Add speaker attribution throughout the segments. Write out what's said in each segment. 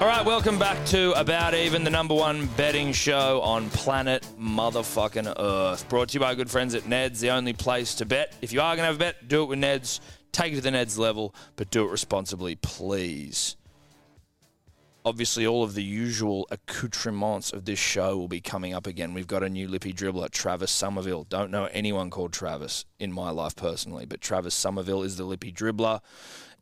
Speaker 1: right, welcome back to About Even, the number one betting show on planet motherfucking Earth. Brought to you by our good friends at Ned's, the only place to bet. If you are going to have a bet, do it with Ned's. Take it to the Ned's level, but do it responsibly, please. Obviously, all of the usual accoutrements of this show will be coming up again. We've got a new lippy dribbler, Travis Somerville. Don't know anyone called Travis in my life personally, but Travis Somerville is the lippy dribbler.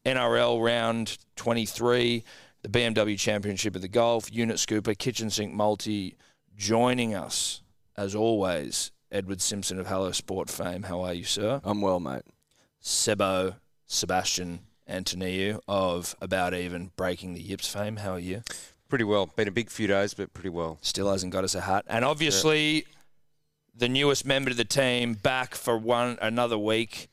Speaker 1: NRL round 23, the BMW Championship of the Golf, Unit Scooper, Kitchen Sink Multi joining us as always. Edward Simpson of Hello Sport fame. How are you, sir?
Speaker 2: I'm well, mate.
Speaker 1: Sebo, Sebastian Antoniou of About Even Breaking the Yips fame. How are you?
Speaker 2: Pretty well. Been a big few days, but pretty well.
Speaker 1: Still hasn't got us a hat. And obviously, the newest member of the team back for one another week.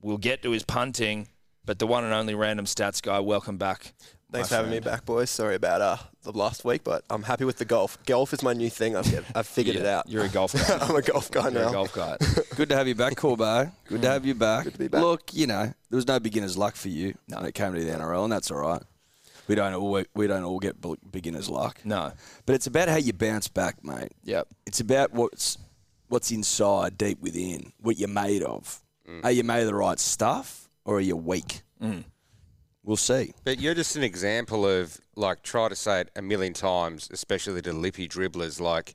Speaker 1: We'll get to his punting, but the one and only random stats guy, welcome back.
Speaker 3: Thanks
Speaker 1: my
Speaker 3: for having me
Speaker 1: friend.
Speaker 3: back, boys. Sorry about uh, the last week, but I'm happy with the golf. Golf is my new thing. I've, I've figured it
Speaker 1: Yeah,
Speaker 3: out.
Speaker 1: You're a golf guy.
Speaker 3: I'm a golf guy
Speaker 1: You're
Speaker 3: now.
Speaker 1: a golf guy.
Speaker 2: Good to have you back, Corbo. Good to have you back. Good
Speaker 3: to be back.
Speaker 2: Look, you know, there was no beginner's luck for you when it came to the NRL, and that's all right. We don't all we don't all get bl- beginner's luck,
Speaker 1: No.
Speaker 2: but it's about how you bounce back, mate.
Speaker 1: Yep.
Speaker 2: It's about what's what's inside, deep within, what you're made of. Are you made of the right stuff, or are you weak? We'll see.
Speaker 4: But you're just an example of like try to say it a million times, especially to lippy dribblers. Like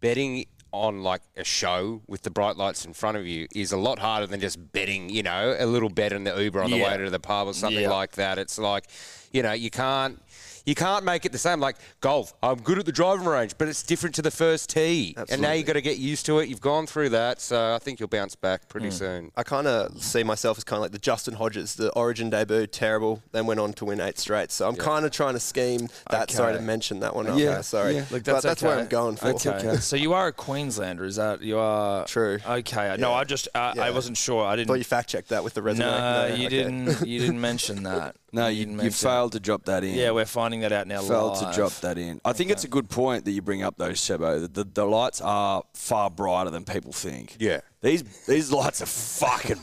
Speaker 4: betting on like a show with the bright lights in front of you is a lot harder than just betting. You know, a little bet in the Uber on
Speaker 1: Yeah.
Speaker 4: the way to the pub or something
Speaker 1: Yeah.
Speaker 4: like that. It's like, you know, you can't. You can't make it the same. Like golf, I'm good at the driving range, but it's different to the first tee. And now you've got to get used to it. You've gone through that, so I think you'll bounce back pretty
Speaker 1: Mm.
Speaker 4: soon.
Speaker 3: I kind of see myself as kind of like the Justin Hodges, the Origin debut, terrible, then went on to win eight straight. So I'm kind of trying to scheme that. Sorry to
Speaker 1: Okay.
Speaker 3: mention that one. Up.
Speaker 2: Yeah,
Speaker 3: Yeah, sorry.
Speaker 2: yeah.
Speaker 1: Look,
Speaker 3: but
Speaker 1: that's
Speaker 3: that's
Speaker 1: okay.
Speaker 3: where I'm going for.
Speaker 2: Okay.
Speaker 1: Okay. so you are a Queenslander, is that you are?
Speaker 3: True.
Speaker 1: Okay. No,
Speaker 3: Yeah.
Speaker 1: I just I, I
Speaker 3: Yeah.
Speaker 1: wasn't sure. I
Speaker 3: Thought
Speaker 1: didn't.
Speaker 3: you fact checked that with the resume.
Speaker 1: no, you
Speaker 3: okay.
Speaker 1: didn't. You didn't mention that.
Speaker 2: No, you,
Speaker 1: didn't
Speaker 2: you
Speaker 1: mention it.
Speaker 2: failed to drop that in.
Speaker 1: Yeah, we're finding that out now.
Speaker 2: failed
Speaker 1: live.
Speaker 2: to drop that in. I think it's a good point that you bring up, though, Sebo. that The, the lights are far brighter than people think.
Speaker 4: Yeah.
Speaker 2: These these lights are fucking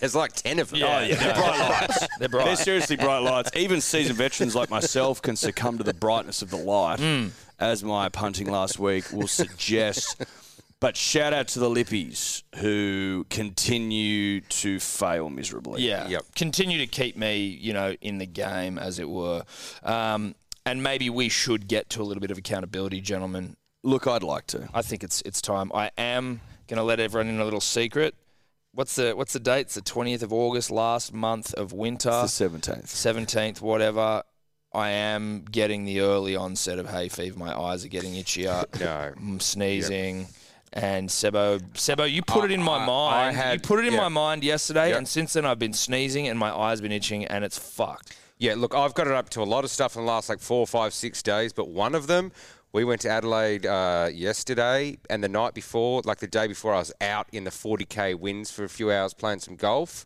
Speaker 4: There's like ten of them.
Speaker 1: Oh,
Speaker 3: Oh,
Speaker 1: Yeah, they're bright lights. They're
Speaker 2: They're
Speaker 1: bright.
Speaker 2: seriously bright lights. Even seasoned veterans like myself can succumb to the brightness of the light,
Speaker 1: Hmm.
Speaker 2: as my punting last week will suggest. But shout out to the Lippies who continue to fail miserably.
Speaker 1: Yeah.
Speaker 4: Yep.
Speaker 1: Continue to keep me, you know, in the game, as it were. Um, and maybe we should get to a little bit of accountability, gentlemen.
Speaker 2: Look, I'd like to.
Speaker 1: I think it's it's time. I am gonna let everyone in a little secret. What's the what's the date? It's the twentieth of August, last month of winter.
Speaker 2: It's the 17th.
Speaker 1: seventeenth, whatever. I am getting the early onset of hay fever. My eyes are getting itchier.
Speaker 4: No.
Speaker 1: I'm sneezing. And Sebo, Sebo, you put
Speaker 4: I-
Speaker 1: it in my
Speaker 4: I- I
Speaker 1: mind. you
Speaker 4: had-
Speaker 1: put it in
Speaker 4: yeah.
Speaker 1: my mind yesterday,
Speaker 4: Yeah.
Speaker 1: and since then I've been sneezing and my eyes been itching, and it's fucked.
Speaker 4: Yeah, look, I've got it up to a lot of stuff in the last like four, five, six days, but one of them, we went to Adelaide uh, yesterday, and the night before, like the day before, I was out in the 40k winds for a few hours playing some golf,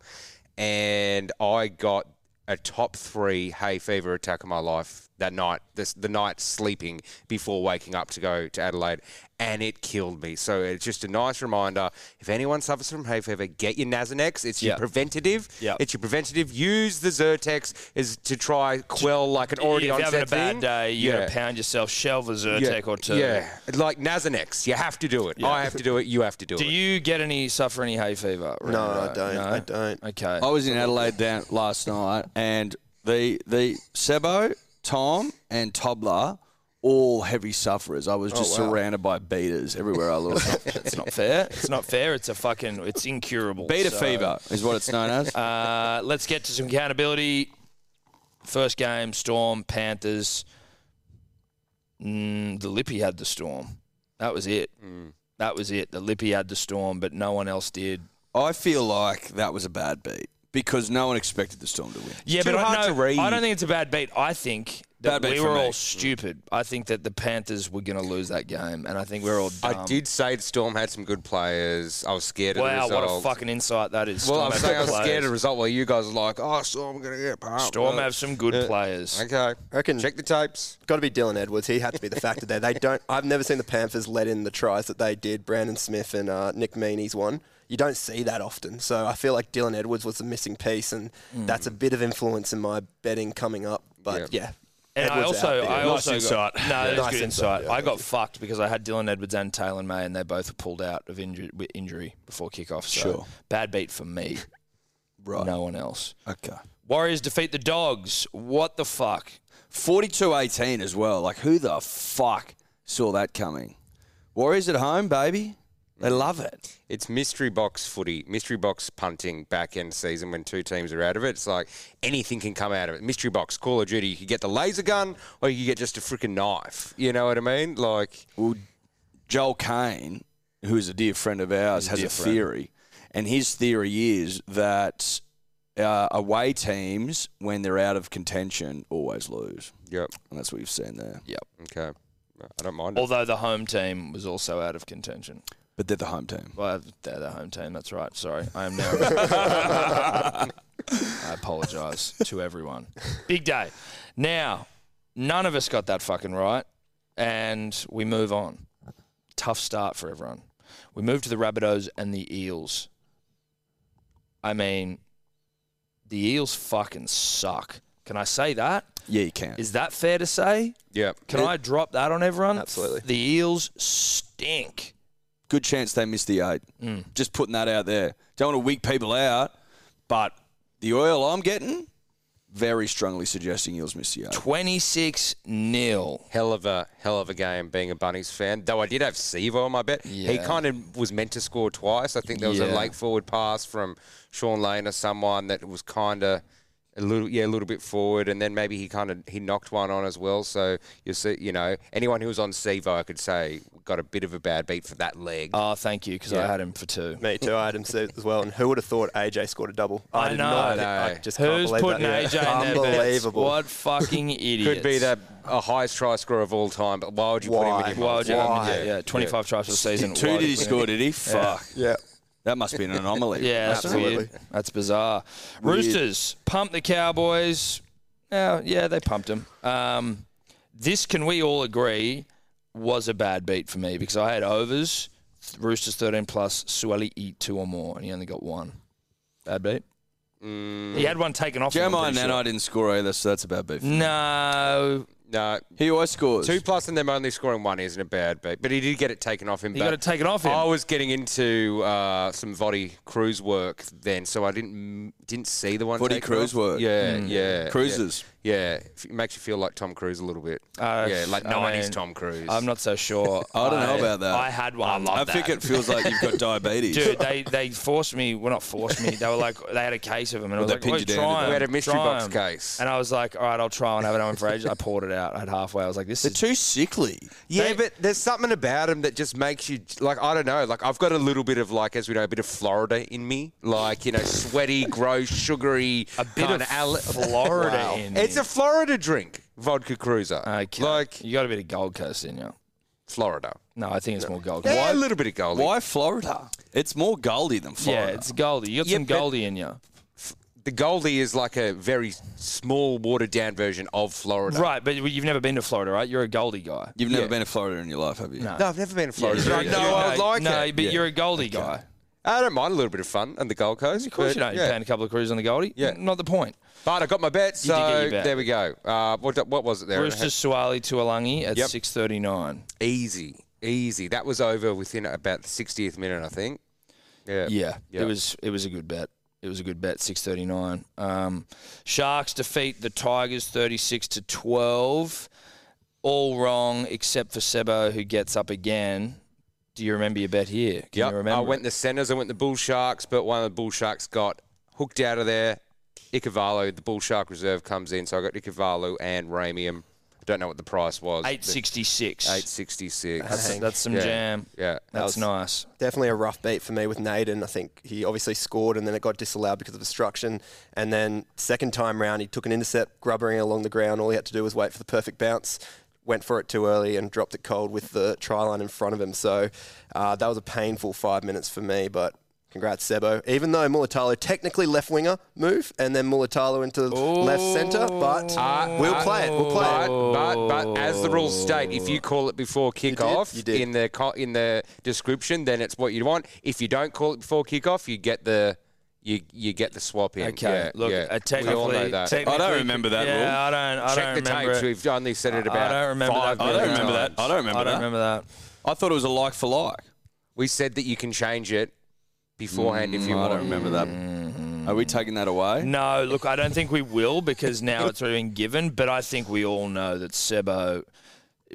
Speaker 4: and I got a top three hay fever attack of my life that night. This the night sleeping before waking up to go to Adelaide, and it killed me. So it's just a nice reminder. If anyone suffers from hay fever, get your Nasonex. It's
Speaker 1: Yeah.
Speaker 4: your preventative.
Speaker 1: Yeah.
Speaker 4: It's your preventative. Use the Zyrtex is to try quell like an already
Speaker 1: if you're having a
Speaker 4: onset
Speaker 1: bad
Speaker 4: thing.
Speaker 1: day, you're
Speaker 4: yeah.
Speaker 1: gonna pound yourself, shelve a
Speaker 4: yeah.
Speaker 1: Zyrtec or two.
Speaker 4: Yeah, like Nasonex. You have to do it. I have to do it. You have to do,
Speaker 1: Do
Speaker 4: it.
Speaker 1: you get any suffer any hay fever?
Speaker 3: No, I don't. I don't.
Speaker 1: Okay.
Speaker 2: I was in Adelaide down last night, and the the Sebo, Tom, and Tobler, all heavy sufferers. I was just surrounded by beaters everywhere I looked.
Speaker 1: It's Oh, not fair. It's not fair. It's a fucking. It's incurable.
Speaker 2: Beta
Speaker 1: So,
Speaker 2: fever is what it's known as.
Speaker 1: Uh, let's get to some accountability. First game, Storm Panthers. Mm, the Lippy had the Storm. That was it. That was it. The Lippy had the Storm, but no one else did.
Speaker 2: I feel like that was a bad beat because no one expected the Storm to win.
Speaker 1: Yeah,
Speaker 4: Too
Speaker 1: but
Speaker 4: hard
Speaker 1: I,
Speaker 4: to read.
Speaker 1: I don't think it's a bad beat. I think that
Speaker 2: Bad beat
Speaker 1: we
Speaker 2: for
Speaker 1: were
Speaker 2: me.
Speaker 1: all stupid. I think that the Panthers were going to lose that game, and I think we are all dumb.
Speaker 3: Um,
Speaker 4: I did say the Storm had some good players. I was scared of the
Speaker 1: Wow,
Speaker 4: result.
Speaker 1: what a fucking insight that is.
Speaker 4: Well,
Speaker 1: Storm
Speaker 4: I'm
Speaker 1: have
Speaker 4: saying I
Speaker 1: good
Speaker 4: was scared
Speaker 1: players.
Speaker 4: of the result while you guys were like, oh, Storm, going to get pumped.
Speaker 1: Storm have some good players.
Speaker 4: Okay.
Speaker 3: I reckon-
Speaker 4: Check the tapes.
Speaker 3: Got to be Dylan Edwards. He had to be the factor there. They don't. I've never seen the Panthers let in the tries that they did. Brandon Smith and uh, Nick Meaney's one. You don't see that often. So I feel like Dylan Edwards was the missing piece, and that's a bit of influence in my betting coming up. But yeah,
Speaker 1: And I
Speaker 3: Edwards
Speaker 1: also,
Speaker 3: out,
Speaker 1: I
Speaker 3: yeah.
Speaker 1: also
Speaker 2: Nice
Speaker 1: got,
Speaker 2: insight.
Speaker 1: No, that's
Speaker 3: Nice
Speaker 1: good
Speaker 3: insight,
Speaker 1: insight.
Speaker 3: yeah.
Speaker 1: I got fucked because I had Dylan Edwards and Taylor May, and they both were pulled out of injury, with injury before kickoff. So
Speaker 2: Sure.
Speaker 1: bad beat for me.
Speaker 2: Right.
Speaker 1: No one else.
Speaker 2: Okay.
Speaker 1: Warriors defeat the Dogs. What the fuck?
Speaker 2: 42 18 as well. Like, who the fuck saw that coming? Warriors at home, baby. They love it.
Speaker 4: It's mystery box footy, mystery box punting back end season when two teams are out of it. It's like anything can come out of it. Mystery box, Call of Duty, you could get the laser gun or you could get just a freaking knife. You know what I mean? Like,
Speaker 2: Well, Joel Kane, who is a dear friend of ours, has a theory. And his theory is that uh, away teams, when they're out of contention, always lose.
Speaker 4: yep,
Speaker 2: And that's what you've seen there.
Speaker 4: okay. I don't mind. it.
Speaker 1: Although the home team was also out of contention.
Speaker 2: But they're the home team.
Speaker 1: Well, they're the home team. That's right. Sorry, I am now. I apologise to everyone. Big day. Now, none of us got that fucking right, and we move on. Tough start for everyone. We move to the Rabbitohs and the Eels. I mean, the Eels fucking suck. Can I say that?
Speaker 2: Yeah, you can.
Speaker 1: Is that fair to say?
Speaker 4: Yep.
Speaker 1: Can I drop that on everyone?
Speaker 3: Absolutely.
Speaker 1: The Eels stink.
Speaker 2: Good chance they miss the eight. Just putting that out there. Don't want to weak people out, but the oil I'm getting, very strongly suggesting Eels miss the eight.
Speaker 1: 26 nil.
Speaker 4: Hell of a hell of a game being a Bunnies fan. Though I did have Sevo on my bet. He
Speaker 1: Yeah.
Speaker 4: kind of was meant to score twice. I think there was a
Speaker 1: Yeah.
Speaker 4: late forward pass from Sean Lane or someone that was kind of a little yeah a little bit forward, and then maybe he kind of he knocked one on as well. So you see, you know, anyone who was on Sevo, I could say got a bit of a bad beat for that leg.
Speaker 1: Oh, thank you, because I had him for two.
Speaker 3: Me too. I had him set as well. And who would have thought AJ scored a double?
Speaker 1: I
Speaker 3: did
Speaker 1: know.
Speaker 3: not.
Speaker 4: No.
Speaker 3: I just
Speaker 1: Who's
Speaker 3: can't believe
Speaker 1: putting
Speaker 3: that.
Speaker 1: AJ in their bets?
Speaker 3: Unbelievable.
Speaker 1: What fucking idiots.
Speaker 4: could be the a highest try scorer of all time, but why would you put him
Speaker 3: Why?
Speaker 4: in? your
Speaker 1: Why would you have
Speaker 3: Why?
Speaker 1: him? Yeah, yeah, 25 tries for the season.
Speaker 2: Two
Speaker 1: Why
Speaker 2: did he
Speaker 1: you put him
Speaker 2: score,
Speaker 1: in?
Speaker 2: did he? Fuck.
Speaker 3: Yeah.
Speaker 2: That must be an anomaly.
Speaker 1: Yeah, that's
Speaker 3: Absolutely.
Speaker 1: weird. That's bizarre. Roosters pump the Cowboys. Oh, yeah, they pumped them. Um, this, can we all agree, was a bad beat for me because I had overs, Roosters 13 plus, Sueli eat two or more, and he only got one. Bad beat. He had one taken off. him, I'm
Speaker 2: Jeremiah
Speaker 1: pretty sure.
Speaker 2: Nanai didn't score either, so that's about beef.
Speaker 1: No,
Speaker 4: No,
Speaker 2: He always scores.
Speaker 4: Two plus and them only scoring one isn't a bad beat, but he did get it taken off him.
Speaker 1: He
Speaker 4: but
Speaker 1: got it taken off him.
Speaker 4: I was getting into uh, some Vody Cruise work then, so I didn't didn't see the one.
Speaker 2: Vody
Speaker 4: taken
Speaker 2: Cruz
Speaker 4: off.
Speaker 2: work.
Speaker 4: Yeah,
Speaker 1: Hmm.
Speaker 4: yeah.
Speaker 2: Cruises.
Speaker 4: Yeah, yeah. F- it makes you feel like Tom Cruise a little bit.
Speaker 1: Uh,
Speaker 4: yeah, like
Speaker 1: I
Speaker 4: nineties
Speaker 1: mean,
Speaker 4: Tom Cruise.
Speaker 1: I'm not so sure.
Speaker 2: I don't know about that.
Speaker 1: I had one.
Speaker 2: I think it feels like you've got diabetes.
Speaker 1: Dude, they, they forced me. Well, not forced me. They were like, they had a case of them, and I was
Speaker 2: they
Speaker 1: like,
Speaker 2: pinned
Speaker 1: "Well,
Speaker 2: you down, did
Speaker 1: try
Speaker 2: they?
Speaker 1: them,
Speaker 4: We had a mystery
Speaker 1: try
Speaker 4: box
Speaker 1: 'em."
Speaker 4: case.
Speaker 1: And I was like, all right, I'll try one. I haven't had one for ages. I poured it out. I had halfway. I was like, this
Speaker 2: They're
Speaker 1: is
Speaker 2: too sickly.
Speaker 4: Yeah,
Speaker 1: They-
Speaker 4: but there's something about him that just makes you like I don't know. Like I've got a little bit of like, as we know, a bit of Florida in me. Like you know, sweaty, gross, sugary,
Speaker 1: a bit
Speaker 4: kinda
Speaker 1: of Florida in
Speaker 4: It's
Speaker 1: you.
Speaker 4: a Florida drink, vodka cruiser.
Speaker 1: Okay.
Speaker 4: Like
Speaker 1: you got a bit of Gold Coast in you.
Speaker 4: Florida.
Speaker 1: No, I think it's more Gold Coast.
Speaker 4: Yeah, a little bit of goalie.
Speaker 2: Why Florida? It's more Goldie than
Speaker 1: Yeah,
Speaker 2: Florida.
Speaker 1: it's Goldie. You got
Speaker 4: Yeah,
Speaker 1: some
Speaker 4: but-
Speaker 1: Goldie in you.
Speaker 4: The goalie is like a very small, watered down version of Florida.
Speaker 1: Right, but you- you've never been to Florida, right? You're a Goldie guy.
Speaker 2: You've never been to Florida in your life, have you? No.
Speaker 4: No, I've never been to Florida.
Speaker 2: Yeah,
Speaker 4: Like,
Speaker 2: yeah,
Speaker 4: no,
Speaker 2: yeah.
Speaker 4: I would like
Speaker 1: no,
Speaker 4: it.
Speaker 1: but you're a Goldie guy.
Speaker 4: I don't mind a little bit of fun on the Gold Coast.
Speaker 1: Of course
Speaker 4: but,
Speaker 1: you don't. You're
Speaker 4: yeah.
Speaker 1: paying a couple of crews on the Goldie.
Speaker 4: Yeah.
Speaker 1: N- Not the point.
Speaker 4: But I got my bet,
Speaker 1: did get
Speaker 4: so
Speaker 1: your bet.
Speaker 4: there we go. Uh, what, what was it there?
Speaker 1: Roosters Suwali Tuolangi at
Speaker 4: Yep.
Speaker 1: 6.39.
Speaker 4: Easy, easy. That was over within about the 60th minute, I think. Yeah.
Speaker 1: Yeah, it
Speaker 4: Yeah.
Speaker 1: was it was a good bet. It was a good bet, 6.39. Um, Sharks defeat the Tigers 36 to 12. All wrong except for Sebo who gets up again. Do you remember your bet here? Can
Speaker 4: Yep.
Speaker 1: you remember?
Speaker 4: I went the centres. I went the Bull Sharks, but one of the Bull Sharks got hooked out of there. Icavalo, the Bull Shark reserve comes in, so I got Icavalo and Ramium. I don't know what the price was.
Speaker 1: 866.
Speaker 4: Eight sixty six.
Speaker 1: That's, that's some
Speaker 4: Yeah.
Speaker 1: jam.
Speaker 4: Yeah.
Speaker 1: That's
Speaker 3: was-
Speaker 1: nice.
Speaker 3: Definitely a rough beat for me with Naden. I think he obviously scored and then it got disallowed because of obstruction. And then second time round, he took an intercept, grubbering along the ground. All he had to do was wait for the perfect bounce. Went for it too early and dropped it cold with the try line in front of him. So uh, that was a painful five minutes for me, but. Congrats, Sebo. Even though Mulatalo technically left winger move, and then Mulatalo into left centre, but
Speaker 4: Uh,
Speaker 3: we'll
Speaker 4: uh,
Speaker 3: play it. We'll play it.
Speaker 4: But, but, but as the rules
Speaker 1: Oh.
Speaker 4: state, if you call it before kickoff
Speaker 3: you did.
Speaker 4: in the co- in the description, then it's what you want. If you don't call it before kickoff, you get the you you get the swap in.
Speaker 1: Okay,
Speaker 4: Yeah,
Speaker 1: look,
Speaker 4: yeah.
Speaker 1: uh,
Speaker 4: we all
Speaker 1: technically,
Speaker 4: know that.
Speaker 1: technically-
Speaker 2: I don't remember that
Speaker 1: yeah,
Speaker 2: rule.
Speaker 1: I don't. I
Speaker 4: Check
Speaker 1: don't
Speaker 4: the
Speaker 1: remember
Speaker 4: tapes.
Speaker 1: it.
Speaker 4: We've only said it
Speaker 1: I
Speaker 4: about.
Speaker 1: don't remember
Speaker 4: five
Speaker 1: that.
Speaker 2: I don't
Speaker 4: million
Speaker 2: remember that.
Speaker 4: times.
Speaker 2: I don't remember
Speaker 1: I don't
Speaker 2: that.
Speaker 1: remember that.
Speaker 2: I thought it was a like for like.
Speaker 4: We said that you can change it beforehand
Speaker 1: Mm,
Speaker 4: if you
Speaker 2: I
Speaker 4: want.
Speaker 2: don't remember that. Are we taking that away?
Speaker 1: Mm-hmm. No, look, I don't think we will because now it's already been given. But I think we all know that Sebo.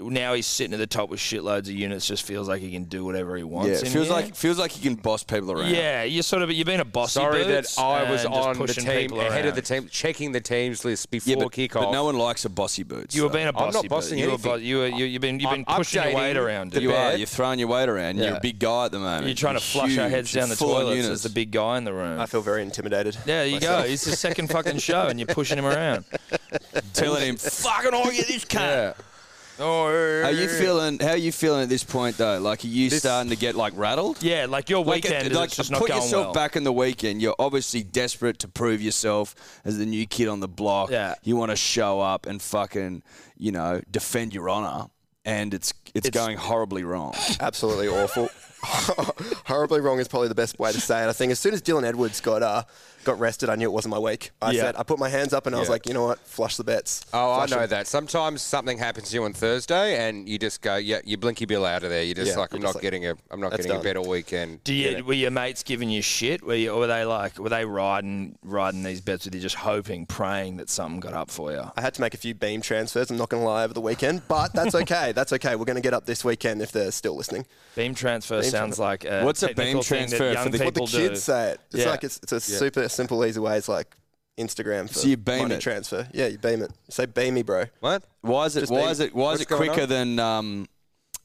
Speaker 1: Now he's sitting at the top with shitloads of units. Just feels like he can do whatever he wants.
Speaker 2: Yeah,
Speaker 1: in
Speaker 2: it feels
Speaker 1: here.
Speaker 2: like feels like you can boss people around.
Speaker 1: Yeah, you're sort of you've been a bossy.
Speaker 4: Sorry that
Speaker 1: boots
Speaker 4: I was
Speaker 1: and just
Speaker 4: on the
Speaker 1: pushing
Speaker 4: team
Speaker 1: people
Speaker 4: ahead of
Speaker 1: around.
Speaker 4: the team, checking the teams list
Speaker 2: yeah,
Speaker 4: before
Speaker 2: but,
Speaker 4: kickoff.
Speaker 2: but no one likes a bossy boots.
Speaker 1: You were being a
Speaker 4: I'm not
Speaker 1: bossy. boot.
Speaker 4: bossing
Speaker 1: you were
Speaker 4: anything.
Speaker 1: bo- you were, you, you've been you've been
Speaker 4: I'm
Speaker 1: pushing your
Speaker 4: updating
Speaker 1: weight around.
Speaker 4: the
Speaker 1: dude.
Speaker 2: You are.
Speaker 4: bed.
Speaker 2: You're throwing your weight around. You're
Speaker 1: Yeah.
Speaker 2: a big guy at the moment.
Speaker 1: You're trying to flush our
Speaker 2: huge,
Speaker 1: heads down the
Speaker 2: full on
Speaker 1: toilets as
Speaker 2: units.
Speaker 1: the big guy in the room.
Speaker 3: I feel very intimidated.
Speaker 1: Yeah, there you go. It's the second fucking show, and you're pushing him around.
Speaker 2: telling him, "Fucking all you this cunt."
Speaker 4: Yeah.
Speaker 2: Are you feeling? How are you feeling at this point though? Like, are you starting to get like rattled?
Speaker 1: Yeah, like your
Speaker 2: Like,
Speaker 1: weekend
Speaker 2: it-
Speaker 1: is
Speaker 2: like,
Speaker 1: just not
Speaker 2: put
Speaker 1: going
Speaker 2: yourself
Speaker 1: well.
Speaker 2: back in the weekend. You're obviously desperate to prove yourself as the new kid on the block.
Speaker 1: Yeah.
Speaker 2: You want to show up and fucking, you know, defend your honor, and it's it's, going horribly wrong.
Speaker 3: Absolutely awful. Horribly wrong is probably the best way to say it. I think as soon as Dylan Edwards got uh, got rested, I knew it wasn't my week. I
Speaker 1: Yeah.
Speaker 3: said I put my hands up and I was
Speaker 4: Yeah.
Speaker 3: like, you know what, flush the bets.
Speaker 4: Oh, I
Speaker 3: Flush
Speaker 4: know
Speaker 3: them.
Speaker 4: that. Sometimes something happens to you on Thursday, and you just go, "Yeah, you blinky bill out of there." You're just
Speaker 3: Yeah,
Speaker 4: like,
Speaker 3: you're
Speaker 4: "I'm
Speaker 3: just
Speaker 4: not
Speaker 3: like,
Speaker 4: getting a, I'm not
Speaker 3: that's
Speaker 4: getting a
Speaker 3: done.
Speaker 4: better weekend."
Speaker 1: Do you, were your mates giving you shit? Were you, or were they like, were they riding riding these bets with you, just hoping, praying that something got up for you?
Speaker 3: I had to make a few beam transfers. I'm not going to lie over the weekend, but that's okay. that's okay. We're going to get up this weekend if they're still listening.
Speaker 1: Beam transfer sounds like a
Speaker 2: What's a
Speaker 1: technical
Speaker 2: beam
Speaker 1: thing that
Speaker 2: transfer
Speaker 1: young
Speaker 2: for the-
Speaker 3: What
Speaker 1: people
Speaker 3: the kids
Speaker 1: do.
Speaker 3: say it. It's
Speaker 1: Yeah.
Speaker 3: like it's, it's a super simple, easy way. It's like Instagram for
Speaker 2: So you beam
Speaker 3: money
Speaker 2: it.
Speaker 3: transfer. Yeah, you beam it. You say beam me, bro.
Speaker 4: What?
Speaker 2: Why is it?
Speaker 3: Just
Speaker 2: why
Speaker 3: being-
Speaker 2: is it? Why is
Speaker 4: what's
Speaker 2: it
Speaker 4: going
Speaker 2: quicker
Speaker 4: on?
Speaker 2: than um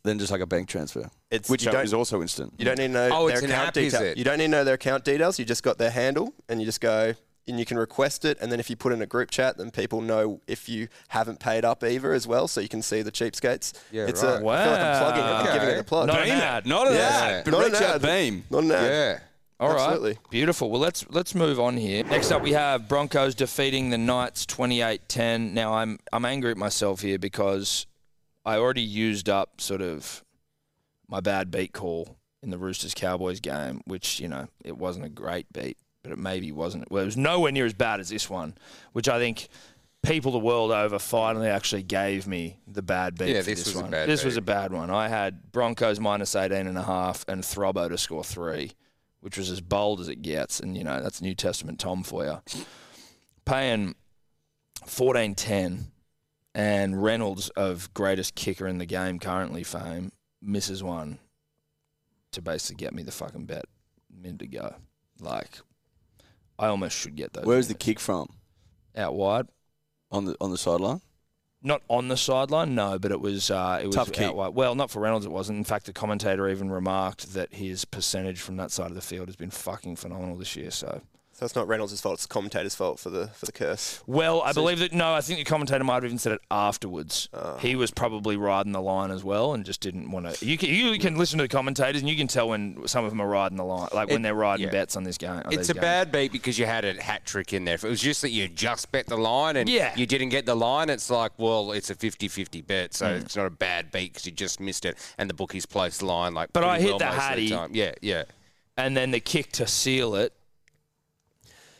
Speaker 2: than just like a bank transfer?
Speaker 3: It's-
Speaker 2: which
Speaker 3: you don't-
Speaker 2: is also instant.
Speaker 3: You don't need to know
Speaker 4: Oh,
Speaker 3: their
Speaker 4: it's an
Speaker 3: account
Speaker 4: app, is
Speaker 3: details.
Speaker 4: it?
Speaker 3: You don't need to know their account details. You just got their handle, and you just go and you can request it. And then if you put in a group chat, then people know if you haven't paid up either as well, so you can see the cheapskates.
Speaker 4: Yeah,
Speaker 3: it's A,
Speaker 4: right.
Speaker 3: I feel like I'm plugging it.
Speaker 1: Wow.
Speaker 3: I'm giving it
Speaker 4: Okay.
Speaker 3: a plug.
Speaker 1: Not an
Speaker 2: Beam
Speaker 1: ad.
Speaker 2: it. Not an
Speaker 4: Yeah.
Speaker 2: ad. But
Speaker 3: Not an
Speaker 2: reach out
Speaker 3: ad.
Speaker 2: beam.
Speaker 3: Not an
Speaker 1: Uh,
Speaker 3: ad.
Speaker 4: Yeah.
Speaker 1: All right,
Speaker 3: Absolutely.
Speaker 1: beautiful. Well, let's let's move on here. Next up, we have Broncos defeating the Knights 28-10. Now, I'm I'm angry at myself here because I already used up sort of my bad beat call in the Roosters Cowboys game, which you know it wasn't a great beat, but it maybe wasn't. Well, it was nowhere near as bad as this one, which I think. People the world over finally actually gave me the bad beat.
Speaker 4: Yeah,
Speaker 1: for
Speaker 4: this was a
Speaker 1: one.
Speaker 4: bad
Speaker 1: This was
Speaker 4: beat.
Speaker 1: a bad one. I had Broncos minus 18 and a half and Throbo to score three which was as bold as it gets, and you know that's New Testament Tom for you. Paying fourteen ten, and Reynolds of greatest kicker in the game currently fame misses one to basically get me the fucking bet minute to go. Like I almost should get those.
Speaker 2: Where's the
Speaker 1: minutes.
Speaker 2: kick from?
Speaker 1: out wide?
Speaker 2: On the on the sideline.
Speaker 1: Not on the sideline, no, but it was uh, it was
Speaker 2: Tough
Speaker 1: out
Speaker 2: kick.
Speaker 1: wide. Well, not for Reynolds, it wasn't. In fact, the commentator even remarked that his percentage from that side of the field has been fucking phenomenal this year. So
Speaker 3: So it's not Reynolds' fault. It's the commentator's fault for the for the curse.
Speaker 1: Well, I believe that. No, I think the commentator might have even said it afterwards.
Speaker 2: Oh.
Speaker 1: he was probably riding the line as well, and just didn't want to. You can, you can listen to the commentators, and you can tell when some of them are riding the line, like when they're riding
Speaker 4: yeah.
Speaker 1: bets on this game. on
Speaker 4: It's
Speaker 1: these
Speaker 4: a
Speaker 1: games.
Speaker 4: bad beat because you had a hat trick in there. If it was just that you just bet the line and
Speaker 1: Yeah.
Speaker 4: you didn't get the line, it's like, well, it's a 50-50 bet,
Speaker 1: Mm.
Speaker 4: so it's not a bad beat because you just missed it and the bookies placed the line like.
Speaker 1: But I
Speaker 4: pretty
Speaker 1: hit
Speaker 4: well
Speaker 1: the
Speaker 4: most of
Speaker 1: Hattie.
Speaker 4: time. Yeah, yeah.
Speaker 1: And then the kick to seal it.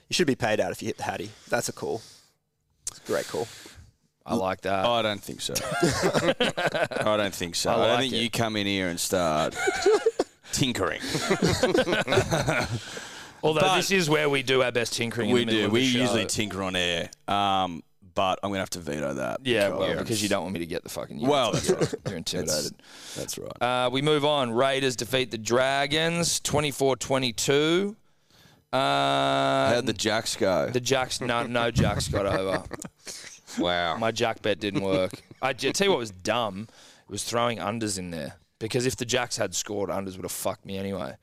Speaker 3: You should be paid out if you hit the Hattie. That's a call. It's a great call.
Speaker 1: I like that.
Speaker 2: I don't think so. I don't think so. I,
Speaker 1: like
Speaker 2: don't think
Speaker 1: it.
Speaker 2: you come in here and start tinkering.
Speaker 1: Although
Speaker 2: but-
Speaker 1: this is where we do our best tinkering. in
Speaker 2: we
Speaker 1: the middle
Speaker 2: do.
Speaker 1: of
Speaker 2: We
Speaker 1: the show.
Speaker 2: usually tinker on air. Um, but I'm gonna have to veto that.
Speaker 1: Yeah, well,
Speaker 2: because-
Speaker 1: because you don't want me to get the fucking.
Speaker 2: Well, that's
Speaker 1: you're, you're intimidated.
Speaker 2: that's right.
Speaker 1: Uh, we move on. Raiders defeat the Dragons 24 22. Uh,
Speaker 2: How'd the Jacks go?
Speaker 1: The jacks, no, no jacks got over.
Speaker 4: Wow.
Speaker 1: My jack bet didn't work. I I tell you what was dumb was throwing unders in there because if the jacks had scored, unders would have fucked me anyway.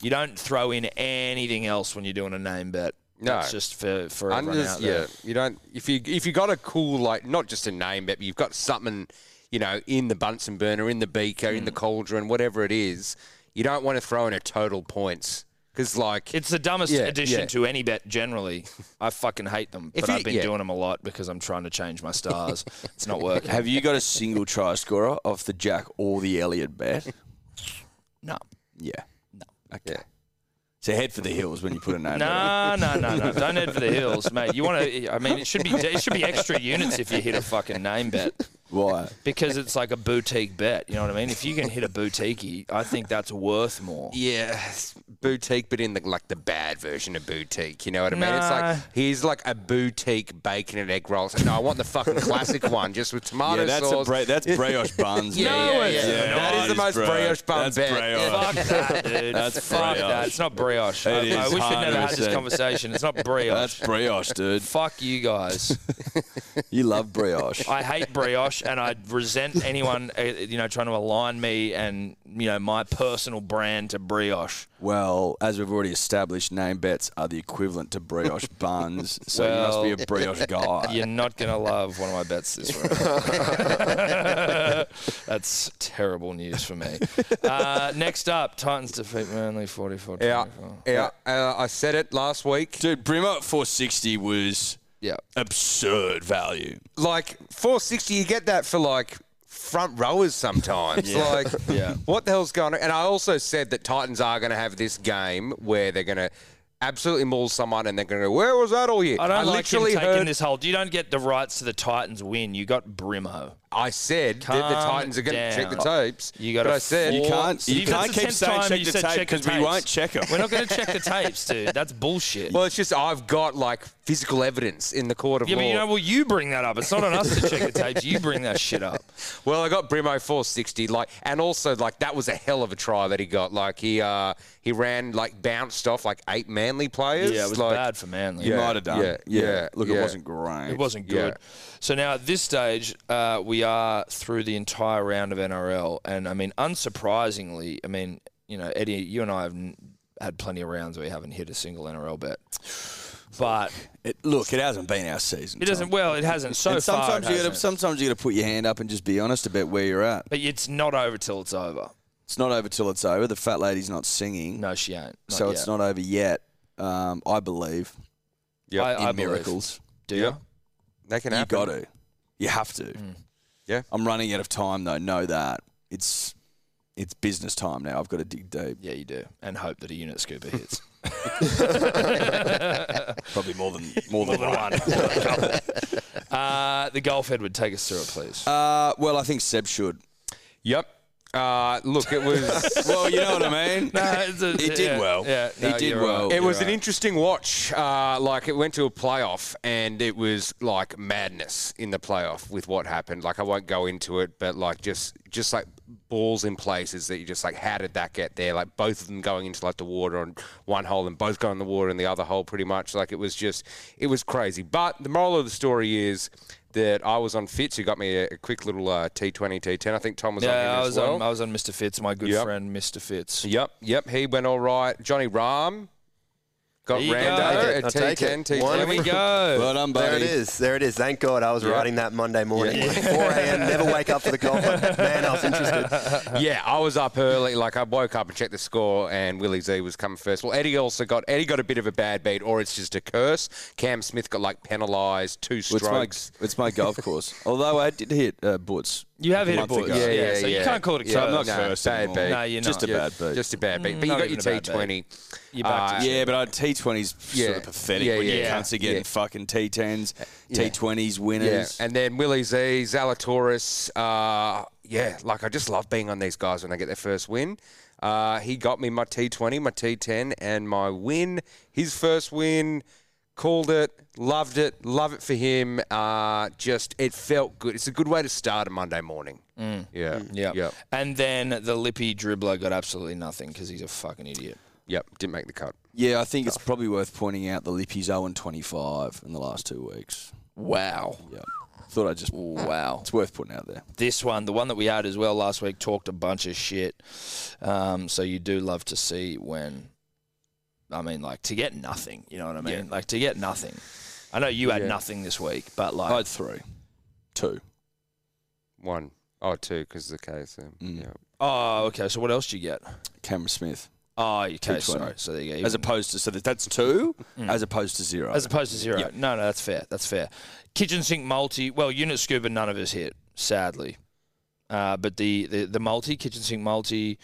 Speaker 1: You don't throw in anything else when you're doing a name bet.
Speaker 4: No.
Speaker 1: That's just for for everyone
Speaker 4: Unders,
Speaker 1: out there.
Speaker 4: yeah. You don't if you if you got a cool like not just a name, but you've got something, you know, in the Bunsen burner, in the beaker, in the cauldron, whatever it is, you don't want to throw in a total points because like
Speaker 1: It's the dumbest
Speaker 4: Yeah,
Speaker 1: addition
Speaker 4: yeah.
Speaker 1: to any bet generally. I fucking hate them, but
Speaker 4: you-
Speaker 1: I've been
Speaker 4: yeah.
Speaker 1: doing them a lot because I'm trying to change my stars. it's not working.
Speaker 2: Have you got a single try scorer off the Jack or the Elliot bet?
Speaker 1: No.
Speaker 2: Yeah. No. Okay. So head for the hills when you put a name. down.
Speaker 1: No, no, no, no. Don't head for the hills, mate. You want to? I mean, it should be it should be extra units if you hit a fucking name bet
Speaker 2: Why?
Speaker 1: because it's like a boutique bet. You know what I mean? If you can hit a boutique, I think that's worth more.
Speaker 4: Yeah, it's boutique, but in the, like the bad version of boutique. You know what I mean? It's
Speaker 1: Nah.
Speaker 4: like here's like a boutique bacon and egg roll. So, no, I want the fucking classic one, just with tomato
Speaker 2: Yeah, that's a
Speaker 4: sauce.
Speaker 2: bra- that's brioche buns.
Speaker 4: Yeah,
Speaker 2: mate.
Speaker 1: No, it's
Speaker 2: Yeah,
Speaker 1: not.
Speaker 4: That is the most
Speaker 2: bro.
Speaker 4: brioche bun
Speaker 2: That's
Speaker 4: bet.
Speaker 2: brioche.
Speaker 1: Fuck that, dude.
Speaker 2: That's
Speaker 1: Fuck that.
Speaker 2: brioche.
Speaker 1: It's not brioche. I,
Speaker 2: It
Speaker 1: I
Speaker 2: is
Speaker 1: wish we'd never had this
Speaker 2: 100%.
Speaker 1: conversation. It's not brioche.
Speaker 2: That's brioche, dude.
Speaker 1: Fuck you guys.
Speaker 2: You love brioche.
Speaker 1: I hate brioche, and I resent anyone, uh, you know, trying to align me and you know my personal brand to brioche.
Speaker 2: Well, as we've already established, name bets are the equivalent to brioche buns, so you
Speaker 1: Well,
Speaker 2: must be a brioche guy.
Speaker 1: You're not gonna love one of my bets this round. That's terrible news for me. Uh, next up, Titans defeat Manly 44
Speaker 4: Yeah,
Speaker 1: 24.
Speaker 4: yeah. Uh, I said it last week.
Speaker 2: Dude, Brimo at 460 was
Speaker 1: Yeah.
Speaker 2: absurd value.
Speaker 4: Like 460, you get that for like front rowers sometimes. Like,
Speaker 1: Yeah.
Speaker 4: what the hell's going on? And I also said that Titans are going to have this game where they're going to absolutely maul someone, and they're going to go, "Where was that all year?"
Speaker 1: I don't like literally him taking this whole. You don't get the rights to the Titans win. You got Brimo.
Speaker 4: I said that the
Speaker 1: Calm
Speaker 4: Titans are going to check the
Speaker 1: down.
Speaker 4: tapes.
Speaker 1: You got
Speaker 4: But
Speaker 1: a
Speaker 4: I said
Speaker 1: four-
Speaker 2: You can't, you
Speaker 1: Even
Speaker 2: can't
Speaker 1: if it's
Speaker 2: keep
Speaker 1: the
Speaker 2: saying
Speaker 1: tenth time
Speaker 2: check
Speaker 1: you
Speaker 2: the
Speaker 1: said
Speaker 2: tape
Speaker 1: check the
Speaker 2: because we
Speaker 1: tapes.
Speaker 2: won't check them.
Speaker 1: We're not going to check the tapes, dude. That's bullshit.
Speaker 4: Well, it's just I've got like physical evidence in the court of
Speaker 1: yeah,
Speaker 4: law.
Speaker 1: but you know, well, you bring that up. It's not on us to check the tapes. You bring that shit up.
Speaker 4: Well, I got Brimo 460, like, and also like that was a hell of a try that he got. Like he uh he ran like bounced off like eight Manly players.
Speaker 1: Yeah, it was
Speaker 4: like,
Speaker 1: bad for Manly.
Speaker 2: You
Speaker 4: Yeah,
Speaker 2: might have done.
Speaker 4: yeah, yeah,
Speaker 2: Look,
Speaker 4: yeah.
Speaker 2: it wasn't great.
Speaker 1: It wasn't
Speaker 4: Yeah.
Speaker 1: good. So now at this stage, uh, we are through the entire round of NRL, and I mean, unsurprisingly, I mean, you know, Eddie, you and I have n- had plenty of rounds where we haven't hit a single NRL bet, but
Speaker 2: It, look, it hasn't been our season.
Speaker 1: it doesn't.
Speaker 2: Tom.
Speaker 1: Well, it hasn't so
Speaker 2: and
Speaker 1: far.
Speaker 2: sometimes
Speaker 1: it
Speaker 2: you gotta,
Speaker 1: hasn't.
Speaker 2: sometimes you got to put your hand up and just be honest about where you're at.
Speaker 1: but it's not over till it's over.
Speaker 2: It's not over till it's over. The fat lady's not singing,
Speaker 1: No, she ain't. Not
Speaker 2: so it's
Speaker 1: yet.
Speaker 2: not over yet. Um, I believe
Speaker 4: Yep.
Speaker 1: I,
Speaker 2: in
Speaker 1: I believe.
Speaker 2: miracles.
Speaker 1: Do
Speaker 4: Yep.
Speaker 1: you?
Speaker 4: That can
Speaker 2: You
Speaker 4: happen.
Speaker 2: got to. You have to.
Speaker 4: Yeah.
Speaker 2: Mm. I'm running out of time though. Know that it's it's business time now. I've got to dig deep.
Speaker 1: Yeah, you do, and hope that a unit scooper hits.
Speaker 2: Probably more than more than
Speaker 1: Another
Speaker 2: one.
Speaker 1: one. uh, the golf head would take us through it, please.
Speaker 2: Uh, well, I think Seb should.
Speaker 4: Yep. Uh, look, it was
Speaker 2: Well, you know what I mean.
Speaker 1: No, it's a-
Speaker 2: He did
Speaker 1: yeah,
Speaker 2: well.
Speaker 1: Yeah,
Speaker 2: He
Speaker 1: no,
Speaker 2: did
Speaker 1: you're right.
Speaker 2: well.
Speaker 4: It was
Speaker 1: You're
Speaker 4: an interesting watch. Uh, like it went to a playoff, and it was like madness in the playoff with what happened. Like I won't go into it, but like just just like balls in places that you just like, how did that get there? Like both of them going into like the water on one hole, and both going in the water in the other hole, pretty much. Like it was just, it was crazy. But the moral of the story is. That I was on Fitz, who got me a, a quick little uh, T20, T10. I think Tom was on him
Speaker 1: Yeah, I
Speaker 4: as
Speaker 1: was
Speaker 4: well.
Speaker 1: on I was on Mr. Fitz, my good
Speaker 4: Yep.
Speaker 1: friend Mr. Fitz.
Speaker 4: Yep, yep, he went all right. Johnny Rahm got
Speaker 1: There you go.
Speaker 4: Rando
Speaker 3: I'll
Speaker 4: at
Speaker 3: take
Speaker 4: T10,
Speaker 3: it.
Speaker 1: There we
Speaker 4: T20.
Speaker 1: go.
Speaker 2: Well done, buddy.
Speaker 3: There it is. There it is. Thank God I was riding that Monday morning. 4 a.m. Never wake up for the golf. Man, I was interested.
Speaker 4: Yeah, I was up early. Like I woke up and checked the score, and Willie Z was coming first. Well, Eddie also got Eddie got a bit of a bad beat, or it's just a curse. Cam Smith got like penalised two
Speaker 2: Well, It's
Speaker 4: strokes.
Speaker 2: my, it's my golf course. Although I did hit uh, Boots.
Speaker 1: You have
Speaker 2: a
Speaker 1: hit a
Speaker 2: month
Speaker 1: Boots.
Speaker 2: ago.
Speaker 1: Yeah, yeah, so you can't call it a
Speaker 4: Yeah,
Speaker 1: curse.
Speaker 4: no,
Speaker 2: Not curse
Speaker 4: bad
Speaker 2: anymore.
Speaker 4: beat.
Speaker 1: No, you're
Speaker 2: Just
Speaker 1: not.
Speaker 2: a bad beat.
Speaker 4: Just a bad beat. But
Speaker 1: Not
Speaker 4: you got
Speaker 1: even
Speaker 4: your Uh,
Speaker 1: a bad beat.
Speaker 4: T20.
Speaker 1: You're back to-
Speaker 2: yeah, but I, T20's
Speaker 4: Yeah.
Speaker 2: sort of pathetic
Speaker 4: Yeah,
Speaker 2: when you
Speaker 4: yeah.
Speaker 2: cunts are getting
Speaker 4: Yeah.
Speaker 2: fucking T10s, T20s winners.
Speaker 4: Yeah, and then Willie Z, Zalatoris. Uh, yeah, like I just love being on these guys when they get their first win. Uh, he got me my T20, my T10, and my win. His first win. Called it, loved it, love it for him. Uh, just it felt good. It's a good way to start a Monday morning. Yeah,
Speaker 1: Yeah.
Speaker 4: yep,
Speaker 1: And then the lippy dribbler got absolutely nothing because he's a fucking idiot.
Speaker 4: yep. Didn't make the cut.
Speaker 2: Yeah, I think it's probably worth pointing out the Lippy's 0 and 25 in the last two weeks.
Speaker 1: Wow.
Speaker 2: Yeah. Thought I just.
Speaker 1: Wow.
Speaker 2: It's worth putting out there.
Speaker 1: This one, the one that we had as well last week, talked a bunch of shit. Um, so you do love to see when, I mean, like to get nothing. You know what I mean? Like to get nothing. I know you had
Speaker 4: Yeah.
Speaker 1: nothing this week, but like
Speaker 2: I had three. Two.
Speaker 4: One, oh two, because of the case. um,
Speaker 2: Mm.
Speaker 4: yeah.
Speaker 1: Oh, okay. So what else do you get?
Speaker 2: Cameron Smith.
Speaker 1: Oh, okay.
Speaker 2: 220.
Speaker 1: Sorry. So there you go.
Speaker 2: As opposed to. So that- that's two, as opposed to zero.
Speaker 1: Mm. As opposed to zero. No, no, that's fair. That's fair. Kitchen sink multi. Well, unit scuba, none of us hit, sadly. Uh, but the, the, the multi, kitchen sink multi,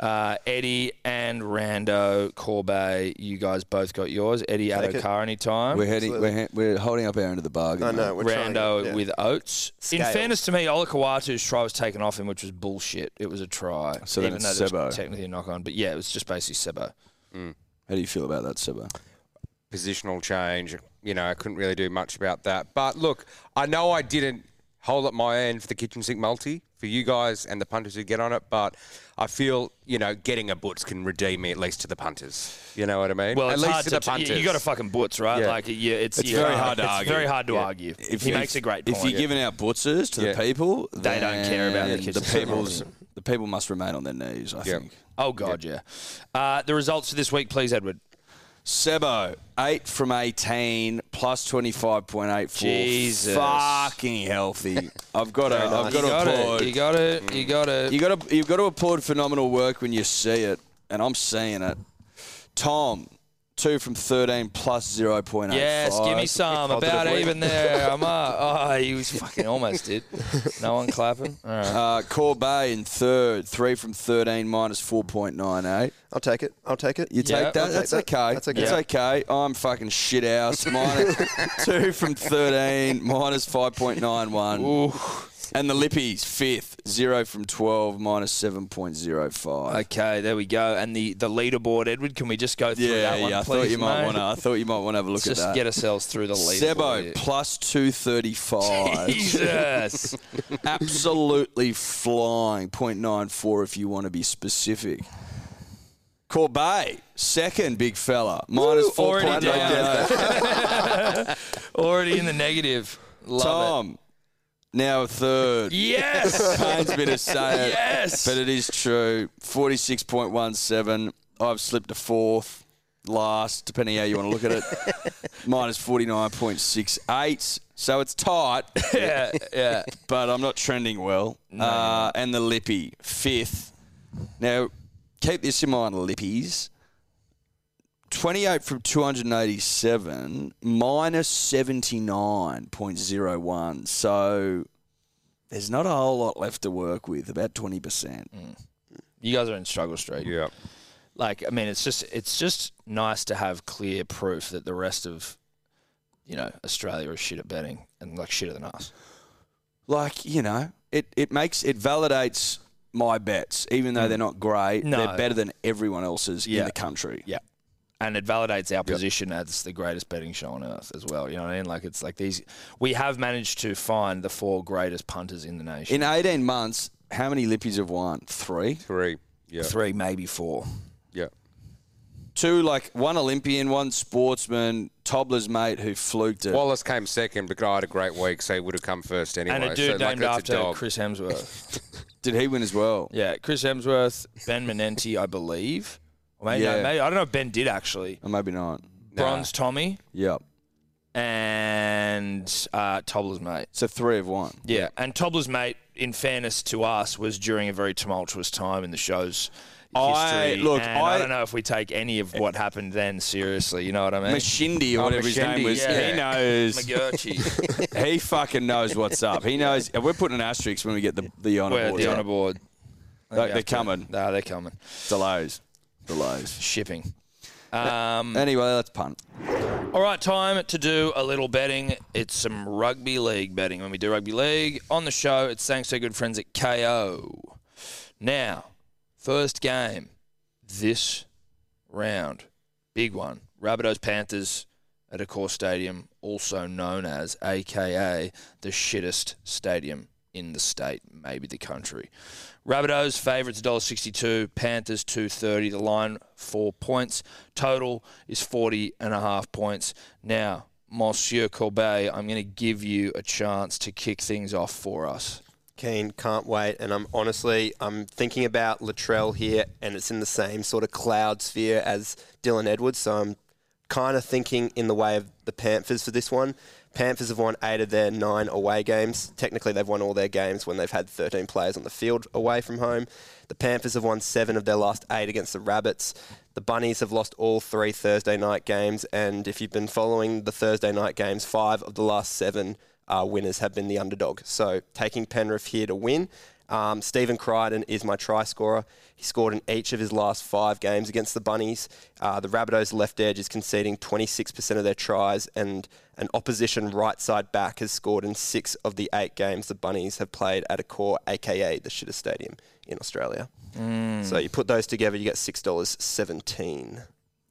Speaker 1: uh, Eddie and Rando Corbet, you guys both got yours. Eddie out
Speaker 3: it.
Speaker 1: of car anytime.
Speaker 2: We're heading. We're, he- we're holding up our end of the bargain.
Speaker 3: I know.
Speaker 2: mate.
Speaker 3: We're trying to-
Speaker 1: Rando
Speaker 3: yeah.
Speaker 1: with Oates. In
Speaker 3: Scale.
Speaker 1: fairness to me, Olakawatu's try was taken off him, which was bullshit. It was a try.
Speaker 2: So then it's
Speaker 1: though there was
Speaker 2: Sebo.
Speaker 1: technically a knock on. But yeah, it was just basically Sebo.
Speaker 2: How do you feel about that, Sebo?
Speaker 4: positional change. You know, I couldn't really do much about that. But look, I know I didn't hold up my end for the kitchen sink multi for you guys and the punters who get on it, but I feel, you know, getting a butts can redeem me at least to the punters. You know what I mean?
Speaker 1: Well,
Speaker 4: at
Speaker 1: it's
Speaker 4: least
Speaker 1: hard
Speaker 4: to
Speaker 1: to,
Speaker 4: the punters.
Speaker 1: You got to fucking butts, right?
Speaker 4: Yeah.
Speaker 1: Like, yeah, it's,
Speaker 2: It's
Speaker 1: yeah,
Speaker 2: very hard to
Speaker 1: it's
Speaker 2: argue.
Speaker 1: very hard to argue. he makes a great point.
Speaker 2: If you're giving out butzers to
Speaker 4: Yeah.
Speaker 2: the people,
Speaker 1: They don't care about the
Speaker 2: then
Speaker 1: kitchen sink
Speaker 2: people's. The people must remain on their knees. I
Speaker 4: Yeah.
Speaker 2: think.
Speaker 1: oh god, yeah. Uh, the results for this week, please, Edward.
Speaker 2: Sebo, eight from eighteen, plus twenty five point eight four.
Speaker 1: Jesus.
Speaker 2: fucking healthy. I've got to. I've got
Speaker 1: you
Speaker 2: to
Speaker 1: got
Speaker 2: applaud. Mm.
Speaker 1: it. You got it. You got it.
Speaker 2: You got to you've got to applaud phenomenal work when you see it, and I'm seeing it. Tom, two from thirteen plus zero point eight.
Speaker 1: Yes, give me some. About
Speaker 3: Positively.
Speaker 1: even there. I'm up. Oh, you fucking almost did. No one clapping. All right.
Speaker 2: Uh, Corbet in third, three from thirteen minus four point nine eight.
Speaker 3: I'll take it. I'll take it.
Speaker 2: You
Speaker 1: Yeah,
Speaker 2: take that?
Speaker 1: I'll
Speaker 2: That's
Speaker 3: take that.
Speaker 2: okay.
Speaker 3: That's okay.
Speaker 2: It's
Speaker 1: Yeah.
Speaker 2: okay. I'm fucking shit house. Minus two from thirteen minus five point nine one. And the Lippies fifth, zero from twelve minus seven point zero five.
Speaker 1: Okay, there we go. And the, the leaderboard, Edward, can we just go through
Speaker 2: Yeah,
Speaker 1: that one,
Speaker 2: yeah. I
Speaker 1: please?
Speaker 2: thought you might
Speaker 1: mate?
Speaker 2: want to. I thought you might want to have a look
Speaker 1: Just
Speaker 2: at that.
Speaker 1: get ourselves through the leaderboard.
Speaker 2: Sebo plus two thirty five.
Speaker 1: Jesus.
Speaker 2: Absolutely flying. 0.94 if you want to be specific. Corbet, second big fella. Minus four
Speaker 1: already
Speaker 2: point
Speaker 1: down.
Speaker 2: nine.
Speaker 1: Already in the negative. Love it.
Speaker 2: Tom, now a third.
Speaker 1: Yes.
Speaker 2: Pains me to say it,
Speaker 1: Yes.
Speaker 2: but it is true. Forty-six point one seven. I've slipped a fourth, last, depending how you want to look at it. Minus forty-nine point six eight. So it's tight,
Speaker 1: yeah, yeah.
Speaker 2: but I'm not trending well. Uh, and the Lippy fifth. Now, keep this in mind, Lippies. 28 from 287 minus 79.01. So there's not a whole lot left to work with, about 20%.
Speaker 1: Mm. You guys are in struggle street.
Speaker 4: Yeah.
Speaker 1: Like, I mean, it's just it's just nice to have clear proof that the rest of you know Australia is shit at betting and like shitter than us.
Speaker 2: Like, you know, it, it makes it validates my bets, even though they're not great.
Speaker 1: Mm. No.
Speaker 2: They're better than everyone else's
Speaker 1: Yeah.
Speaker 2: in the country.
Speaker 1: Yeah. And it validates our position as the greatest betting show on earth as well. You know what I mean? Like it's like these we have managed to find the four greatest punters in the nation.
Speaker 2: In 18 months, how many Lippies have won? Three?
Speaker 4: Three. Yeah.
Speaker 1: Three, maybe four.
Speaker 4: Yeah.
Speaker 2: Two, like one Olympian, one sportsman, Tobler's mate who fluked it.
Speaker 4: Wallace came second because I had a great week, so he would have come first anyway.
Speaker 1: And a dude
Speaker 4: so, like,
Speaker 1: named
Speaker 4: it's a
Speaker 1: after
Speaker 4: dog.
Speaker 1: Chris Hemsworth.
Speaker 2: Did he win as well?
Speaker 1: yeah, Chris Hemsworth, Ben Menenti, I believe. Or maybe, no,
Speaker 2: Yeah.
Speaker 1: maybe I don't know if Ben did actually.
Speaker 2: Or maybe not.
Speaker 1: Bronze Tommy
Speaker 2: Yep.
Speaker 1: and uh, Tobler's mate.
Speaker 2: So three of one.
Speaker 1: Yeah, and Tobler's mate, in fairness to us, was during a very tumultuous time in the show's
Speaker 2: I-
Speaker 1: history.
Speaker 2: look,
Speaker 1: and I,
Speaker 2: I-
Speaker 1: don't know if we take any of what happened then seriously. You know what I mean?
Speaker 2: Mashindi or
Speaker 4: Oh,
Speaker 2: whatever his name
Speaker 4: Mashindi,
Speaker 2: was.
Speaker 1: yeah.
Speaker 2: He knows.
Speaker 1: McGurchie.
Speaker 2: he fucking knows what's up. He knows. We're putting an asterisk when we get the, the honour
Speaker 1: We're
Speaker 2: board.
Speaker 1: the honour board.
Speaker 2: They- they're coming.
Speaker 1: No, they're coming.
Speaker 2: Delays. Delays.
Speaker 1: Shipping. Um,
Speaker 2: Anyway, let's punt.
Speaker 1: All right, time to do a little betting. It's some rugby league betting. When we do rugby league on the show, it's thanks to our good friends at KO. Now, first game this round, big one. Rabbitohs Panthers at Accor Stadium, also known as AKA the shittest stadium in the state, maybe the country. Rabbitohs favourites $1.62, Panthers 230, the line 4 points. Total is 40 and a half points. Now, Monsieur Corbet, I'm going to give you a chance to kick things off for us.
Speaker 3: Keen, can't wait. And I'm honestly, I'm thinking about Latrell here, and it's in the same sort of cloud sphere as Dylan Edwards. So I'm kind of thinking in the way of the Panthers for this one. Panthers have won eight of their nine away games. Technically, they've won all their games when they've had 13 players on the field away from home. The Panthers have won seven of their last eight against the Rabbits. The Bunnies have lost all three Thursday night games. And if you've been following the Thursday night games, five of the last seven uh, winners have been the underdog. So taking Penrith here to win Um, Stephen Crichton is my try scorer. He scored in each of his last five games against the Bunnies. Uh, the Rabbitohs left edge is conceding 26% of their tries, and an opposition right side back has scored in six of the eight games the Bunnies have played at a core, aka the Shitter Stadium in Australia. So you put those together, you get $6.17.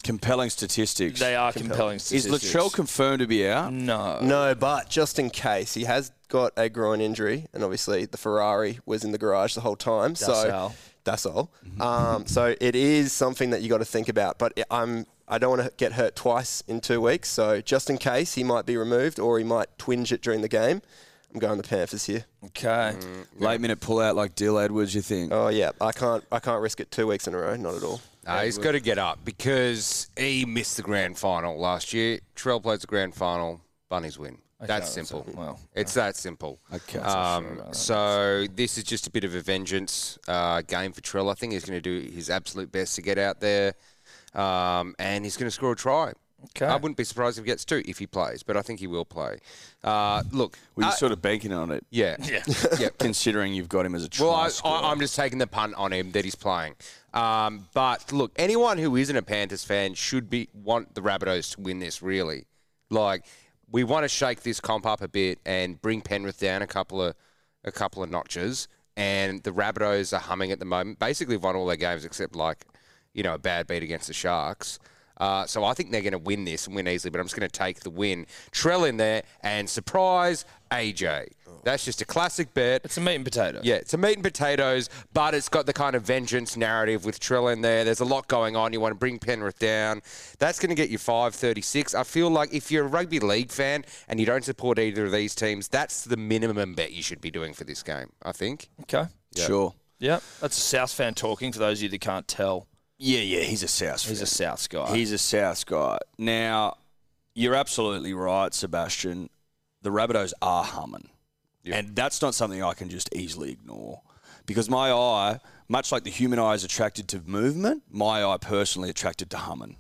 Speaker 2: Compelling statistics.
Speaker 1: They are compelling
Speaker 2: Is
Speaker 1: statistics. Hmm.
Speaker 2: Latrell confirmed to be out?
Speaker 1: No.
Speaker 3: No, but just in case, he has got a groin injury, and obviously the Ferrari was in the garage the whole time. so
Speaker 1: all. Mm-hmm.
Speaker 3: that's all. Um, so it is something that you got to think about. But I- I'm I don't want to get hurt twice in two weeks. So just in case, he might be removed or he might twinge it during the game. I'm going the Panthers here.
Speaker 1: Okay.
Speaker 2: Late minute pull out like Dill Edwards, you think?
Speaker 3: Oh yeah, I can't I can't risk it two weeks in a row. Not at all.
Speaker 4: No, he's got to get up because he missed the grand final last year. Trell plays the grand final. Bunnies win. That's simple.
Speaker 1: well,
Speaker 4: it's that simple. Okay. Um, so this is just a bit of a vengeance uh, game for Trell. I think he's going to do his absolute best to get out there, um, and he's going to score a try.
Speaker 1: Okay.
Speaker 4: I wouldn't be surprised if he gets two if he plays, but I think he will play. Uh, look,
Speaker 2: Were you
Speaker 4: uh,
Speaker 2: sort of banking on it,
Speaker 4: yeah, yeah, yeah.
Speaker 2: considering you've got him as a try
Speaker 4: Well, I,
Speaker 2: scorer?
Speaker 4: I, I'm just taking the punt on him that he's playing. Um, but look, anyone who isn't a Panthers fan should be want the Rabbitohs to win this. Really, like we want to shake this comp up a bit and bring Penrith down a couple of a couple of notches. And the Rabbitohs are humming at the moment. Basically, won all their games except like you know a bad beat against the Sharks. Uh, so I think they're going to win this and win easily, but I'm just going to take the win. Trell in there and surprise AJ. That's just a classic bet.
Speaker 1: It's a meat and potato.
Speaker 4: Yeah, it's a meat and potatoes, but it's got the kind of vengeance narrative with Trill in there. There's a lot going on. You want to bring Penrith down. That's going to get you 536. I feel like if you're a rugby league fan and you don't support either of these teams, that's the minimum bet you should be doing for this game, I think.
Speaker 1: Okay.
Speaker 2: Sure.
Speaker 1: Yeah. That's a South fan talking for those of you that can't tell.
Speaker 2: Yeah, yeah, he's a South
Speaker 1: He's a South guy.
Speaker 2: He's a South guy. Now, you're absolutely right, Sebastian. The Rabbitohs are humming. And that's not something I can just easily ignore. Because my eye, much like the human eye is attracted to movement, my eye personally attracted to humming.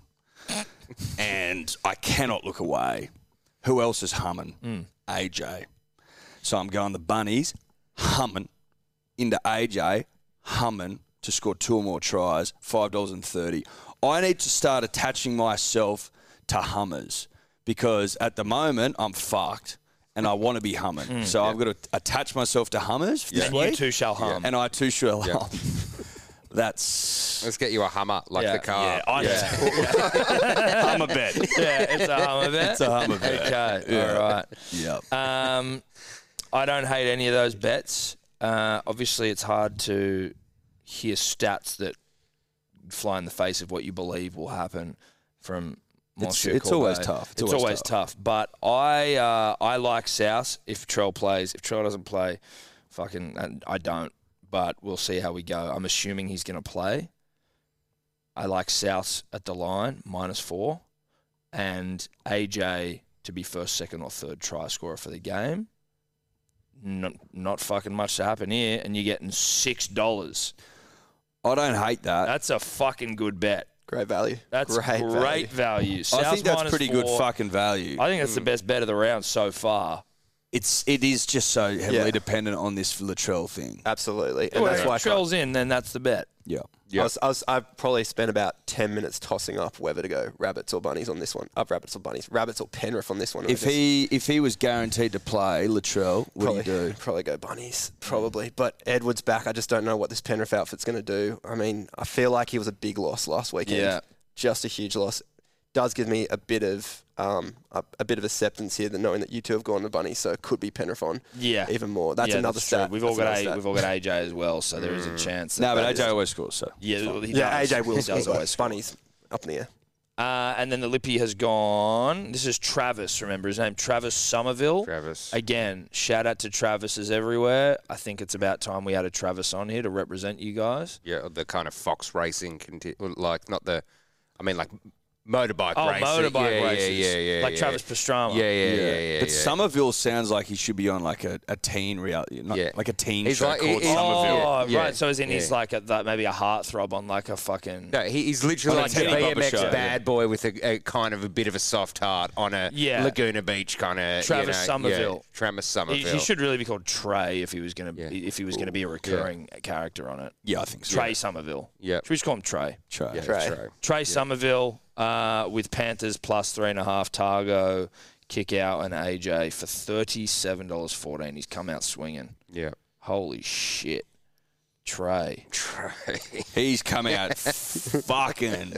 Speaker 2: and I cannot look away. Who else is humming?
Speaker 1: Hmm.
Speaker 2: AJ. So I'm going the bunnies, humming, into AJ, humming to score two or more tries, $5.30. I need to start attaching myself to hummers because at the moment I'm fucked and I want to be humming. so I've got to attach myself to hummers this
Speaker 1: and
Speaker 2: week.
Speaker 1: Hmm. you too shall harm.
Speaker 2: And I too shall hum. That's
Speaker 4: Let's get you a Hummer, like
Speaker 1: Yeah,
Speaker 4: the car.
Speaker 2: I hum uh, a bit.
Speaker 1: yeah, it's a hum event.
Speaker 2: It's a hum a bit.
Speaker 1: Okay, all
Speaker 2: Yeah.
Speaker 1: right. Um, I don't hate any of those bets. Uh, obviously, it's hard to hear stats that fly in the face of what you believe will happen from. Monsieur
Speaker 2: it's always
Speaker 1: Corbet.
Speaker 2: tough.
Speaker 1: It's, always, tough. But I uh, I like South if Trell plays. If Trell doesn't play, fucking and I don't. But we'll see how we go. I'm assuming he's going to play. I like South at the line minus four, and AJ to be first, second, or third try scorer for the game. Not, not fucking much to happen here, and you're getting six dollars.
Speaker 2: I don't hate that.
Speaker 1: That's a fucking good bet.
Speaker 3: Great value.
Speaker 1: That's great,
Speaker 3: value.
Speaker 1: value.
Speaker 2: I
Speaker 1: South's
Speaker 2: think that's
Speaker 1: minus
Speaker 2: pretty good
Speaker 1: four.
Speaker 2: fucking value.
Speaker 1: I think that's the
Speaker 3: Mm.
Speaker 1: best bet of the round so far.
Speaker 2: it's it is just so heavily
Speaker 3: Yeah.
Speaker 2: dependent on this Latrell thing.
Speaker 3: Absolutely, and
Speaker 1: Well,
Speaker 3: that's
Speaker 1: if
Speaker 3: why I can't-
Speaker 1: Trell's in, then that's the bet.
Speaker 2: Yeah.
Speaker 3: I, was, I, was, I probably spent about 10 minutes tossing up whether to go rabbits or bunnies on this one. Up rabbits or bunnies. Rabbits or Penrith on this one.
Speaker 2: If
Speaker 3: I guess.
Speaker 2: he if he was guaranteed to play Latrell, what
Speaker 3: probably,
Speaker 2: do you do?
Speaker 3: probably go bunnies. Probably. But Edwards back. I just don't know what this Penrith outfit's going to do. I mean, I feel like he was a big loss last weekend.
Speaker 1: Yeah.
Speaker 3: Just a huge loss. Does give me a bit of um, a, a bit of acceptance here that knowing that you two have gone to bunnies, so it could be Penrith on.
Speaker 1: Yeah.
Speaker 3: Even more. That's
Speaker 1: Yeah,
Speaker 3: another
Speaker 1: true.
Speaker 3: stat.
Speaker 1: We've
Speaker 3: That's
Speaker 1: all got
Speaker 3: another
Speaker 1: a,
Speaker 3: stat. Mm.
Speaker 1: we've all got AJ as well, so there is a chance. that
Speaker 2: No, but
Speaker 1: that
Speaker 2: AJ
Speaker 1: is-
Speaker 2: always scores, so
Speaker 1: yeah, well, he
Speaker 3: yeah,
Speaker 1: does.
Speaker 3: AJ will
Speaker 1: He does
Speaker 3: score.
Speaker 1: always score.
Speaker 3: Bunnies up in the air.
Speaker 1: Uh, and then the Lippy has gone. This is Travis. Remember his name, Travis Somerville.
Speaker 4: Travis.
Speaker 1: Again, shout out to Travis is everywhere. I think it's about time we had a Travis on here to represent you guys.
Speaker 4: yeah, the kind of Fox Racing, conti- like not the, I mean, like motorbike
Speaker 1: Oh,
Speaker 4: races.
Speaker 1: motorbike
Speaker 4: yeah,
Speaker 1: races.
Speaker 4: Yeah, yeah, yeah.
Speaker 1: like
Speaker 4: yeah.
Speaker 1: Travis Pastrana.
Speaker 4: Yeah, yeah, yeah, yeah. yeah,
Speaker 2: but Somerville sounds like he should be on like a, a teen reality, not,
Speaker 4: Yeah.
Speaker 2: like a teen
Speaker 4: He's
Speaker 2: show
Speaker 4: like- he-
Speaker 2: called
Speaker 4: he-
Speaker 2: Somerville.
Speaker 1: Oh,
Speaker 4: Yeah, yeah,
Speaker 1: right. So as in he's
Speaker 4: yeah.
Speaker 1: like a, that maybe a heartthrob on like a fucking.
Speaker 4: No, he, he's literally
Speaker 1: On a
Speaker 4: like a
Speaker 1: Teddy
Speaker 2: Bubba
Speaker 4: BMX
Speaker 2: show,
Speaker 4: bad boy with a, a kind of a bit of a soft heart on a
Speaker 1: Yeah.
Speaker 4: Laguna Beach kind of
Speaker 1: Travis
Speaker 4: you know,
Speaker 1: Somerville.
Speaker 4: Yeah, Travis
Speaker 1: He,
Speaker 4: Somerville.
Speaker 1: he should really be called Trey if he was gonna
Speaker 4: Yeah.
Speaker 1: if he was gonna be a recurring character on it.
Speaker 2: Yeah, I think so.
Speaker 1: Trey Somerville.
Speaker 4: Yeah.
Speaker 1: Should we just call him Trey?
Speaker 2: Try.
Speaker 4: Yeah,
Speaker 3: Trey.
Speaker 4: Trey.
Speaker 1: Trey Somerville uh, with Panthers plus three and a half. Targo, kick out, and AJ for thirty-seven dollars fourteen. He's come out swinging.
Speaker 4: Yeah.
Speaker 1: Holy shit, Trey,
Speaker 2: He's come out fucking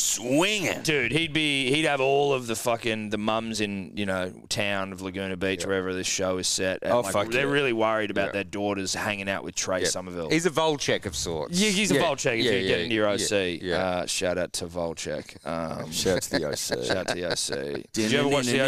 Speaker 2: swinging.
Speaker 1: dude, he'd be he'd have all of the fucking the mums in you know town of Laguna Beach wherever this show is set. And,
Speaker 2: Oh, fuck
Speaker 1: They're
Speaker 2: yeah.
Speaker 1: really worried about their daughters hanging out with Trey
Speaker 4: Yeah.
Speaker 1: Somerville.
Speaker 4: He's a Volchek of sorts.
Speaker 1: Yeah, he's a Volchek if
Speaker 4: yeah,
Speaker 1: you get into your OC.
Speaker 4: yeah, Yeah.
Speaker 1: Uh, shout out to Volchek. Um,
Speaker 2: Shout out to the OC.
Speaker 1: shout out to the OC. Did you ever watch the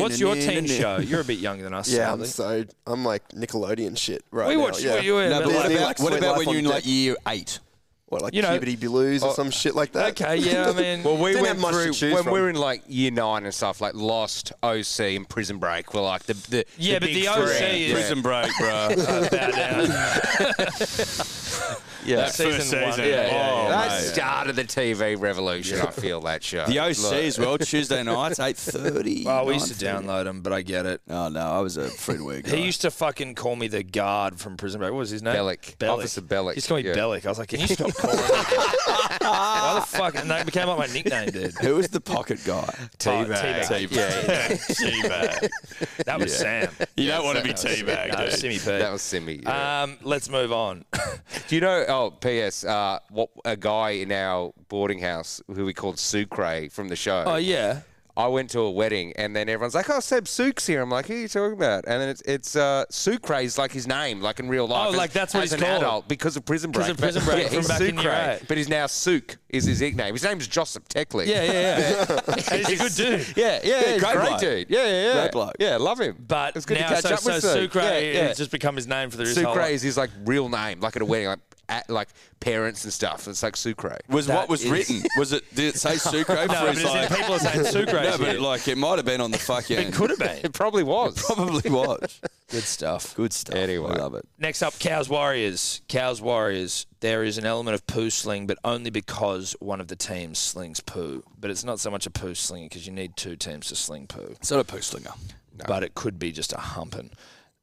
Speaker 1: OC? What's your teen show? You're a bit younger than us.
Speaker 3: Yeah, I'm
Speaker 1: sadly.
Speaker 3: so I'm like Nickelodeon shit right
Speaker 1: we
Speaker 3: now.
Speaker 1: watched.
Speaker 3: yeah.
Speaker 1: We were
Speaker 2: No,
Speaker 1: but
Speaker 2: but what
Speaker 1: like-
Speaker 3: Disney,
Speaker 2: about,
Speaker 3: like,
Speaker 2: what
Speaker 3: Sweet
Speaker 2: about
Speaker 3: Life
Speaker 2: when
Speaker 3: on
Speaker 2: you're in like
Speaker 3: Deck.
Speaker 2: year eight?
Speaker 3: what like
Speaker 1: you know-
Speaker 3: puberty blues or some shit like that.
Speaker 1: okay, yeah. I mean,
Speaker 4: Well, we
Speaker 3: Didn't
Speaker 4: went
Speaker 3: have much to
Speaker 4: through
Speaker 3: choose
Speaker 4: when we
Speaker 3: from.
Speaker 4: were in like year nine and stuff, like Lost, OC, and Prison Break. Were like the, the
Speaker 1: Yeah,
Speaker 4: the
Speaker 1: but
Speaker 4: big
Speaker 1: the OC
Speaker 4: three.
Speaker 1: is-
Speaker 2: Prison
Speaker 4: Prison-
Speaker 2: break, bro.
Speaker 1: uh, bow down.
Speaker 2: yeah. That
Speaker 1: first season.
Speaker 2: Yeah,
Speaker 1: Yeah, yeah,
Speaker 2: oh,
Speaker 4: That
Speaker 2: mate.
Speaker 4: started the TV revolution. I feel that show.
Speaker 2: The OC
Speaker 4: Look.
Speaker 2: as well, Tuesday nights, 8.30.
Speaker 1: Well, we used to
Speaker 2: 9:30.
Speaker 1: download him, but I get it.
Speaker 2: Oh, no, I was a Fred Weir guy.
Speaker 1: He used to fucking call me the guard from Prison Break. What was his name?
Speaker 4: Bellick. Officer Bellick,
Speaker 1: He used to call me
Speaker 4: yeah.
Speaker 1: Bellick. I was like, can you stop calling me? that? Why the fuck? And that became like my nickname, dude.
Speaker 2: Who was the pocket guy?
Speaker 1: Teabag.
Speaker 2: Teabag.
Speaker 4: Yeah,
Speaker 2: Teabag.
Speaker 1: That was Sam.
Speaker 2: You don't want to be
Speaker 1: No,
Speaker 2: teabagged.
Speaker 1: Simi P.
Speaker 4: that was Simi. yeah.
Speaker 1: Um, let's move on.
Speaker 4: Do you know? Oh, P.S. Uh, what a guy in our boarding house who we called Sucre from the show.
Speaker 1: oh yeah.
Speaker 4: I went to a wedding, and then everyone's like, "Oh, Seb Sucre's here." I'm like, "Who are you talking about?" And then it's it's uh, Sucre's like his name, like in real life.
Speaker 1: Oh, like that's what
Speaker 4: as
Speaker 1: he's
Speaker 4: an
Speaker 1: called.
Speaker 4: adult because of Prison Break.
Speaker 1: Because of Prison Break
Speaker 4: yeah,
Speaker 1: from
Speaker 4: he's
Speaker 1: back in
Speaker 4: Sucre,
Speaker 1: year eight.
Speaker 4: but he's now Suk is his nickname. His name's Joseph Techley.
Speaker 1: Yeah, yeah, yeah. he's a good dude.
Speaker 4: yeah, yeah, yeah, he's
Speaker 2: great
Speaker 4: great,
Speaker 2: bloke.
Speaker 4: dude. Yeah, yeah, yeah.
Speaker 2: Great bloke.
Speaker 4: Yeah, love him.
Speaker 1: But
Speaker 4: it's good
Speaker 1: now,
Speaker 4: to catch
Speaker 1: so,
Speaker 4: up with
Speaker 1: so
Speaker 4: Suk.
Speaker 1: Sucre
Speaker 4: yeah, yeah.
Speaker 1: has just become his name for the rest of his
Speaker 4: Sucre
Speaker 1: whole life.
Speaker 4: is his like real name, like at a wedding, like at like parents and stuff. It's like Sucre.
Speaker 2: Was what
Speaker 1: That
Speaker 2: was
Speaker 1: is-
Speaker 2: written? Was it? Did it say Sucre? no,
Speaker 1: but it's in- people are saying Sucre
Speaker 2: No, but
Speaker 1: shit.
Speaker 2: like it might have been on the fucking.
Speaker 1: It could have been.
Speaker 4: It probably was.
Speaker 2: probably was.
Speaker 1: Good stuff.
Speaker 2: Good stuff.
Speaker 4: Anyway.
Speaker 2: I love it.
Speaker 1: Next up, Cows Warriors. Cows Warriors. There is an element of poo sling, but only because one of the teams slings poo. But it's not so much a poo sling because you need two teams to sling poo.
Speaker 2: It's not a poostlinger.
Speaker 1: But it could be just a humping.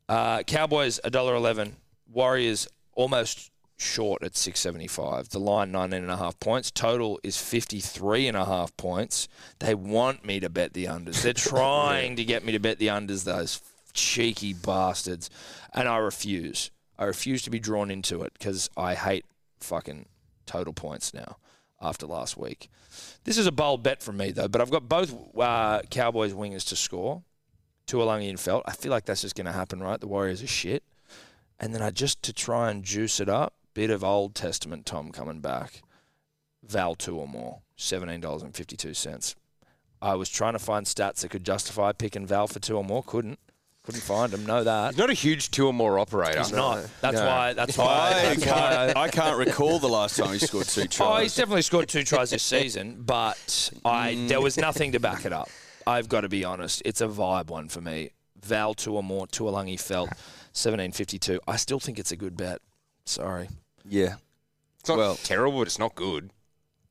Speaker 1: Uh, Cowboys $1.11. Warriors almost short at 675. The line 19 and a half points. Total is 53 and a half points. They want me to bet the unders. They're trying to get me to bet the unders, those cheeky bastards. And I refuse. I refuse to be drawn into it because I hate fucking total points now after last week. This is a bold bet from me, though, but I've got both uh, Cowboys wingers to score. Tuolungi and Felt. I feel like that's just going to happen, right? The Warriors are shit. And then I just to try and juice it up, bit of Old Testament Tom coming back. Val two or more, seventeen dollars and fifty two cents. I was trying to find stats that could justify picking Val for two or more. Couldn't, couldn't find them. Know that.
Speaker 4: He's not a huge two or more operator.
Speaker 1: He's not. That's
Speaker 4: No.
Speaker 1: why. That's why.
Speaker 2: I
Speaker 1: that's why
Speaker 2: can't, I can't recall the last time he scored two
Speaker 1: Oh, he's
Speaker 2: tries.
Speaker 1: definitely scored two tries this season, but I there was nothing to back it up. I've got to be honest. It's a vibe one for me. Val Tuamore, Tuolungi Felt, 1752. I still think it's a good bet. Sorry.
Speaker 2: yeah.
Speaker 4: It's not
Speaker 2: Well-
Speaker 4: terrible, but it's not good.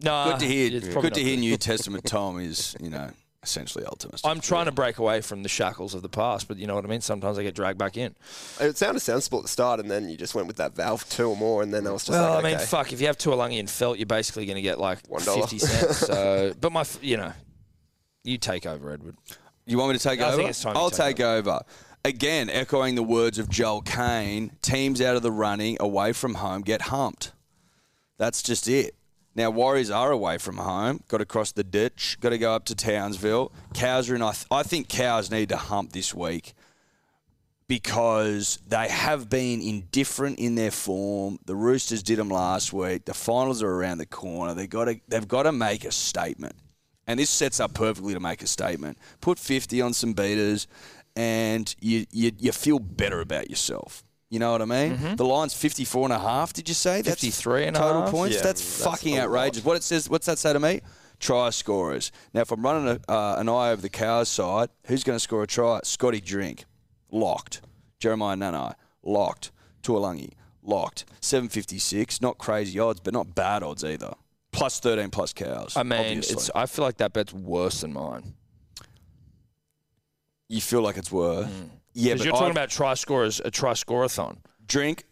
Speaker 1: No.
Speaker 2: Good to hear.
Speaker 1: Uh, it's probably
Speaker 2: Good to
Speaker 1: not
Speaker 2: hear. New Testament Tom is you know essentially ultimist.
Speaker 1: I'm trying to break away from the shackles of the past, but you know what I mean? Sometimes I get dragged back in.
Speaker 3: It sounded sensible at the start, and then you just went with that valve two or more, and then I was just
Speaker 1: Well,
Speaker 3: like,
Speaker 1: I mean,
Speaker 3: okay.
Speaker 1: fuck, if you have Tuolungi and Felt, you're basically going to get like
Speaker 3: One dollar.
Speaker 1: 50 cents. So, but my, f- you know, you take over, Edward.
Speaker 2: You want me to take
Speaker 1: I
Speaker 2: over?
Speaker 1: think it's time you
Speaker 2: I'll
Speaker 1: take
Speaker 2: take over. Again, echoing the words of Joel Kane, teams out of the running, away from home, get humped. That's just it. Now, Warriors are away from home, got to cross the ditch, got to go up to Townsville. Cows are in, I, th- I think cows need to hump this week because they have been indifferent in their form. The Roosters did them last week. The finals are around the corner. They got to, they've got to make a statement, and this sets up perfectly to make a statement. Put fifty on some beaters, and you you, you feel better about yourself. You know what I mean?
Speaker 3: Mm-hmm.
Speaker 2: The line's 54 and a half, did you say? That's
Speaker 1: 53 and a
Speaker 2: total
Speaker 1: half?
Speaker 2: points.
Speaker 3: Yeah,
Speaker 2: that's,
Speaker 3: that's
Speaker 2: fucking
Speaker 3: a lot.
Speaker 2: outrageous. What it says, what's that say to me? Try scorers. Now, if I'm running a, uh, an eye over the Cows side, who's going to score a try? Scotty Drink, locked. Jeremiah Nanai, locked. Tuolungi, locked. 756, not crazy odds, but not bad odds either. Plus 13 plus Cows.
Speaker 1: I mean,
Speaker 2: obviously.
Speaker 1: Oh, it's, I feel like that bet's worse than mine.
Speaker 2: you feel like it's worth. Yeah,
Speaker 1: Because
Speaker 2: but
Speaker 1: Mm. you're talking
Speaker 2: I-
Speaker 1: about uh, try scorers, a try scoreathon.
Speaker 2: drink,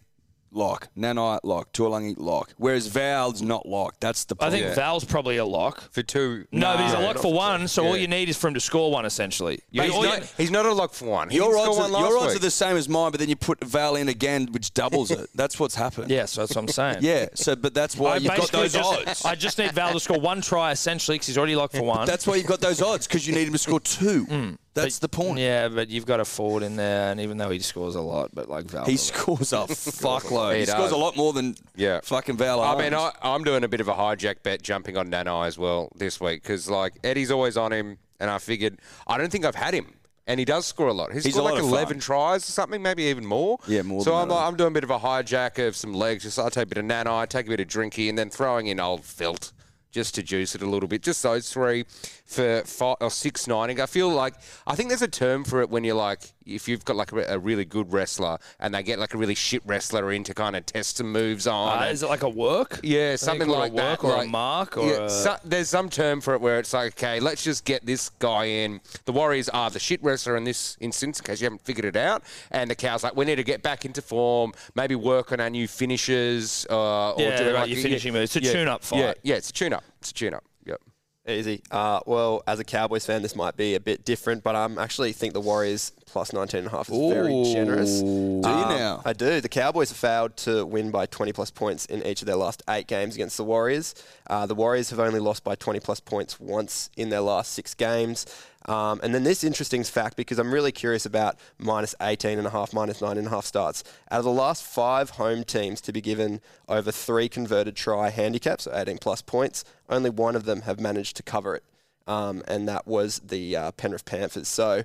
Speaker 2: lock. Nanai, lock. Tuolungi, lock. Whereas Val's not locked. That's the
Speaker 1: I
Speaker 2: problem.
Speaker 1: think Val's probably a lock.
Speaker 4: for two.
Speaker 1: No, but he's a lock
Speaker 4: not
Speaker 1: for one, so all
Speaker 4: Yeah.
Speaker 1: you need is for him to score one, essentially.
Speaker 4: Yeah,
Speaker 1: But
Speaker 4: he's,
Speaker 1: all
Speaker 4: not,
Speaker 1: you-
Speaker 4: he's not a lock for one. He
Speaker 2: your
Speaker 4: didn't
Speaker 2: odds,
Speaker 4: score
Speaker 2: are,
Speaker 4: one last
Speaker 2: your odds
Speaker 4: week.
Speaker 2: are the same as mine, but then you put Val in again, which doubles it. That's what's happened.
Speaker 1: yeah, so that's what I'm saying.
Speaker 2: Yeah. So, but that's why
Speaker 1: I
Speaker 2: you've got
Speaker 1: basically
Speaker 2: those
Speaker 1: just,
Speaker 2: odds.
Speaker 1: I just need Val to score one try, essentially, because he's already locked for one.
Speaker 2: That's why you've got those odds because you need him to score two. That's the point.
Speaker 1: yeah, Hmm. but you've got a forward in there, and even though he scores a lot, but like Val.
Speaker 2: He scores a fuckload. He,
Speaker 4: He
Speaker 2: scores
Speaker 4: does.
Speaker 2: a lot more than
Speaker 4: Yeah.
Speaker 2: fucking Val.
Speaker 4: I mean,
Speaker 2: Holmes.
Speaker 4: I, I'm doing a bit of a hijack bet, jumping on Nanai as well this week because like Eddie's always on him, and I figured I don't think I've had him, and he does score a lot. He's,
Speaker 2: He's a
Speaker 4: got
Speaker 2: lot
Speaker 4: like
Speaker 2: of
Speaker 4: 11
Speaker 2: fun.
Speaker 4: tries or something, maybe even more.
Speaker 2: Yeah, more
Speaker 4: So
Speaker 2: than
Speaker 4: I'm
Speaker 2: that.
Speaker 4: like, I'm doing a bit of a hijack of some legs. Just I take a bit of Nanai, take a bit of Drinky, and then throwing in old Felt. Just to juice it a little bit, just those three for five or six ninety. I feel like I think there's a term for it when you're like, if you've got like a, a really good wrestler and they get like a really shit wrestler in to kind of test some moves on.
Speaker 1: Uh,
Speaker 4: and-
Speaker 1: is it like a work? Are
Speaker 4: yeah,
Speaker 1: they
Speaker 4: something
Speaker 1: called
Speaker 4: like
Speaker 1: a work
Speaker 4: that,
Speaker 1: or
Speaker 4: like-
Speaker 1: a mark or
Speaker 4: Yeah,
Speaker 1: a-
Speaker 4: so- there's some term for it where it's like, okay, let's just get this guy in. The Warriors are the shit wrestler in this instance, in case you haven't figured it out. And the cows like, we need to get back into form, maybe work on our new finishes. Uh, or
Speaker 1: Yeah,
Speaker 4: do
Speaker 1: right,
Speaker 4: like
Speaker 1: your
Speaker 4: a-
Speaker 1: finishing moves. It's a tune-up fight.
Speaker 4: Yeah, yeah, it's a tune up. It's a tune up. Yep.
Speaker 3: Easy. Uh, well, as a Cowboys fan, this might be a bit different, but I um, actually think the Warriors plus 19.5 is very generous. Um,
Speaker 2: Ooh. Do you now?
Speaker 3: I do. The Cowboys have failed to win by 20 plus points in each of their last eight games against the Warriors. Uh, the Warriors have only lost by 20 plus points once in their last six games. Um, and then this interesting fact because I'm really curious about minus 18 and a half, minus nine and a half starts. Out of the last five home teams to be given over three converted try handicaps, so 18 plus points, only one of them have managed to cover it um, and that was the uh, Penrith Panthers. So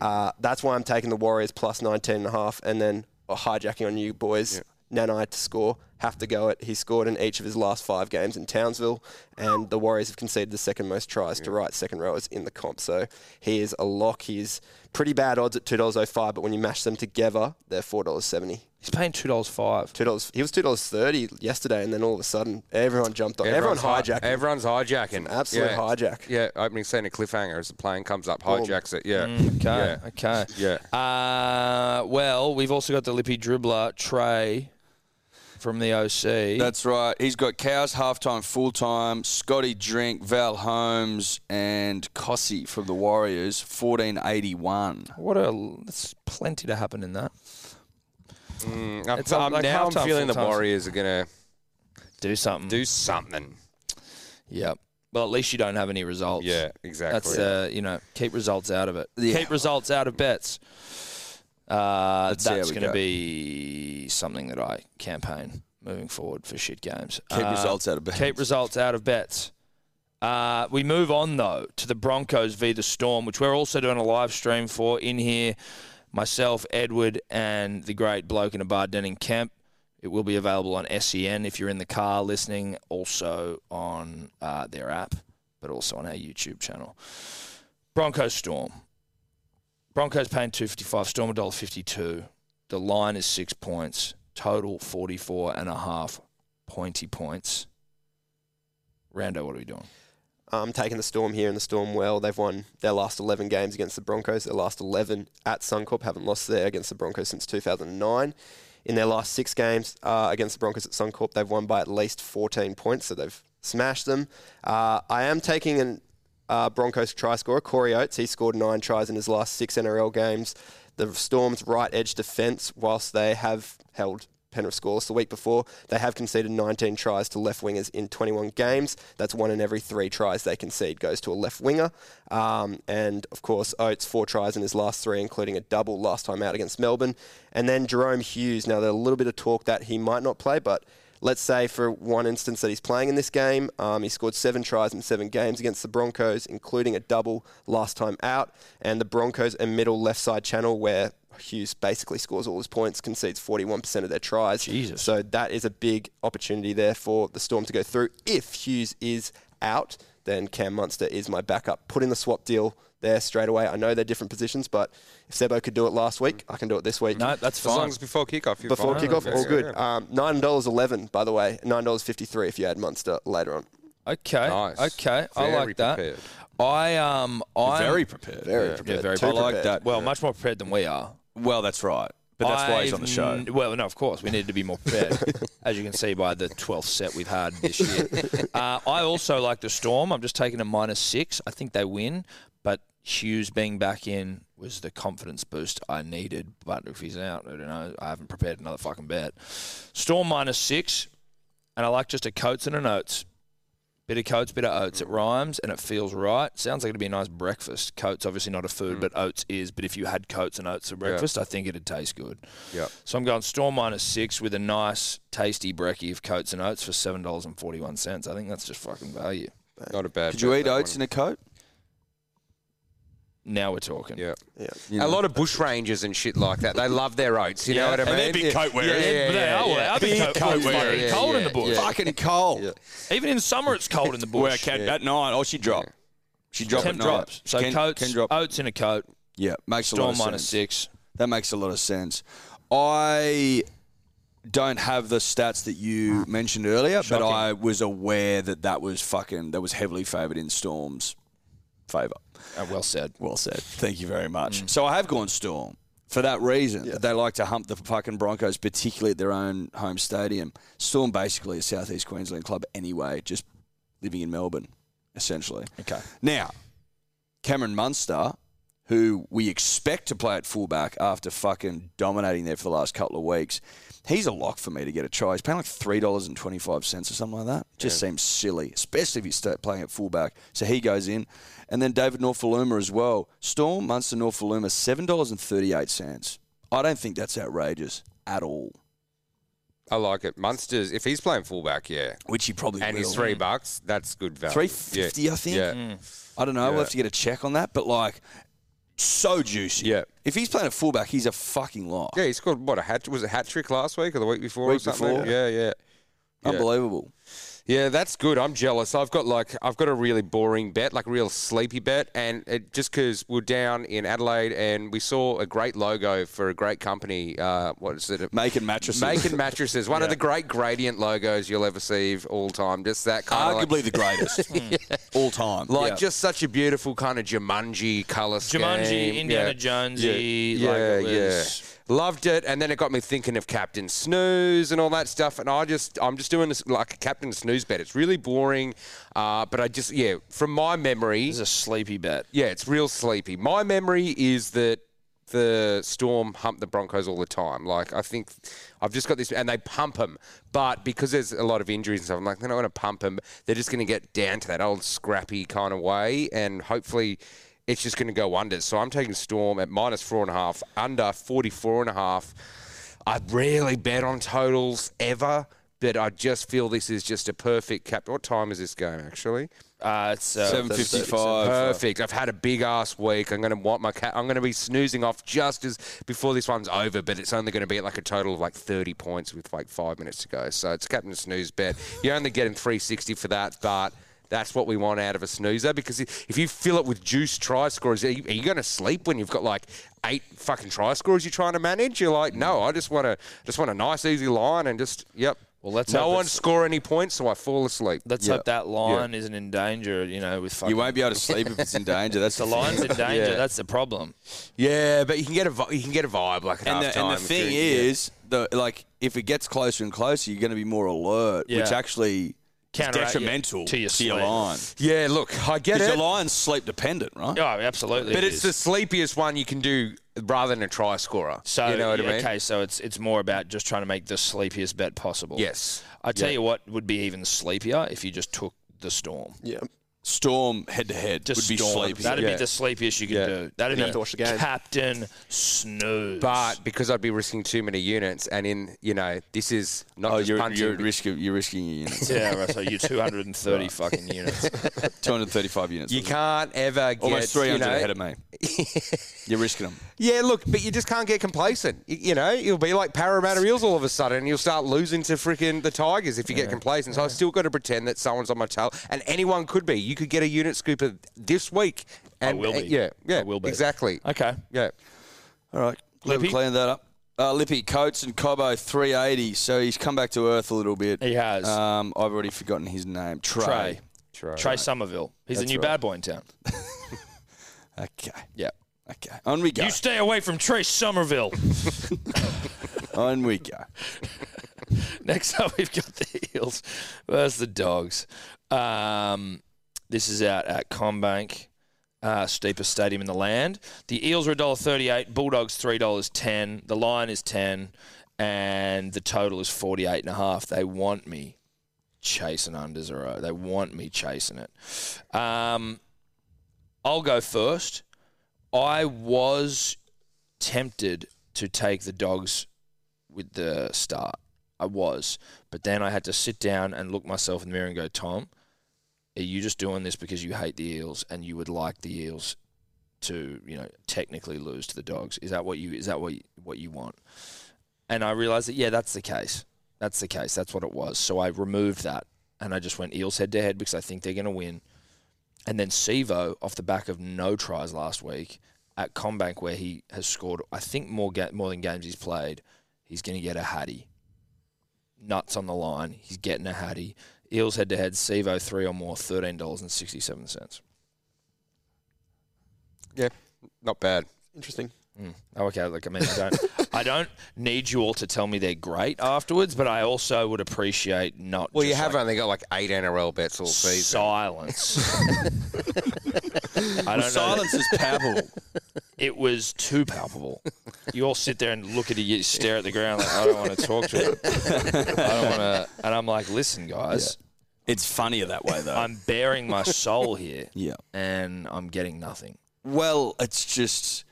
Speaker 3: uh, that's why I'm taking the Warriors plus 19 and a half, and then uh, hijacking on you boys. Nanai to score, have to go it. He scored in each of his last five games in Townsville, and the Warriors have conceded the second most tries to right second rowers in the comp. So he is a lock. He's pretty bad odds at $2.05, but when you mash them together, they're $4.70.
Speaker 1: He's paying two dollars five.
Speaker 3: Two dollars. He was two dollars thirty yesterday, and then all of a sudden, everyone jumped on.
Speaker 4: Everyone's hi-
Speaker 3: everyone hijacked. him.
Speaker 4: Everyone's hijacking.
Speaker 3: absolute
Speaker 4: yeah.
Speaker 3: hijack.
Speaker 4: Yeah, opening scene of cliffhanger as the plane comes up, hijacks it. Yeah.
Speaker 1: Mm, Okay, okay.
Speaker 4: Yeah.
Speaker 1: Uh, well, we've also got the lippy dribbler Trey from the OC.
Speaker 2: That's right. He's got Cows halftime, full time, Scotty Drink, Val Holmes, and Cossey from the Warriors, 1481.
Speaker 1: what a that's plenty to happen in that.
Speaker 4: Yeah. Mm, I'm,
Speaker 1: It's, um,
Speaker 4: I'm-
Speaker 1: like
Speaker 4: now I'm
Speaker 1: halftime,
Speaker 4: feeling the
Speaker 1: full-time.
Speaker 4: Warriors are going to
Speaker 1: Do something.
Speaker 4: do something.
Speaker 1: Yep. Well, at least you don't have any results.
Speaker 4: Yeah, exactly.
Speaker 1: That's uh, you know, keep results out of it.
Speaker 2: Yeah.
Speaker 1: Keep results out of bets. Uh,
Speaker 2: Let's see how
Speaker 1: that's
Speaker 2: we
Speaker 1: going to
Speaker 2: go.
Speaker 1: be something that I campaign moving forward for shit games.
Speaker 2: Keep
Speaker 1: Uh,
Speaker 2: results out of bets.
Speaker 1: Keep results out of bets. Uh, we move on though to the Broncos v the Storm, which we're also doing a live stream for in here. Myself, Edward, and the great bloke in a bar, Denning Kemp. It will be available on SEN if you're in the car listening, also on uh, their app, but also on our YouTube channel. Broncos Storm. Broncos paying two fifty five. Storm a dollar fifty two. The line is six points. Total 44 and a half pointy points. Rando, what are we doing?
Speaker 3: um, taking the Storm here and the Storm well. They've won their last 11 games against the Broncos. Their last 11 at Suncorp haven't lost there against the Broncos since 2009. In their last six games uh, against the Broncos at Suncorp, they've won by at least 14 points, so they've smashed them. Uh, I am taking an uh, Broncos try scorer, Corey Oates. He scored nine tries in his last six NRL games. The Storm's right edge defence, whilst they have held Penrith scoreless the week before, they have conceded 19 tries to left wingers in 21 games. That's one in every three tries they concede goes to a left winger. Um, and of course, Oates, four tries in his last three, including a double last time out against Melbourne. And then Jerome Hughes. Now, there's a little bit of talk that he might not play, but Let's say for one instance that he's playing in this game, um, he scored seven tries in seven games against the Broncos, including a double last time out. And the Broncos are middle left side channel where Hughes basically scores all his points, concedes 41% of their tries.
Speaker 1: Jesus.
Speaker 3: So that is a big opportunity there for the Storm to go through. If Hughes is out, then Cam Munster is my backup. Put in the swap deal there straight away. I know they're different positions, but if Sebo could do it last week, I can do it this week.
Speaker 1: No, that's
Speaker 4: As long
Speaker 1: fine.
Speaker 4: as before kickoff. you're
Speaker 3: Before
Speaker 4: fine.
Speaker 3: kickoff, all
Speaker 4: Yeah,
Speaker 3: good.
Speaker 4: yeah.
Speaker 3: Um, Nine dollars eleven, by the way. Nine dollars fifty-three if you add Munster later on.
Speaker 1: Okay.
Speaker 4: Nice.
Speaker 1: Okay. I
Speaker 4: Very
Speaker 1: like that.
Speaker 4: prepared.
Speaker 1: I um I
Speaker 2: Very prepared.
Speaker 3: Very
Speaker 1: yeah,
Speaker 3: prepared.
Speaker 1: very
Speaker 3: Too
Speaker 2: I like
Speaker 3: prepared.
Speaker 2: that.
Speaker 1: well, much more prepared than we are.
Speaker 2: Well, that's right. But that's why he's on the show.
Speaker 1: I've n- well, no, of course, we needed to be more prepared, as you can see by the 12th set we've had this year. Uh, I also like the Storm. I'm just taking a minus six. I think they win, but Hughes being back in was the confidence boost I needed. But if he's out, I don't know. I haven't prepared another fucking bet. Storm minus six, and I like just a Coates and an Oats. Bit of Coates, bit of Oats. It rhymes and it feels right. Sounds like it'd be a nice breakfast. Coates, obviously not a food,
Speaker 2: Mm.
Speaker 1: but Oats is. But if you had Coates and Oats for breakfast, I think it'd taste good.
Speaker 4: Yep.
Speaker 1: So I'm going Storm minus six with a nice, tasty brekkie of Coates and Oats for seven dollars and forty-one cents. I think that's just fucking value.
Speaker 4: Not a bad.
Speaker 2: Could you
Speaker 4: bet,
Speaker 2: eat
Speaker 4: that
Speaker 2: oats in
Speaker 4: one.
Speaker 2: a coat?
Speaker 1: Now we're talking.
Speaker 4: Yeah.
Speaker 3: Yeah.
Speaker 2: You
Speaker 4: A
Speaker 2: know?
Speaker 4: lot of bush rangers and shit like that. They love their oats. You
Speaker 1: Yeah,
Speaker 4: know what I
Speaker 1: and
Speaker 4: mean?
Speaker 2: they're big coat wearers.
Speaker 4: Yeah, yeah,
Speaker 1: But they
Speaker 4: yeah,
Speaker 1: are, well, they
Speaker 4: yeah.
Speaker 1: are big coat- coat
Speaker 4: wearers.
Speaker 1: fucking
Speaker 4: Yeah,
Speaker 1: cold in the
Speaker 4: yeah,
Speaker 1: bush.
Speaker 4: yeah.
Speaker 2: fucking cold.
Speaker 1: Even in summer, it's cold in the bush.
Speaker 2: Where can at night? Oh, she dropped. She dropped
Speaker 1: Temp
Speaker 2: at night.
Speaker 1: drops. So
Speaker 2: Can-
Speaker 1: Coates, oh,
Speaker 2: can drop.
Speaker 1: Oats in a coat.
Speaker 2: Yeah, makes a
Speaker 1: Storm
Speaker 2: lot of
Speaker 1: minus
Speaker 2: sense.
Speaker 1: six.
Speaker 2: That makes a lot of sense. I don't have the stats that you mentioned earlier,
Speaker 1: Shocking.
Speaker 2: but I was aware that that was fucking that was heavily favoured in Storm's favour.
Speaker 1: Uh, well said.
Speaker 2: Well said. Thank you very much. So I have gone Storm for that reason. that They like to hump the fucking Broncos, particularly at their own home stadium. Storm basically a southeast Queensland club anyway, just living in Melbourne, essentially.
Speaker 1: Okay.
Speaker 2: Now, Cameron Munster, who we expect to play at fullback after fucking dominating there for the last couple of weeks, he's a lock for me to get a try. He's paying like three dollars and twenty five cents or something like that. Just seems silly, especially if you start playing at fullback. So he goes in, and then David Norfoluma as well. Storm Munster Norfoluma seven dollars and thirty eight cents. I don't think that's outrageous at all.
Speaker 4: I like it. Munsters, if he's playing fullback, yeah.
Speaker 2: Which he probably
Speaker 4: And
Speaker 2: will.
Speaker 4: he's three bucks, that's good value.
Speaker 2: Three fifty,
Speaker 4: yeah.
Speaker 2: I think. Mm.
Speaker 4: Yeah.
Speaker 2: I don't know. We'll have to get a check on that. But like, so juicy.
Speaker 4: Yeah.
Speaker 2: If he's playing a fullback, he's a fucking lock.
Speaker 4: Yeah, he scored what a hat was it a hat trick last week or the week before or
Speaker 2: Week
Speaker 4: something.
Speaker 2: before.
Speaker 4: Yeah, yeah.
Speaker 2: Unbelievable.
Speaker 4: Yeah, that's good. I'm jealous. I've got like I've got a really boring bet, like a real sleepy bet, and it, just because we're down in Adelaide and we saw a great logo for a great company. Uh, what is it?
Speaker 2: Making mattresses.
Speaker 4: Making mattresses. One of the great gradient logos you'll ever see of all time. Just that kind of
Speaker 2: Arguably the greatest Hmm. all time.
Speaker 4: like, like just such a beautiful kind of Jumanji color scheme.
Speaker 1: Jumanji, Indiana
Speaker 4: Yeah.
Speaker 1: Jonesy.
Speaker 4: Yeah,
Speaker 1: like it
Speaker 4: yeah.
Speaker 1: was-
Speaker 4: Loved it, and then it got me thinking of Captain Snooze and all that stuff. And I just, I'm just doing this like a Captain Snooze bet. It's really boring, uh, but I just, yeah, from my memory,
Speaker 1: It's a sleepy bet.
Speaker 4: yeah, it's real sleepy. My memory is that the Storm hump the Broncos all the time. Like I think I've just got this, and they pump them. But because there's a lot of injuries and stuff, I'm like they're not going to pump them. They're just going to get down to that old scrappy kind of way, and hopefully. It's just going to go under. So I'm taking Storm at minus four and a half, under 44 and a half. I rarely bet on totals ever, but I just feel this is just a perfect cap. What time is this game, actually?
Speaker 1: Uh, it's uh,
Speaker 2: Seven fifty five.
Speaker 4: Perfect. I've had a big ass week. I'm going to want my cat. I'm going to be snoozing off just as before this one's over, but it's only going to be at like a total of like 30 points with like five minutes to go. So it's Captain Snooze bet. You're only getting 360 for that, but that's what we want out of a snoozer because if you fill it with juice try scorers, are you, are you going to sleep when you've got like eight fucking try scorers you're trying to manage? You're like, no, I just want to just want a nice easy line and just yep.
Speaker 1: Well, let's
Speaker 4: no
Speaker 1: hope
Speaker 4: one
Speaker 1: it's-
Speaker 4: score any points, so I fall asleep.
Speaker 1: Let's hope that line isn't in danger. You know, with fucking
Speaker 2: You won't be able to sleep if it's in danger. That's
Speaker 1: the line's in danger.
Speaker 4: Yeah.
Speaker 1: That's the problem.
Speaker 4: Yeah, but you can get a vi- you can get a vibe like at
Speaker 2: And
Speaker 4: halftime
Speaker 2: the, and the
Speaker 4: if
Speaker 2: thing
Speaker 4: you- yeah.
Speaker 2: is, the like if it gets closer and closer, you're going to be more alert, which
Speaker 1: Yeah.
Speaker 2: actually is
Speaker 1: Counteract your-
Speaker 2: detrimental
Speaker 1: to your sleep.
Speaker 2: line.
Speaker 4: Yeah, look, I get
Speaker 2: Because
Speaker 4: it.
Speaker 2: your line's sleep dependent, right?
Speaker 1: Oh, absolutely.
Speaker 4: but
Speaker 1: it
Speaker 4: it's
Speaker 1: is.
Speaker 4: the sleepiest one you can do rather than a try scorer.
Speaker 1: So
Speaker 4: you know what I mean?
Speaker 1: okay, so it's it's more about just trying to make the sleepiest bet possible.
Speaker 4: Yes.
Speaker 1: I tell you what would be even sleepier if you just took the storm.
Speaker 3: Yeah.
Speaker 2: Storm head to head would
Speaker 1: Just
Speaker 2: be
Speaker 1: Storm.
Speaker 2: sleepy.
Speaker 1: That'd
Speaker 2: Yeah.
Speaker 1: be the sleepiest you could
Speaker 4: Yeah.
Speaker 1: do. That'd
Speaker 3: You'd
Speaker 1: be
Speaker 3: have to watch the game.
Speaker 1: Captain Snooze.
Speaker 4: But because I'd be risking too many units, and in you know this is not
Speaker 2: Oh,
Speaker 4: just
Speaker 2: you're,
Speaker 4: punting.
Speaker 2: you're at risk of you're risking your units.
Speaker 1: yeah, right, so you're 230 fucking units.
Speaker 2: 235 units.
Speaker 4: you
Speaker 2: wasn't it?
Speaker 4: can't ever get
Speaker 2: Almost 300
Speaker 4: you know-
Speaker 2: ahead of me. you're risking them.
Speaker 4: Yeah, look, but you just can't get complacent. You, you know, you'll be like Parramatta Eels all of a sudden, and you'll start losing to freaking the Tigers if you get complacent. So I still got to pretend that someone's on my tail, and anyone could be. You could get a unit scooper this week, and uh,
Speaker 1: will be.
Speaker 4: yeah, yeah,
Speaker 1: I will be.
Speaker 4: exactly.
Speaker 1: Okay.
Speaker 4: Yeah,
Speaker 2: All right. Glad we
Speaker 1: Lippy?
Speaker 2: cleaned that up. Uh, Lippy, Coates and Cobo, 380. So he's come back to earth a little bit.
Speaker 1: He has.
Speaker 2: Um, I've already forgotten his name. Trey.
Speaker 1: Trey.
Speaker 4: Trey.
Speaker 1: Trey Somerville. He's the new bad boy in town.
Speaker 2: Okay.
Speaker 1: Yeah.
Speaker 2: Okay. On we go.
Speaker 1: You stay away from Trey Somerville.
Speaker 2: On we go.
Speaker 1: Next up, we've got the Eels versus the Dogs. Um, this is out at Combank, uh, steepest stadium in the land. The Eels are $1.38, Bulldogs $3.10, the line is 10 and the total is 48.5. They want me chasing unders, all right? They want me chasing it. Um, I'll go first. I was tempted to take the Dogs with the start. I was, but then I had to sit down and look myself in the mirror and go, Tom, are you just doing this because you hate the Eels and you would like the Eels to, you know, technically lose to the Dogs? Is that what you is that what you, what you want? And I realized that yeah, that's the case. That's the case. That's what it was. So I removed that and I just went Eels head to head because I think they're going to win. And then Sevo off the back of no tries last week at Combank where he has scored I think more ga- more than games he's played, he's going to get a hattie nuts on the line. He's getting a hattie. Eels head to head, Sevo three or more, thirteen dollars and sixty seven cents.
Speaker 4: yeah, not bad.
Speaker 3: Interesting.
Speaker 1: Oh, okay, look, I mean, I don't, I don't need you all to tell me they're great afterwards, but I also would appreciate not.
Speaker 4: Well, you
Speaker 1: just,
Speaker 4: have
Speaker 1: like,
Speaker 4: only got like eight NRL bets all season.
Speaker 1: silence. I don't know.
Speaker 2: Silence is palpable.
Speaker 1: It was too palpable. You all sit there and look at you, stare at the ground like I don't want to talk to him. I don't want to. And I'm like, listen, guys,
Speaker 2: it's funnier that way, though.
Speaker 1: I'm bearing my soul here,
Speaker 2: yeah.
Speaker 1: and I'm getting nothing.
Speaker 2: Well, it's just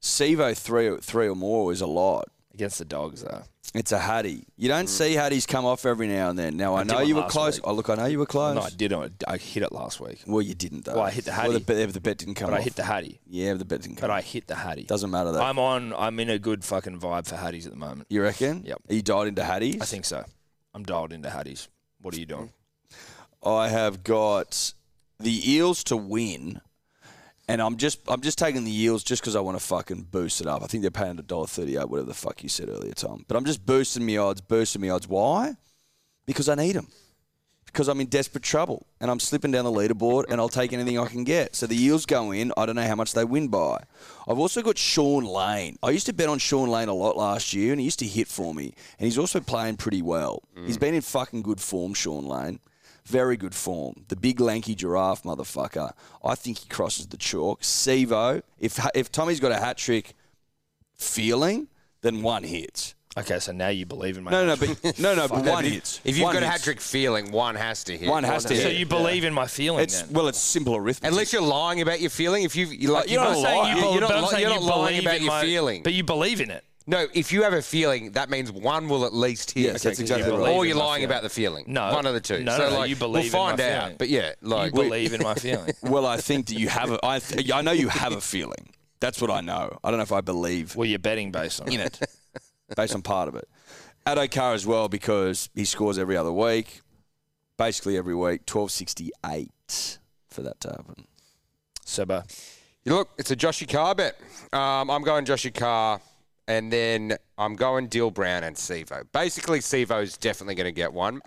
Speaker 2: Sevo three or, three or more is a lot.
Speaker 1: against the dogs though.
Speaker 2: It's a Hattie. You don't see Hatties come off every now and then. Now I,
Speaker 1: Mm. did
Speaker 2: know
Speaker 1: one
Speaker 2: you were
Speaker 1: last
Speaker 2: close.
Speaker 1: week.
Speaker 2: Oh look, I know you were close.
Speaker 1: No, I did. I, I hit it last week,
Speaker 2: Well, you didn't though.
Speaker 1: Well, I hit the
Speaker 2: Well,
Speaker 1: Hattie.
Speaker 2: the, bet, the bet didn't come.
Speaker 1: but I
Speaker 2: off.
Speaker 1: hit the Hattie.
Speaker 2: Yeah, the bet didn't come.
Speaker 1: But I
Speaker 2: off.
Speaker 1: hit the Hattie.
Speaker 2: Doesn't matter though.
Speaker 1: I'm on. I'm in a good fucking vibe for Hatties at the moment.
Speaker 2: you reckon?
Speaker 1: Yep.
Speaker 2: You died into Hatties.
Speaker 1: I think so. I'm dialed into Hatties. What are you doing?
Speaker 2: Mm. I have got the Eels to win, and I'm just I'm just taking the Eels just because I want to fucking boost it up. I think they're paying a dollar thirty eight, whatever the fuck you said earlier, Tom. But I'm just boosting me odds, boosting me odds. Why? Because I need them. Because I'm in desperate trouble and I'm slipping down the leaderboard, and I'll take anything I can get. So the Eels go in. I don't know how much they win by. I've also got Sean Lane. I used to bet on Sean Lane a lot last year, and he used to hit for me. And he's also playing pretty well.
Speaker 4: Mm.
Speaker 2: He's been in fucking good form, Sean Lane very good form. The big lanky giraffe motherfucker. I think he crosses the chalk. Sevo, if if Tommy's got a hat trick feeling, then one hits.
Speaker 1: Okay, so now you believe in my.
Speaker 2: No, no, but no, no, but one hits.
Speaker 4: If you've
Speaker 2: One
Speaker 4: got a
Speaker 2: hits.
Speaker 4: hat trick feeling, one has to hit.
Speaker 2: one has to
Speaker 1: so
Speaker 2: hit.
Speaker 1: you believe in my feeling
Speaker 2: It's
Speaker 1: then?
Speaker 2: well, it's simple arithmetic.
Speaker 4: Unless you're lying about your feeling, if you've you like
Speaker 2: you're
Speaker 4: you've-
Speaker 2: not lying.
Speaker 4: you're
Speaker 2: You
Speaker 1: But
Speaker 4: not
Speaker 1: I'm
Speaker 4: li-
Speaker 1: saying
Speaker 4: you're not
Speaker 1: you
Speaker 4: lying
Speaker 1: believe
Speaker 4: about
Speaker 1: in
Speaker 4: your
Speaker 1: my-
Speaker 4: feeling.
Speaker 1: But you believe in it.
Speaker 4: No, if you have a feeling, that means one will at least hit.
Speaker 2: Yes, that's exactly
Speaker 1: you
Speaker 2: right.
Speaker 1: believe
Speaker 4: Or you're
Speaker 1: in my
Speaker 4: lying
Speaker 1: feeling.
Speaker 4: about the feeling.
Speaker 1: No.
Speaker 4: one of the two.
Speaker 1: No,
Speaker 4: so
Speaker 1: no,
Speaker 4: like,
Speaker 1: you believe in
Speaker 4: We'll find
Speaker 1: my
Speaker 4: out.
Speaker 1: feeling.
Speaker 4: But yeah,
Speaker 1: You
Speaker 4: like
Speaker 1: believe in my feeling.
Speaker 2: well, I think that you have a. I th- I know you have a feeling. That's what I know. I don't know if I believe
Speaker 1: Well, you're betting based on
Speaker 2: in it, based on part of it. At Okar as well because he scores every other week, basically every week. Twelve sixty eight for that to happen.
Speaker 1: Seba.
Speaker 4: look, it's a Joshy Carr bet. Um, I'm going Joshy Carr, and then I'm going Dill Brown and Sevo. Basically, Sevo's definitely going to get one.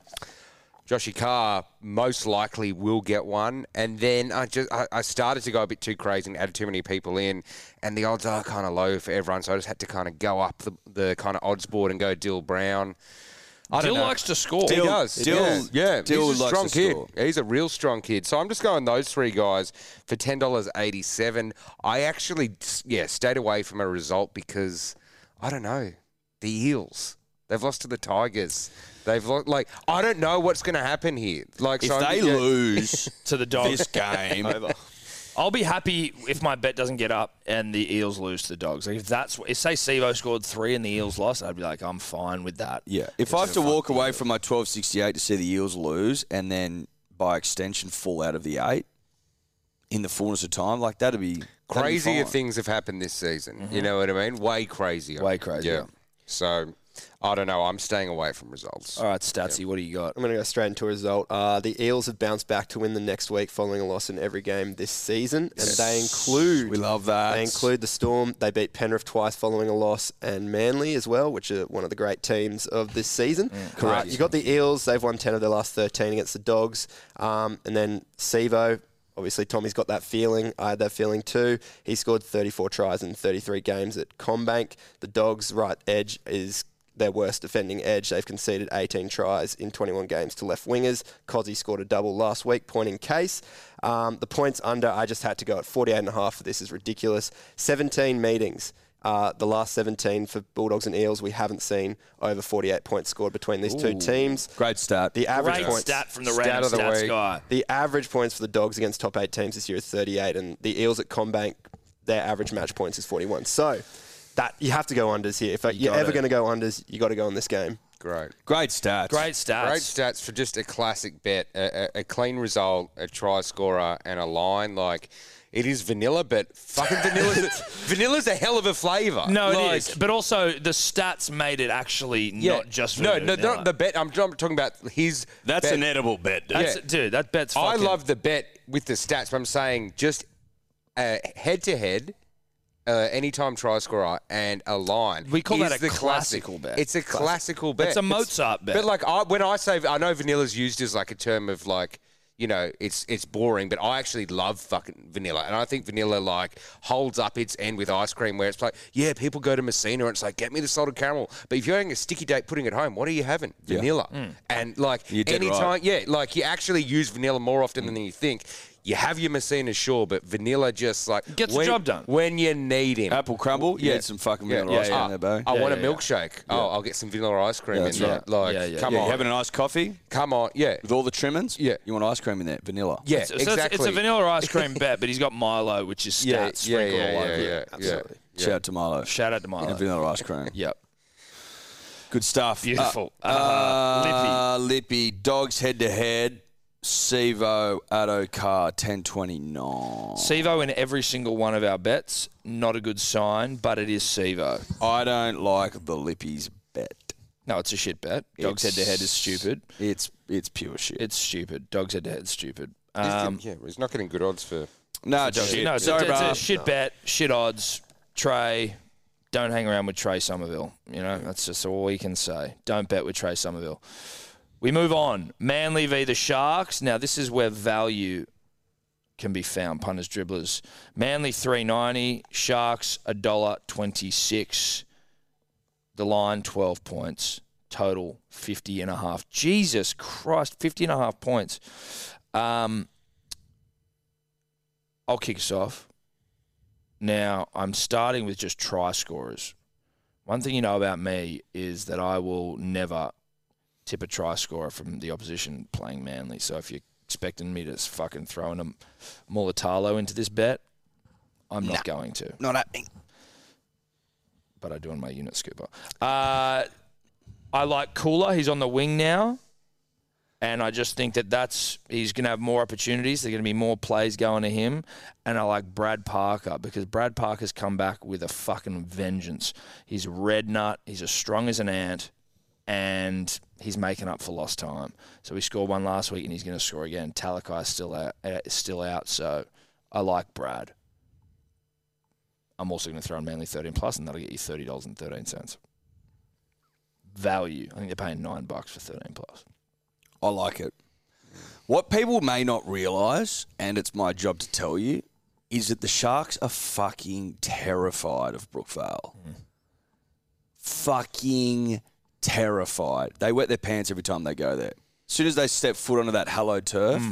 Speaker 4: Joshy Carr most likely will get one, and then I just I, I started to go a bit too crazy and added too many people in, and the odds are kind of low for everyone, so I just had to kind of go up the, the kind of odds board and go Dill Brown. I don't
Speaker 1: Dill
Speaker 4: know.
Speaker 1: likes to score.
Speaker 4: He does.
Speaker 2: Dill-
Speaker 4: yeah. yeah.
Speaker 2: Dill
Speaker 4: He's a
Speaker 2: likes
Speaker 4: strong
Speaker 2: to
Speaker 4: kid.
Speaker 2: score.
Speaker 4: He's a real strong kid. So I'm just going those three guys for ten dollars eighty-seven. I actually, yeah, stayed away from a result because I don't know the Eels. They've lost to the Tigers. They've lo- like I don't know what's going to happen here. Like
Speaker 2: If
Speaker 4: so I'm-
Speaker 2: they
Speaker 4: yeah.
Speaker 2: lose
Speaker 1: to the dogs.
Speaker 2: this game,
Speaker 1: I'll be happy if my bet doesn't get up and the Eels lose to the Dogs. Like if that's if say Sevo scored three and the Eels lost, I'd be like, I'm fine with that.
Speaker 2: yeah. If I have to walk away from my twelve sixty eight to see the Eels lose, and then by extension fall out of the eight in the fullness of time, like that'd be that'd be
Speaker 4: crazier
Speaker 2: fine. Mm-hmm.
Speaker 4: things have happened this season. You know what I mean? Way crazier.
Speaker 1: Way crazier.
Speaker 4: Yeah. So I don't know. I'm staying away from results.
Speaker 1: All right, Statsy, what do you got?
Speaker 3: I'm going to go straight into a result. Uh, the Eels have bounced back to win the next week following a loss in every game this season, and they include
Speaker 2: We love that.
Speaker 3: They include the Storm. They beat Penrith twice following a loss, and Manly as well, which are one of the great teams of this season. correct. you got the Eels. They've won ten of their last thirteen against the Dogs, um, and then Sevo. Obviously, Tommy's got that feeling. I had that feeling too. He scored 34 tries in 33 games at Combank. The Dogs' right edge is their worst defending edge. They've conceded 18 tries in 21 games to left wingers. Cozzy scored a double last week, pointing case. Um, the points under, I just had to go at 48 and a half. This is ridiculous. 17 meetings. Uh, the last 17 for Bulldogs and Eels, we haven't seen over 48 points scored between these two teams.
Speaker 2: Great start.
Speaker 3: The average
Speaker 1: Great
Speaker 3: points.
Speaker 1: stat from the
Speaker 4: Stat
Speaker 1: random
Speaker 4: of the
Speaker 1: stats
Speaker 4: week.
Speaker 1: guy.
Speaker 3: The average points for the Dogs against top eight teams this year is 38, and the Eels at Combank, their average match points is 41. So that you have to go unders here. If you are
Speaker 1: got
Speaker 3: ever
Speaker 1: it.
Speaker 3: going to go unders, you got to go on this game.
Speaker 4: Great.
Speaker 2: Great stats.
Speaker 1: Great stats.
Speaker 4: Great stats for just a classic bet, a, a, a clean result, a try scorer, and a line. Like it is vanilla, but fucking vanilla, vanilla's a hell of a flavour.
Speaker 1: No,
Speaker 4: Like,
Speaker 1: it is. But also the stats made it actually not just
Speaker 4: no, no,
Speaker 1: vanilla.
Speaker 4: not the bet. I'm, I'm talking about his.
Speaker 2: That's
Speaker 4: bet.
Speaker 2: an edible bet, dude.
Speaker 1: That's,
Speaker 4: yeah.
Speaker 1: dude. That bet's. Fucking,
Speaker 4: I love the bet with the stats, but I'm saying just uh, head to head, anytime try scorer and a line.
Speaker 1: We call
Speaker 4: is
Speaker 1: that a
Speaker 4: the classic-
Speaker 1: classical bet.
Speaker 4: It's a classical bet.
Speaker 1: It's a Mozart bet.
Speaker 4: But like I, when I say, I know vanilla's used as like a term of like. You know, it's it's boring, but I actually love fucking vanilla, and I think vanilla like holds up its end with ice cream, where it's like, yeah, people go to Messina and it's like, get me the salted caramel. But if you're having a sticky date pudding at home, what are you having? Vanilla,
Speaker 1: Mm.
Speaker 4: and like
Speaker 2: You're dead
Speaker 4: anytime,
Speaker 2: right.
Speaker 4: yeah, like you actually use vanilla more often than you think. You have your Messina, sure, but vanilla just like
Speaker 1: Gets the
Speaker 4: when,
Speaker 1: job done.
Speaker 4: when you need him.
Speaker 2: Apple crumble. You
Speaker 4: Yeah.
Speaker 2: had some fucking
Speaker 4: Yeah,
Speaker 2: vanilla
Speaker 4: yeah,
Speaker 2: ice
Speaker 4: yeah.
Speaker 2: cream there, bro.
Speaker 4: I want a
Speaker 1: yeah, yeah.
Speaker 4: milkshake. Oh, I'll get some vanilla ice cream
Speaker 2: Yeah,
Speaker 4: in
Speaker 2: that's
Speaker 4: there.
Speaker 2: right.
Speaker 4: Like,
Speaker 1: Yeah, yeah.
Speaker 4: come
Speaker 2: yeah,
Speaker 4: on,
Speaker 2: you having an iced coffee
Speaker 4: come on, yeah,
Speaker 2: with all the trimmings?
Speaker 4: Yeah.
Speaker 2: You want ice cream in there? Vanilla.
Speaker 4: yeah,
Speaker 1: So it's-
Speaker 4: exactly.
Speaker 1: It's a vanilla ice cream bet, but he's got Milo, which is stats
Speaker 4: yeah, yeah,
Speaker 1: sprinkled
Speaker 4: yeah,
Speaker 1: all over
Speaker 4: yeah,
Speaker 1: it.
Speaker 4: yeah, yeah.
Speaker 3: Absolutely.
Speaker 2: Shout out to Milo.
Speaker 1: Shout out to Milo.
Speaker 2: and vanilla ice cream.
Speaker 1: Yep.
Speaker 2: Good stuff.
Speaker 1: Beautiful.
Speaker 2: Uh,
Speaker 1: Uh,
Speaker 2: uh, Lippy. Dogs head to head. Sevo Addo Car 1029.
Speaker 1: Sevo in every single one of our bets. Not a good sign, but it is Sevo.
Speaker 2: I don't like the Lippy's bet.
Speaker 1: No, it's a shit bet. Dogs head to
Speaker 2: It's-
Speaker 1: head is stupid.
Speaker 2: It's it's pure shit.
Speaker 1: It's stupid. Dogs head to head is stupid.
Speaker 4: He's-
Speaker 1: Um,
Speaker 4: yeah, he's not getting good odds for.
Speaker 2: no, it's
Speaker 1: dogs-
Speaker 2: shit.
Speaker 1: No, it's,
Speaker 2: Sorry,
Speaker 1: it's, it's
Speaker 2: bro.
Speaker 1: a shit bet, shit odds. Trey, don't hang around with Trey Somerville. You know, that's just all we can say. Don't bet with Trey Somerville. We move on. Manly v the Sharks. Now this is where value can be found. Punters, dribblers. Manly three ninety. Sharks a dollar twenty six. The line 12 points. Total 50 and a half. Jesus Christ, 50 and a half points. Um, I'll kick us off. Now, I'm starting with just try scorers. One thing you know about me is that I will never tip a try scorer from the opposition playing Manly. So if you're expecting me to s- fucking throw in a Mulatalo into this bet, I'm not going to
Speaker 2: Not happening.
Speaker 1: but I do on my unit scooper. Uh, I like Cooler. He's on the wing now. And I just think that that's he's going to have more opportunities. There's going to be more plays going to him. And I like Brad Parker because Brad Parker's come back with a fucking vengeance. He's a red nut. He's as strong as an ant, and he's making up for lost time. So he scored one last week, and he's going to score again. Talakai's still out, uh, is still out. So I like Brad. I'm also going to throw in Manly 13 plus, and that'll get you thirty dollars and thirteen cents. Value. I think they're paying nine bucks for 13 plus.
Speaker 2: I like it. What people may not realise, and it's my job to tell you, is that the Sharks are fucking terrified of Brookvale. Fucking
Speaker 1: Mm.
Speaker 2: terrified. They wet their pants every time they go there. As soon as they step foot onto that hallowed turf,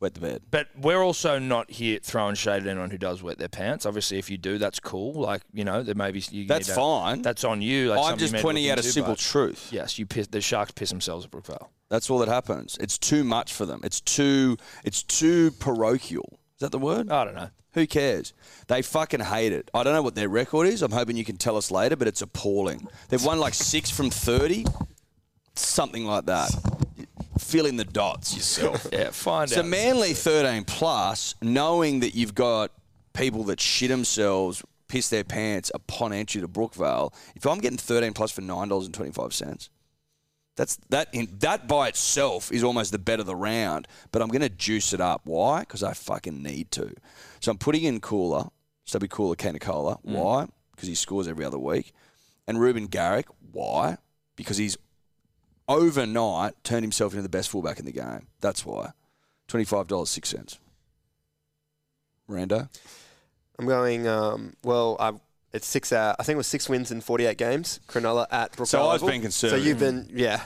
Speaker 2: wet the bed.
Speaker 1: But we're also not here throwing shade at anyone who does wet their pants. Obviously, if you do, that's cool. Like you know, there may be you
Speaker 2: That's
Speaker 1: need to-
Speaker 2: fine.
Speaker 1: That's on you. That's
Speaker 2: I'm
Speaker 1: something you
Speaker 2: just
Speaker 1: may
Speaker 2: pointing
Speaker 1: look
Speaker 2: out a
Speaker 1: into,
Speaker 2: simple
Speaker 1: but
Speaker 2: truth.
Speaker 1: Yes, you piss, the sharks piss themselves at Brookvale.
Speaker 2: That's all that happens. It's too much for them. It's too it's too parochial. Is that the word?
Speaker 1: I don't know.
Speaker 2: Who cares? They fucking hate it. I don't know what their record is. I'm hoping you can tell us later, but it's appalling. They've won like six from 30, something like that. Fill in the dots yourself.
Speaker 1: Yeah, find
Speaker 2: So
Speaker 1: out.
Speaker 2: Manly 13 plus, knowing that you've got people that shit themselves, piss their pants upon entry to Brookvale. If I'm getting 13 plus for nine dollars and 25 cents, that's that in, that by itself is almost the bet of the round. But I'm going to juice it up. Why? Because I fucking need to. So I'm putting in Cooler, Stubby Cooler, Kane Cola.
Speaker 1: Mm.
Speaker 2: Why? Because he scores every other week. And Ruben Garrick. Why? Because he's overnight turned himself into the best fullback in the game. That's why. Twenty-five dollars six cents. Rando.
Speaker 3: I'm going. Um, well, I it's six. Uh, I think it was six wins in 48 games. Cronulla at Brookvale.
Speaker 2: So I was
Speaker 3: Oval.
Speaker 2: being conservative.
Speaker 3: So you've been, yeah.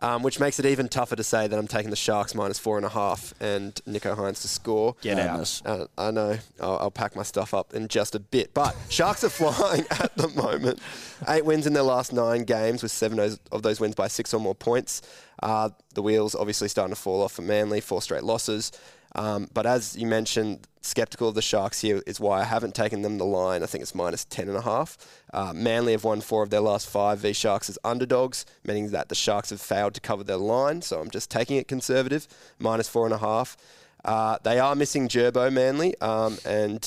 Speaker 3: Um, which makes it even tougher to say that I'm taking the Sharks minus four and a half and Nico Hines to score.
Speaker 1: Get out.
Speaker 2: Madness.
Speaker 3: Uh, I know. I'll, I'll pack my stuff up in just a bit. But Sharks are flying at the moment. Eight wins in their last nine games, with seven those- of those wins by six or more points. Uh, the wheels obviously starting to fall off for Manly, four straight losses. Um, but as you mentioned, skeptical of the Sharks here is why I haven't taken them the line. I think it's minus 10.5. Uh, Manly have won four of their last five v Sharks as underdogs, meaning that the Sharks have failed to cover their line. So I'm just taking it conservative, minus 4.5. Uh, they are missing Gerbo Manly, um, and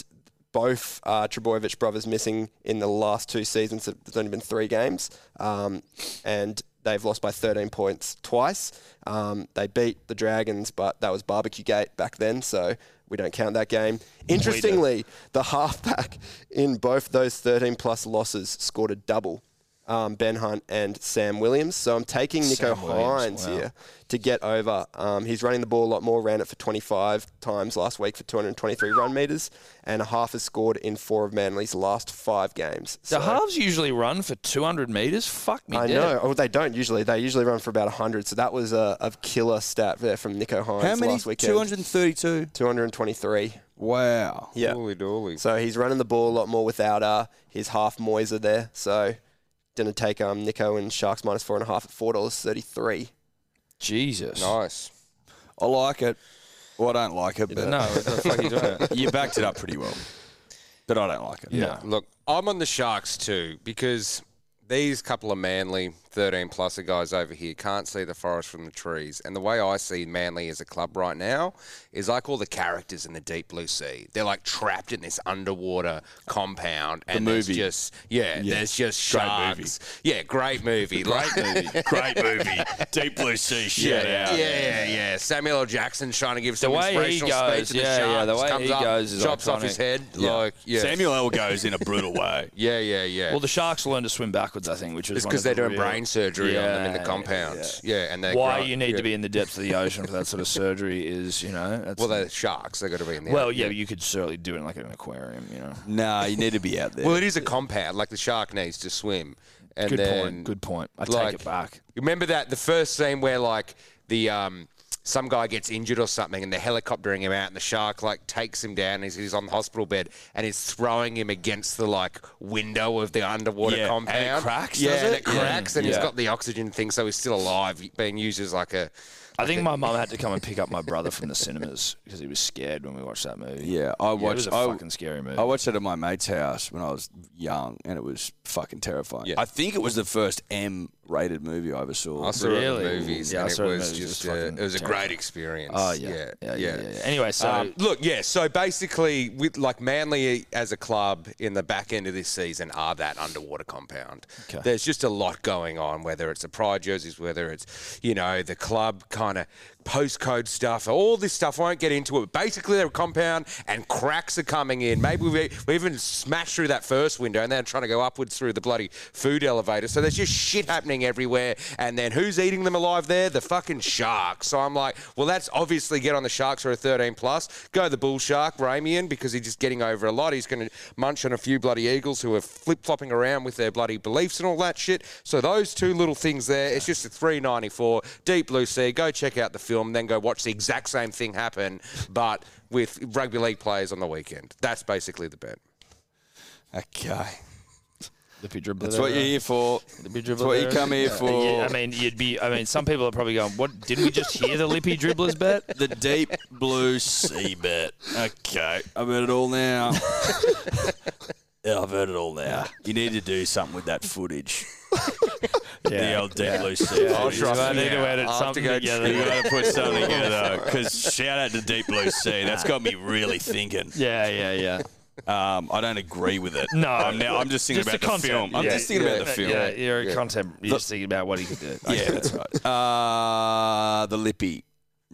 Speaker 3: both uh, Trebojevic brothers missing in the last two seasons. So There's only been three games, um, and they've lost by 13 points twice. Um, they beat the Dragons, but that was Barbecue Gate back then, so we don't count that game. Interestingly, the halfback in both those 13 plus losses scored a double. Um, ben Hunt and Sam Williams. So I'm taking Nico
Speaker 1: Sam Williams,
Speaker 3: Hines
Speaker 1: wow.
Speaker 3: here to get over. Um, he's running the ball a lot more, ran it for 25 times last week for 223 run meters, and a half has scored in four of Manly's last five games.
Speaker 1: The
Speaker 3: So
Speaker 1: halves usually run for 200 meters. Fuck me.
Speaker 3: I
Speaker 1: dead.
Speaker 3: know. Oh, they don't usually. They usually run for about 100. So that was a, a killer stat there from Nico Hines
Speaker 2: How many?
Speaker 3: last weekend.
Speaker 2: Two hundred and thirty-two.
Speaker 3: 223.
Speaker 2: Wow.
Speaker 3: Yeah.
Speaker 4: Holy dooly.
Speaker 3: So he's running the ball a lot more without uh, his half Moiser there. So gonna take um, Nico and Sharks minus four and a half at four dollars thirty three.
Speaker 1: Jesus.
Speaker 4: Nice.
Speaker 2: I like it. Well, I don't like it, but
Speaker 1: No, what the fuck are you doing?
Speaker 2: you backed it up pretty well. But I don't like it.
Speaker 1: No.
Speaker 4: Look, I'm on the Sharks too because these couple of Manly 13 plus guys over here can't see the forest from the trees. And the way I see Manly as a club right now is like all the characters in the deep blue sea. They're like trapped in this underwater compound and there's
Speaker 2: movie.
Speaker 4: just yeah, there's just
Speaker 2: Great movie.
Speaker 4: sharks. Yeah, great movie. Like-
Speaker 2: movie. Great movie. Deep Blue Sea. Shut
Speaker 4: Yeah, yeah, yeah, yeah. Samuel L. Jackson's trying to give some
Speaker 1: The way he
Speaker 4: inspirational
Speaker 1: goes,
Speaker 4: speech to the
Speaker 1: yeah, yeah,
Speaker 4: sharks.
Speaker 1: the way
Speaker 4: comes
Speaker 1: he
Speaker 4: up,
Speaker 1: goes is
Speaker 4: chops off
Speaker 1: iconic.
Speaker 4: his head. Like, yeah,
Speaker 2: Samuel L. goes in a brutal way.
Speaker 4: yeah, yeah, yeah.
Speaker 1: Well, the sharks learn to swim backwards, I think, which is
Speaker 4: It's
Speaker 1: one
Speaker 4: because
Speaker 1: of
Speaker 4: they're
Speaker 1: the
Speaker 4: doing
Speaker 1: real-
Speaker 4: brain surgery on them in the
Speaker 1: Yeah,
Speaker 4: compound. Yeah, and they
Speaker 1: Why you need to be in the depths of the ocean for that sort of surgery is, you know, that's
Speaker 4: Well, they're sharks. They got to be in the.
Speaker 1: Well, yeah, but you could certainly do it in like an aquarium, you know.
Speaker 2: Nah, you need to be out there.
Speaker 4: well, it is a compound. Like the shark needs to swim, and
Speaker 1: Good
Speaker 4: then
Speaker 1: point. Good point. I
Speaker 4: like-
Speaker 1: take it back.
Speaker 4: remember that the first scene where like the um some guy gets injured or something, and they're helicoptering him out, and the shark like takes him down. And he's, he's on the hospital bed, and he's throwing him against the like window of the underwater
Speaker 2: Yeah, and it
Speaker 4: compound.
Speaker 2: cracks,
Speaker 4: yeah,
Speaker 2: does
Speaker 4: and
Speaker 2: it?
Speaker 4: it cracks, and he's
Speaker 1: Yeah.
Speaker 4: got the oxygen thing, so he's still alive, being used as like a.
Speaker 1: I think my mum had to come and pick up my brother from the cinemas because he was scared when we watched that movie.
Speaker 2: yeah, I watched.
Speaker 1: it was a
Speaker 2: I-
Speaker 1: fucking scary movie.
Speaker 2: I watched it at my mate's house when I was young, and it was fucking terrifying. I think it was the first M-rated movie I ever saw.
Speaker 4: I saw it at the
Speaker 1: Really?
Speaker 4: movies,
Speaker 1: Yeah, I
Speaker 4: and it
Speaker 1: saw it at the
Speaker 4: was
Speaker 1: movies. It
Speaker 4: just
Speaker 1: was
Speaker 4: uh,
Speaker 1: fucking
Speaker 4: it was a
Speaker 1: terrifying.
Speaker 4: great experience.
Speaker 1: oh yeah. Yeah, yeah, yeah, yeah. Anyway, so
Speaker 4: Um, look, yeah. So basically, with like Manly as a club in the back end of this season are that underwater compound. There's just a lot going on, whether it's the pride jerseys, whether it's you know the club kind of postcode stuff, all this stuff. I won't get into it. But basically, they're a compound, and cracks are coming in. Maybe we we even smashed through that first window, and they're trying to go upwards through the bloody food elevator. So there's just shit happening everywhere. And then who's eating them alive there? The fucking sharks. So I'm like, well, that's obviously get on the sharks for a 13 plus. Go the bull shark, Ramian, because he's just getting over a lot. He's going to munch on a few bloody eagles who are flip flopping around with their bloody beliefs and all that shit. So those two little things there. It's just a 394 deep blue sea. Go check out the film, then go watch the exact same thing happen, but with rugby league players on the weekend. That's basically the bet.
Speaker 2: Okay.
Speaker 1: Lippy dribbler.
Speaker 2: That's what you're here for.
Speaker 1: Lippy dribbler.
Speaker 2: That's what you
Speaker 1: there.
Speaker 2: come here
Speaker 1: Yeah,
Speaker 2: for.
Speaker 1: I mean, you'd be. I mean, some people are probably going, "What? Didn't we just hear the Lippy dribblers bet?"
Speaker 2: The deep blue sea bet. Okay. I've heard it all now. yeah, I've heard it all now. You need to do something with that footage. The old deep blue sea. footage.
Speaker 1: I need to edit
Speaker 4: I'll have to
Speaker 1: something
Speaker 4: go
Speaker 1: together.
Speaker 2: You gotta put something in it though, because shout out to Deep Blue Sea. That's got me really thinking.
Speaker 1: Yeah, yeah, yeah.
Speaker 2: Um, I don't agree with it.
Speaker 1: No.
Speaker 2: I'm, now, I'm just thinking
Speaker 1: Just
Speaker 2: about the,
Speaker 1: content.
Speaker 2: film. I'm
Speaker 1: Yeah,
Speaker 2: just thinking
Speaker 1: yeah,
Speaker 2: about the film.
Speaker 1: Yeah, you're a content. You're just thinking about what he could do.
Speaker 2: Yeah, that's right. Uh, the Lippy.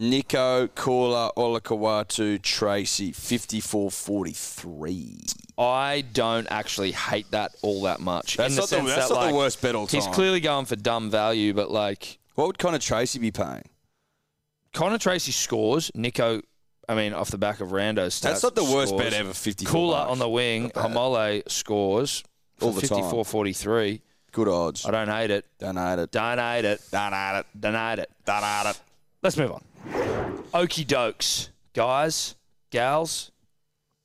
Speaker 2: Nico Kula Olakawatu Tracy, 54 43.
Speaker 1: I don't actually hate that all that much.
Speaker 2: That's
Speaker 1: in the
Speaker 2: not the-
Speaker 1: sense
Speaker 2: that's
Speaker 1: that,
Speaker 2: not the
Speaker 1: like,
Speaker 2: worst bet all
Speaker 1: He's
Speaker 2: time.
Speaker 1: clearly going for dumb value, but like
Speaker 2: What would Connor Tracy be paying?
Speaker 1: Connor Tracy scores. Nico, I mean, off the back of Rando's stats.
Speaker 2: That's not the worst
Speaker 1: scores.
Speaker 2: bet ever, 54
Speaker 1: Cooler
Speaker 2: bucks.
Speaker 1: on the wing. Hamole scores.
Speaker 2: uh, All
Speaker 1: for
Speaker 2: the time.
Speaker 1: 54-43.
Speaker 2: Good odds.
Speaker 1: I don't hate it.
Speaker 2: Donate it.
Speaker 1: Don't hate it.
Speaker 2: Don't hate it.
Speaker 1: Don't hate it.
Speaker 2: Don't hate it.
Speaker 1: Let's move on. Okie dokes. Guys, gals,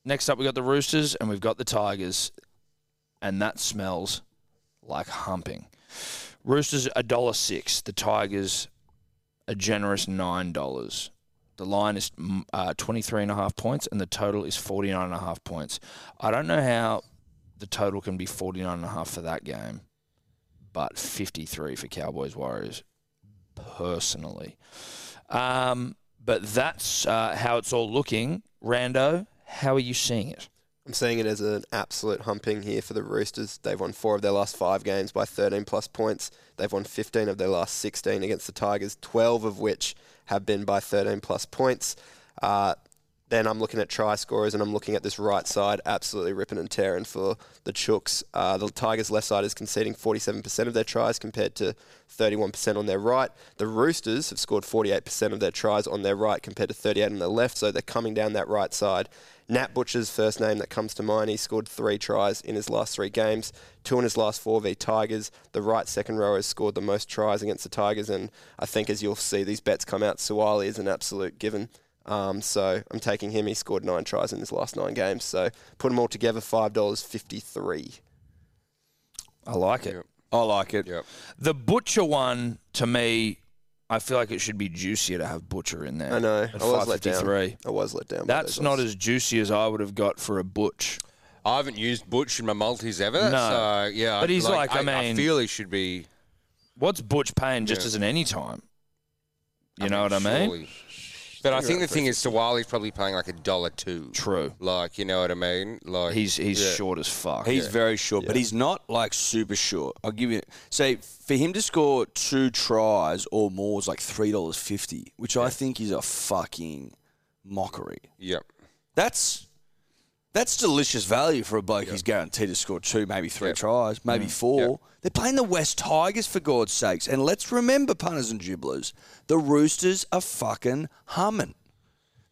Speaker 1: next up we got the Roosters and we've got the Tigers. And that smells like humping. Roosters a dollar six. The Tigers a generous nine dollars. The line is mm, uh, 23 and a half points and the total is 49 and a half points. I don't know how the total can be 49 and a half for that game, but 53 for Cowboys Warriors personally. Um, but that's uh, how it's all looking. Rando, how are you seeing it?
Speaker 3: I'm seeing it as an absolute humping here for the Roosters. They've won four of their last five games by 13 plus points. They've won 15 of their last 16 against the Tigers, 12 of which have been by 13 plus points. Uh, then I'm looking at try scorers and I'm looking at this right side absolutely ripping and tearing for the Chooks. Uh, the Tigers' left side is conceding 47% of their tries compared to 31% on their right. The Roosters have scored 48% of their tries on their right compared to 38 on their left, so they're coming down that right side. Nat Butcher's first name that comes to mind. He scored three tries in his last three games, two in his last four v Tigers. The right second row has scored the most tries against the Tigers, and I think as you'll see these bets come out, Suwali is an absolute given. Um, so I'm taking him. He scored nine tries in his last nine games. So put them all together, five dollars fifty three.
Speaker 1: I like it.
Speaker 2: I like it.
Speaker 4: Yep.
Speaker 1: The butcher one to me, I feel like it should be juicier to have butcher in there.
Speaker 3: I know.
Speaker 1: At
Speaker 3: I was let down.
Speaker 1: 553.
Speaker 3: I was let down. by
Speaker 1: That's
Speaker 3: those
Speaker 1: not
Speaker 3: odds.
Speaker 1: as juicy as I would have got for a butch.
Speaker 4: I haven't used Butch in my multis
Speaker 1: No.
Speaker 4: ever. So, yeah.
Speaker 1: But he's like, I
Speaker 4: I
Speaker 1: mean-
Speaker 4: feel he should be.
Speaker 1: What's butch paying just
Speaker 4: Yeah.
Speaker 1: as an any time? You know what I mean?
Speaker 4: surely. But I think the thing is, Sawali's probably paying like a dollar two.
Speaker 1: True.
Speaker 4: Like, you know what I mean? Like,
Speaker 1: He's he's
Speaker 4: Yeah.
Speaker 1: short as fuck.
Speaker 2: He's very short, but he's not like super short. I'll give you. Say for him to score two tries or more is like three dollars fifty, which I think is a fucking mockery.
Speaker 4: Yep.
Speaker 2: That's that's delicious value for a bloke who's guaranteed to score two, maybe three tries, maybe four. They're playing the West Tigers for God's sakes, and let's remember, punters and dribblers, the Roosters are fucking humming.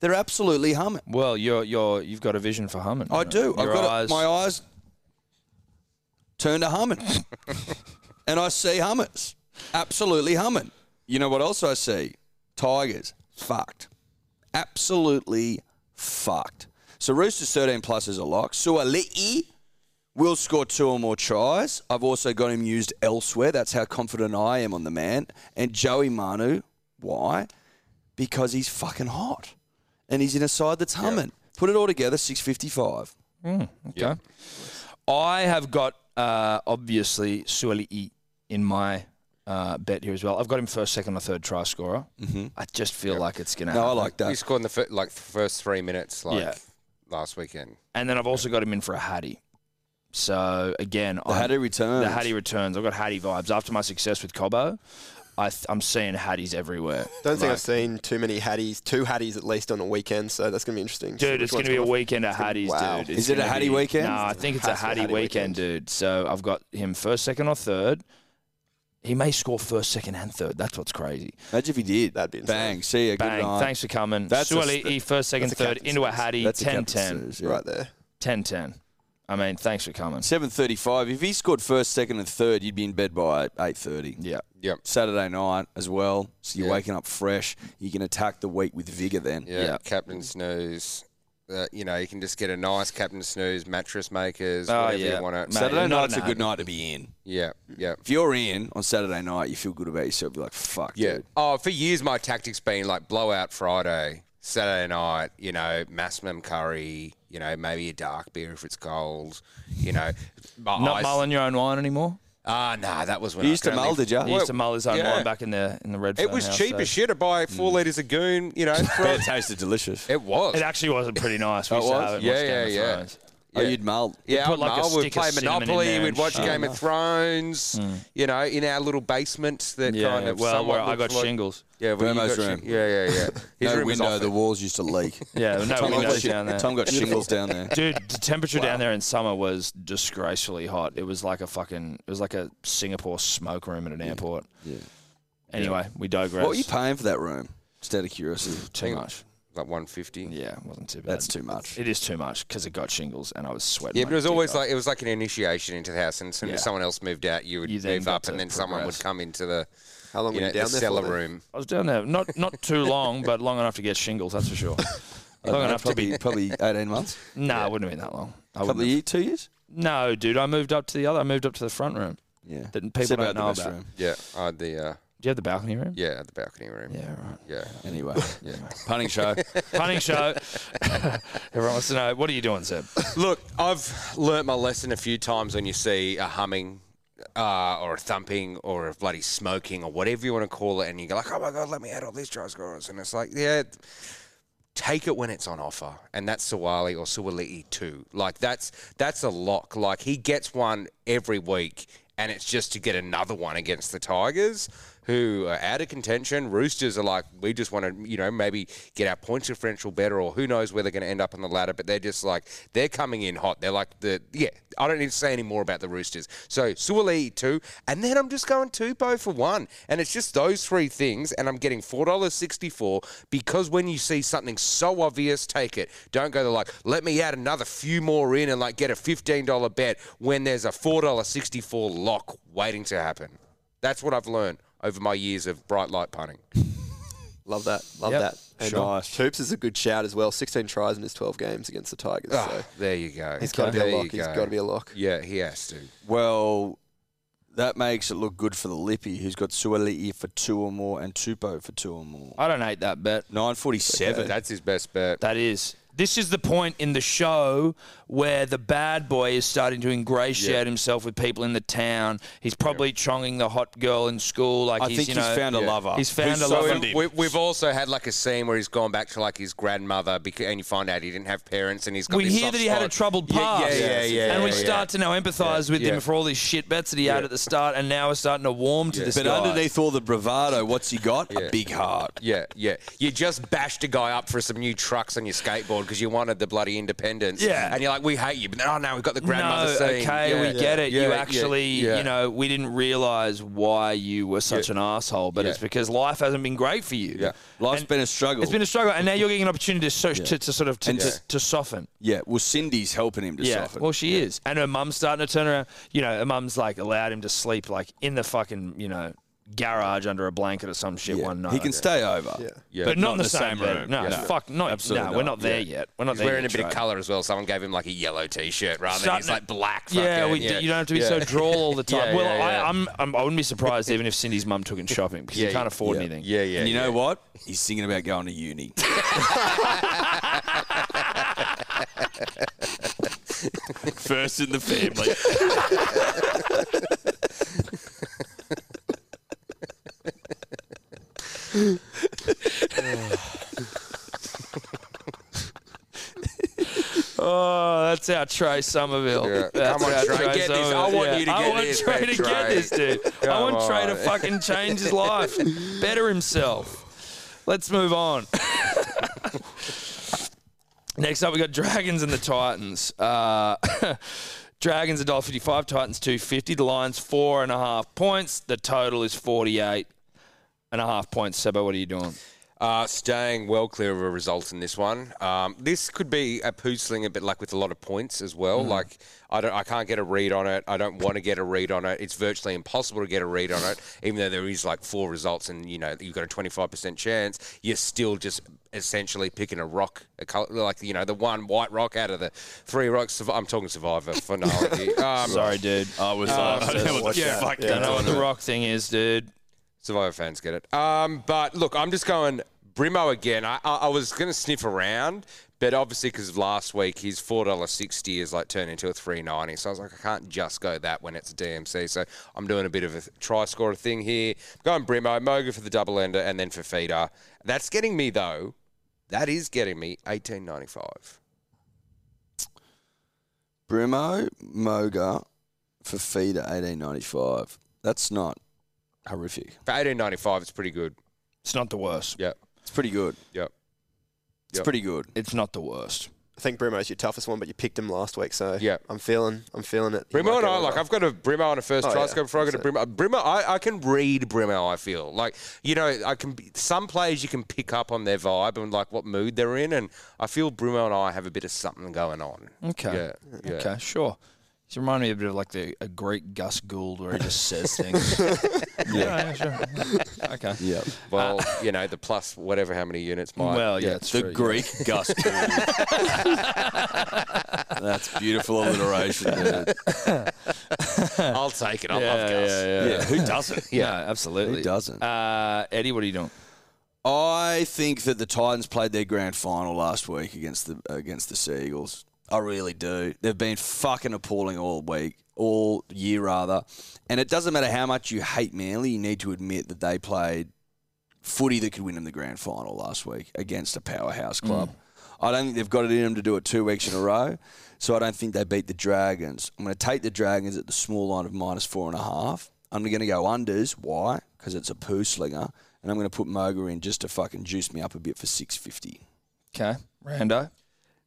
Speaker 2: They're absolutely humming.
Speaker 1: well, you're you're you've got a vision for Humming.
Speaker 2: I do. I've
Speaker 1: Your
Speaker 2: got a-
Speaker 1: eyes-
Speaker 2: my eyes turn to humming, and I see hummers, absolutely humming. You know what else I see? Tigers fucked, absolutely fucked. So Roosters thirteen plus is a lock. Suali'i will score two or more tries. I've also got him used elsewhere. That's how confident I am on the man. And Joey Manu, why? Because he's fucking hot, and he's in a side that's humming. Put it all together, six fifty-five.
Speaker 1: Okay. I have got uh, obviously Sueli in my uh, bet here as well. I've got him first, second, or third try scorer. Mm-hmm. I just feel like it's gonna.
Speaker 2: No, I
Speaker 1: happen.
Speaker 2: like that.
Speaker 4: He scored in the fir- like first three minutes, like
Speaker 1: Yeah.
Speaker 4: last weekend.
Speaker 1: And then I've also got him in for a Hattie. So again,
Speaker 2: The Hattie returns.
Speaker 1: The Hattie returns. I've got Hattie vibes after my success with Cobo. I th- I'm seeing Hatties everywhere.
Speaker 3: Don't think
Speaker 1: Like,
Speaker 3: I've seen too many Hatties, two Hatties at least on a weekend. So that's going to be interesting. See
Speaker 1: Dude,
Speaker 3: which
Speaker 1: it's going
Speaker 3: ones
Speaker 1: to be a
Speaker 3: come off.
Speaker 1: weekend of
Speaker 3: gonna be-
Speaker 1: Hatties,
Speaker 3: wow.
Speaker 1: dude.
Speaker 2: Is
Speaker 1: It's
Speaker 2: it a
Speaker 1: gonna
Speaker 2: Hattie
Speaker 1: be-
Speaker 2: weekend?
Speaker 1: No, I think it's a
Speaker 3: Has to be
Speaker 1: Hattie,
Speaker 3: Hattie
Speaker 1: weekend,
Speaker 3: weekend.
Speaker 1: dude. So I've got him first, second, or third. He may score first, second, and third. That's what's crazy.
Speaker 2: Imagine if he did.
Speaker 3: That'd be insane.
Speaker 2: bang. See ya. Good
Speaker 1: Bang.
Speaker 2: night.
Speaker 1: Thanks for coming.
Speaker 2: That's a-
Speaker 1: Sueli, first, second,
Speaker 3: that's a
Speaker 1: third,
Speaker 3: captain's
Speaker 1: into a
Speaker 3: piece.
Speaker 1: Hattie,
Speaker 2: That's a
Speaker 1: 10
Speaker 2: captain's
Speaker 1: 10.
Speaker 2: series, yeah.
Speaker 3: right there.
Speaker 1: 10 10. I mean, thanks for coming.
Speaker 2: Seven thirty-five. If he scored first, second, and third, you'd be in bed by eight thirty.
Speaker 1: Yeah.
Speaker 4: Yep.
Speaker 2: Saturday night as well, so you're
Speaker 4: Yeah.
Speaker 2: waking up fresh. You can attack the week with vigor then.
Speaker 4: Yeah,
Speaker 1: Yeah.
Speaker 4: Captain Snooze. Uh, you know, you can just get a nice Captain Snooze mattress makers,
Speaker 1: Oh,
Speaker 4: whatever
Speaker 1: yeah.
Speaker 4: you want to.
Speaker 1: Mate.
Speaker 2: Saturday
Speaker 1: you're not
Speaker 2: night's a
Speaker 1: an
Speaker 2: good night to be in.
Speaker 4: Yeah, yeah.
Speaker 2: If you're in on Saturday night, you feel good about yourself. You're like, fuck,
Speaker 4: Yeah.
Speaker 2: dude.
Speaker 4: Oh, for years my tactics been like blowout Friday, Saturday night. You know, masmum curry. You know, maybe a dark beer if it's cold. You know, my
Speaker 1: Not
Speaker 4: eyes-
Speaker 1: mulling your own wine anymore.
Speaker 4: Ah, nah, that was when
Speaker 2: You
Speaker 4: I
Speaker 2: used to
Speaker 4: could
Speaker 2: mull,
Speaker 4: only-
Speaker 2: did you?
Speaker 1: He used to mull his own
Speaker 4: yeah.
Speaker 1: wine back in the in the red.
Speaker 4: It was cheap as shit to buy four litres of goon. You know,
Speaker 2: But
Speaker 4: throw-
Speaker 2: it tasted delicious.
Speaker 4: Hmm. it was.
Speaker 1: It actually wasn't pretty nice. We
Speaker 2: Oh, it
Speaker 1: used to
Speaker 2: was?
Speaker 1: have it. and
Speaker 4: Yeah,
Speaker 1: watch Game
Speaker 4: yeah,
Speaker 1: of
Speaker 4: yeah.
Speaker 1: Thrones.
Speaker 2: Oh, you'd mull.
Speaker 4: Yeah,
Speaker 1: put, like, a
Speaker 4: Mel, we'd
Speaker 1: stick of
Speaker 4: play
Speaker 1: cinnamon in
Speaker 4: Monopoly,
Speaker 1: there
Speaker 4: we'd
Speaker 1: and
Speaker 4: watch
Speaker 1: shit. Hmm.
Speaker 4: Game of Thrones, you know, in our little basement that
Speaker 1: Yeah,
Speaker 4: kind
Speaker 1: yeah.
Speaker 4: of
Speaker 1: well,
Speaker 4: somewhat
Speaker 1: where I
Speaker 4: looked
Speaker 1: got
Speaker 4: like-
Speaker 1: shingles.
Speaker 4: Yeah, where you
Speaker 2: Burmo's
Speaker 4: got
Speaker 2: room.
Speaker 4: shi- Yeah, yeah, yeah. His
Speaker 2: no
Speaker 4: room was
Speaker 2: window,
Speaker 4: off
Speaker 2: the walls used to leak.
Speaker 1: Yeah, no
Speaker 2: Tom, got,
Speaker 1: windows
Speaker 2: shi-
Speaker 1: down there.
Speaker 2: Tom got shingles down there.
Speaker 1: Dude, the temperature down there in summer was disgracefully hot. It was like a fucking, it was like a Singapore smoke room at an airport. Yeah. Anyway, we digress.
Speaker 2: What were you paying for that room? Just out of curiosity.
Speaker 1: too much.
Speaker 4: like 150. Yeah,
Speaker 1: Yeah, it wasn't too bad.
Speaker 2: That's too much.
Speaker 1: It is too much because it got shingles and I was sweating.
Speaker 4: but it was always like it was like an initiation into the house, and as soon
Speaker 1: Yeah.
Speaker 4: as someone else moved out, you would
Speaker 1: You then
Speaker 4: move
Speaker 1: got
Speaker 4: up, and
Speaker 1: to
Speaker 4: then someone would
Speaker 1: progress.
Speaker 4: come into the
Speaker 3: How long
Speaker 4: you
Speaker 3: were
Speaker 4: know,
Speaker 3: you down
Speaker 4: the
Speaker 3: there
Speaker 4: cellar
Speaker 3: for? then?
Speaker 4: room.
Speaker 1: I was down there, not not too long, but long enough to get shingles. That's for sure. long enough to be.
Speaker 2: Probably, probably 18 months.
Speaker 1: Nah, it wouldn't have been that long. I
Speaker 2: A couple of
Speaker 1: wouldn't have-
Speaker 2: years, two years?
Speaker 1: No, dude, I moved up to the other. I moved up to the front room.
Speaker 2: Yeah.
Speaker 1: That people
Speaker 2: Except
Speaker 1: don't
Speaker 2: out the
Speaker 1: know
Speaker 2: best
Speaker 1: about.
Speaker 2: room.
Speaker 4: Yeah, I had the uh,
Speaker 1: Do you have the balcony room?
Speaker 4: yeah at the balcony room.
Speaker 1: Yeah, right.
Speaker 4: Yeah,
Speaker 2: Anyway, punning show.
Speaker 1: Punning show. Everyone wants to know what are you doing, Seb?
Speaker 4: Look, I've learnt my lesson a few times when you see a humming uh, or a thumping or a bloody smoking or whatever you want to call it, and you go like, "Oh my god, let me add all these dry scores," and it's like, yeah. Take it when it's on offer, and that's Sawali or Suwali'i too. Like that's that's a lock. Like he gets one every week, and it's just to get another one against the Tigers, who are out of contention. Roosters are like, we just want to, you know, maybe get our points differential better, or who knows where they're going to end up on the ladder. But they're just like they're coming in hot. They're like the yeah. I don't need to say any more about the Roosters. So Suwali two, and then I'm just going Tupou for one, and it's just those three things, and I'm getting four dollars sixty four because when you see something so obvious, take it. Don't go to like let me add another few more in and like get a fifteen dollar bet when there's a four dollar sixty four lock waiting to happen. That's what I've learned over my years of bright light punting.
Speaker 3: Love that. Love
Speaker 1: Yep.
Speaker 3: that. And uh,
Speaker 2: Sure.
Speaker 3: Hoops is a good shout as well. 16 tries in his 12 games against the Tigers. so
Speaker 4: Ah, there you go.
Speaker 3: he's got to be
Speaker 4: There
Speaker 3: a
Speaker 4: you
Speaker 3: lock. He's
Speaker 4: go.
Speaker 3: got to be a lock.
Speaker 4: Yeah, he has to.
Speaker 2: Well, that makes it look good for the Lippy, who's got Suoli'i for two or more and Tupo for two or more.
Speaker 1: I don't hate that bet.
Speaker 2: 947.
Speaker 4: That's his best bet.
Speaker 1: That is. This is the point in the show where the bad boy is starting to ingratiate himself with people in the town. He's probably chonging the hot girl in school. Like
Speaker 2: I
Speaker 1: he's,
Speaker 2: think
Speaker 1: you
Speaker 2: he's
Speaker 1: know,
Speaker 2: found a
Speaker 4: yeah.
Speaker 2: lover.
Speaker 1: He's found
Speaker 2: Who
Speaker 1: a lover.
Speaker 2: found him.
Speaker 4: We, we've also had like a scene where he's gone back to like his grandmother, because, and you find out he didn't have parents, and he's got
Speaker 1: we
Speaker 4: this
Speaker 1: hear
Speaker 4: soft
Speaker 1: that he had a
Speaker 4: spot.
Speaker 1: troubled
Speaker 4: Yeah,
Speaker 1: past,
Speaker 4: Yeah, yeah, yeah.
Speaker 1: and we
Speaker 4: yeah, yeah.
Speaker 1: start to now empathise with
Speaker 4: yeah.
Speaker 1: him for all these shit bets that he had at the start, and now we're starting to warm to this
Speaker 2: But
Speaker 1: guy.
Speaker 2: underneath all the bravado, what's he got? A big heart.
Speaker 4: Yeah, yeah. You just bashed a guy up for some new trucks on your skateboard because you wanted the bloody independence.
Speaker 1: Yeah.
Speaker 4: And you're like, we hate you. But oh, no, we've got the
Speaker 1: no,
Speaker 4: grandmother scene.
Speaker 1: okay,
Speaker 4: Yeah,
Speaker 1: we get
Speaker 4: yeah,
Speaker 1: it.
Speaker 4: yeah,
Speaker 1: you
Speaker 4: yeah,
Speaker 1: actually,
Speaker 4: yeah.
Speaker 1: you know, we didn't realise why you were such an asshole, but
Speaker 4: Yeah.
Speaker 1: it's because life hasn't been great for you.
Speaker 4: Yeah.
Speaker 2: Life's
Speaker 1: And-
Speaker 2: been a struggle.
Speaker 1: It's been a struggle, and now you're getting an opportunity to, so, to, to sort of to, to, to soften.
Speaker 2: yeah, well, Cindy's helping him to
Speaker 1: Yeah,
Speaker 2: soften.
Speaker 1: well, she is, and her mum's starting to turn around. You know, her mum's like allowed him to sleep like in the fucking you know garage under a blanket or some shit
Speaker 2: Yeah.
Speaker 1: one night.
Speaker 2: He can stay over.
Speaker 3: Yeah.
Speaker 4: Yeah.
Speaker 1: but not, in the same,
Speaker 2: room.
Speaker 1: bed. No,
Speaker 2: Yeah.
Speaker 1: fuck, not
Speaker 2: Absolutely
Speaker 1: no.
Speaker 2: not.
Speaker 1: We're not there yet. We're not
Speaker 4: He's
Speaker 1: there.
Speaker 4: wearing a
Speaker 1: yet,
Speaker 4: bit of
Speaker 1: Trey.
Speaker 4: colour as well. Someone gave him like a yellow T-shirt rather than he's
Speaker 1: Starting
Speaker 4: like
Speaker 1: to-
Speaker 4: black.
Speaker 1: Yeah,
Speaker 4: fucking-
Speaker 1: we do, you don't have to be so droll all the time.
Speaker 4: Yeah,
Speaker 1: well,
Speaker 4: yeah, yeah.
Speaker 1: I, I'm, I'm, I wouldn't be surprised even if Cindy's mum took him shopping because
Speaker 4: Yeah,
Speaker 1: he can't
Speaker 4: yeah.
Speaker 1: afford
Speaker 2: Yeah.
Speaker 1: anything.
Speaker 4: Yeah, yeah.
Speaker 2: and you know
Speaker 4: yeah.
Speaker 2: what? He's thinking about going to uni. First in the family.
Speaker 1: Oh, that's our Trey Somerville.
Speaker 4: Yeah.
Speaker 1: That's
Speaker 4: Come on,
Speaker 1: our
Speaker 4: Trey, get this. I
Speaker 1: Somerville.
Speaker 4: want you to
Speaker 1: I
Speaker 4: get
Speaker 1: want
Speaker 4: this,
Speaker 1: Trey
Speaker 4: mate,
Speaker 1: to get
Speaker 4: Trey.
Speaker 1: this, dude. I
Speaker 4: Come
Speaker 1: want Trey to
Speaker 4: on.
Speaker 1: fucking change his life, better himself. Let's move on. Next up, we got Dragons and the Titans. Uh, Dragons a dollar fifty-five, Titans two fifty. The Lions four and a half points. The total is forty-eight and a half points. Sebo, what are you doing?
Speaker 4: Uh, staying well clear of a result in this one. Um, this could be a poosling a bit like with a lot of points as well. Like I don't, I can't get a read on it. I don't want to get a read on it. It's virtually impossible to get a read on it, even though there is like four results, and you know you've got a twenty five percent chance. You're still just essentially picking a rock, a col- like you know the one white rock out of the three rocks. Survi- I'm talking Survivor finale. Um,
Speaker 2: Sorry, dude. I
Speaker 1: Uh,
Speaker 2: was. like, I don't know what the
Speaker 4: yeah,
Speaker 2: fuck.
Speaker 1: Don't know what the rock thing is, dude.
Speaker 4: Survivor fans get it. Um, but look, I'm just going Brimo again. I, I, I was going to sniff around, but obviously because of last week, his four dollar sixty is like turned into a three ninety. So I was like, I can't just go that when it's DMC. So I'm doing a bit of a th- try scorer thing here. Going Brimo, Moga for the double ender, and then for feeder. That's getting me though. That is getting me eighteen ninety five.
Speaker 2: Brimo Moga for feeder eighteen ninety five. That's not horrific.
Speaker 4: For eighteen ninety five, it's pretty good.
Speaker 1: It's not the worst.
Speaker 4: Yep,
Speaker 2: It's pretty good.
Speaker 4: yep.
Speaker 2: It's
Speaker 4: Yep.
Speaker 2: pretty good.
Speaker 1: It's not the worst.
Speaker 3: I think Brimo's your toughest one, but you picked him last week, so
Speaker 4: Yeah.
Speaker 3: I'm feeling, I'm feeling it. He might
Speaker 4: Brimo and
Speaker 3: get
Speaker 4: I,
Speaker 3: it
Speaker 4: like,
Speaker 3: right.
Speaker 4: I've got a Brimo on a first
Speaker 3: Oh,
Speaker 4: try
Speaker 3: yeah,
Speaker 4: scope before I got a Brimo. Brimo, I, I can read Brimo, I feel. Like, you know, I can, be- some players you can pick up on their vibe and, like, what mood they're in. And I feel Brimo and I have a bit of something going on.
Speaker 3: Mm.
Speaker 1: Okay.
Speaker 4: Yeah. yeah.
Speaker 1: Okay, sure. He's reminded me a bit of like the a great Gus Gould where he just says things. yeah. sure. Okay.
Speaker 2: Yeah.
Speaker 4: Well,
Speaker 3: Uh,
Speaker 4: you know, the plus whatever how many units might.
Speaker 1: Well, yeah, it's
Speaker 2: the
Speaker 1: true, yeah.
Speaker 2: Greek Gus. That's beautiful alliteration. dude.
Speaker 4: I'll take it. I
Speaker 1: Yeah,
Speaker 4: love Gus.
Speaker 1: yeah, yeah.
Speaker 2: Yeah, who doesn't?
Speaker 1: Yeah, absolutely.
Speaker 2: Who doesn't?
Speaker 1: Uh, Eddie, what are you doing?
Speaker 2: I think that the Titans played their grand final last week against the against the Seagulls. I really do. They've been fucking appalling all week, all year rather. And it doesn't matter how much you hate Manly, you need to admit that they played footy that could win them the grand final last week against a powerhouse club. I don't think they've got it in them to do it two weeks in a row. So I don't think they beat the Dragons. I'm going to take the Dragons at the small line of minus four and a half. I'm going to go unders. Why? Because it's a poo slinger. And I'm going to put Moga in just to fucking juice me up a bit for 650.
Speaker 1: Okay. Rando.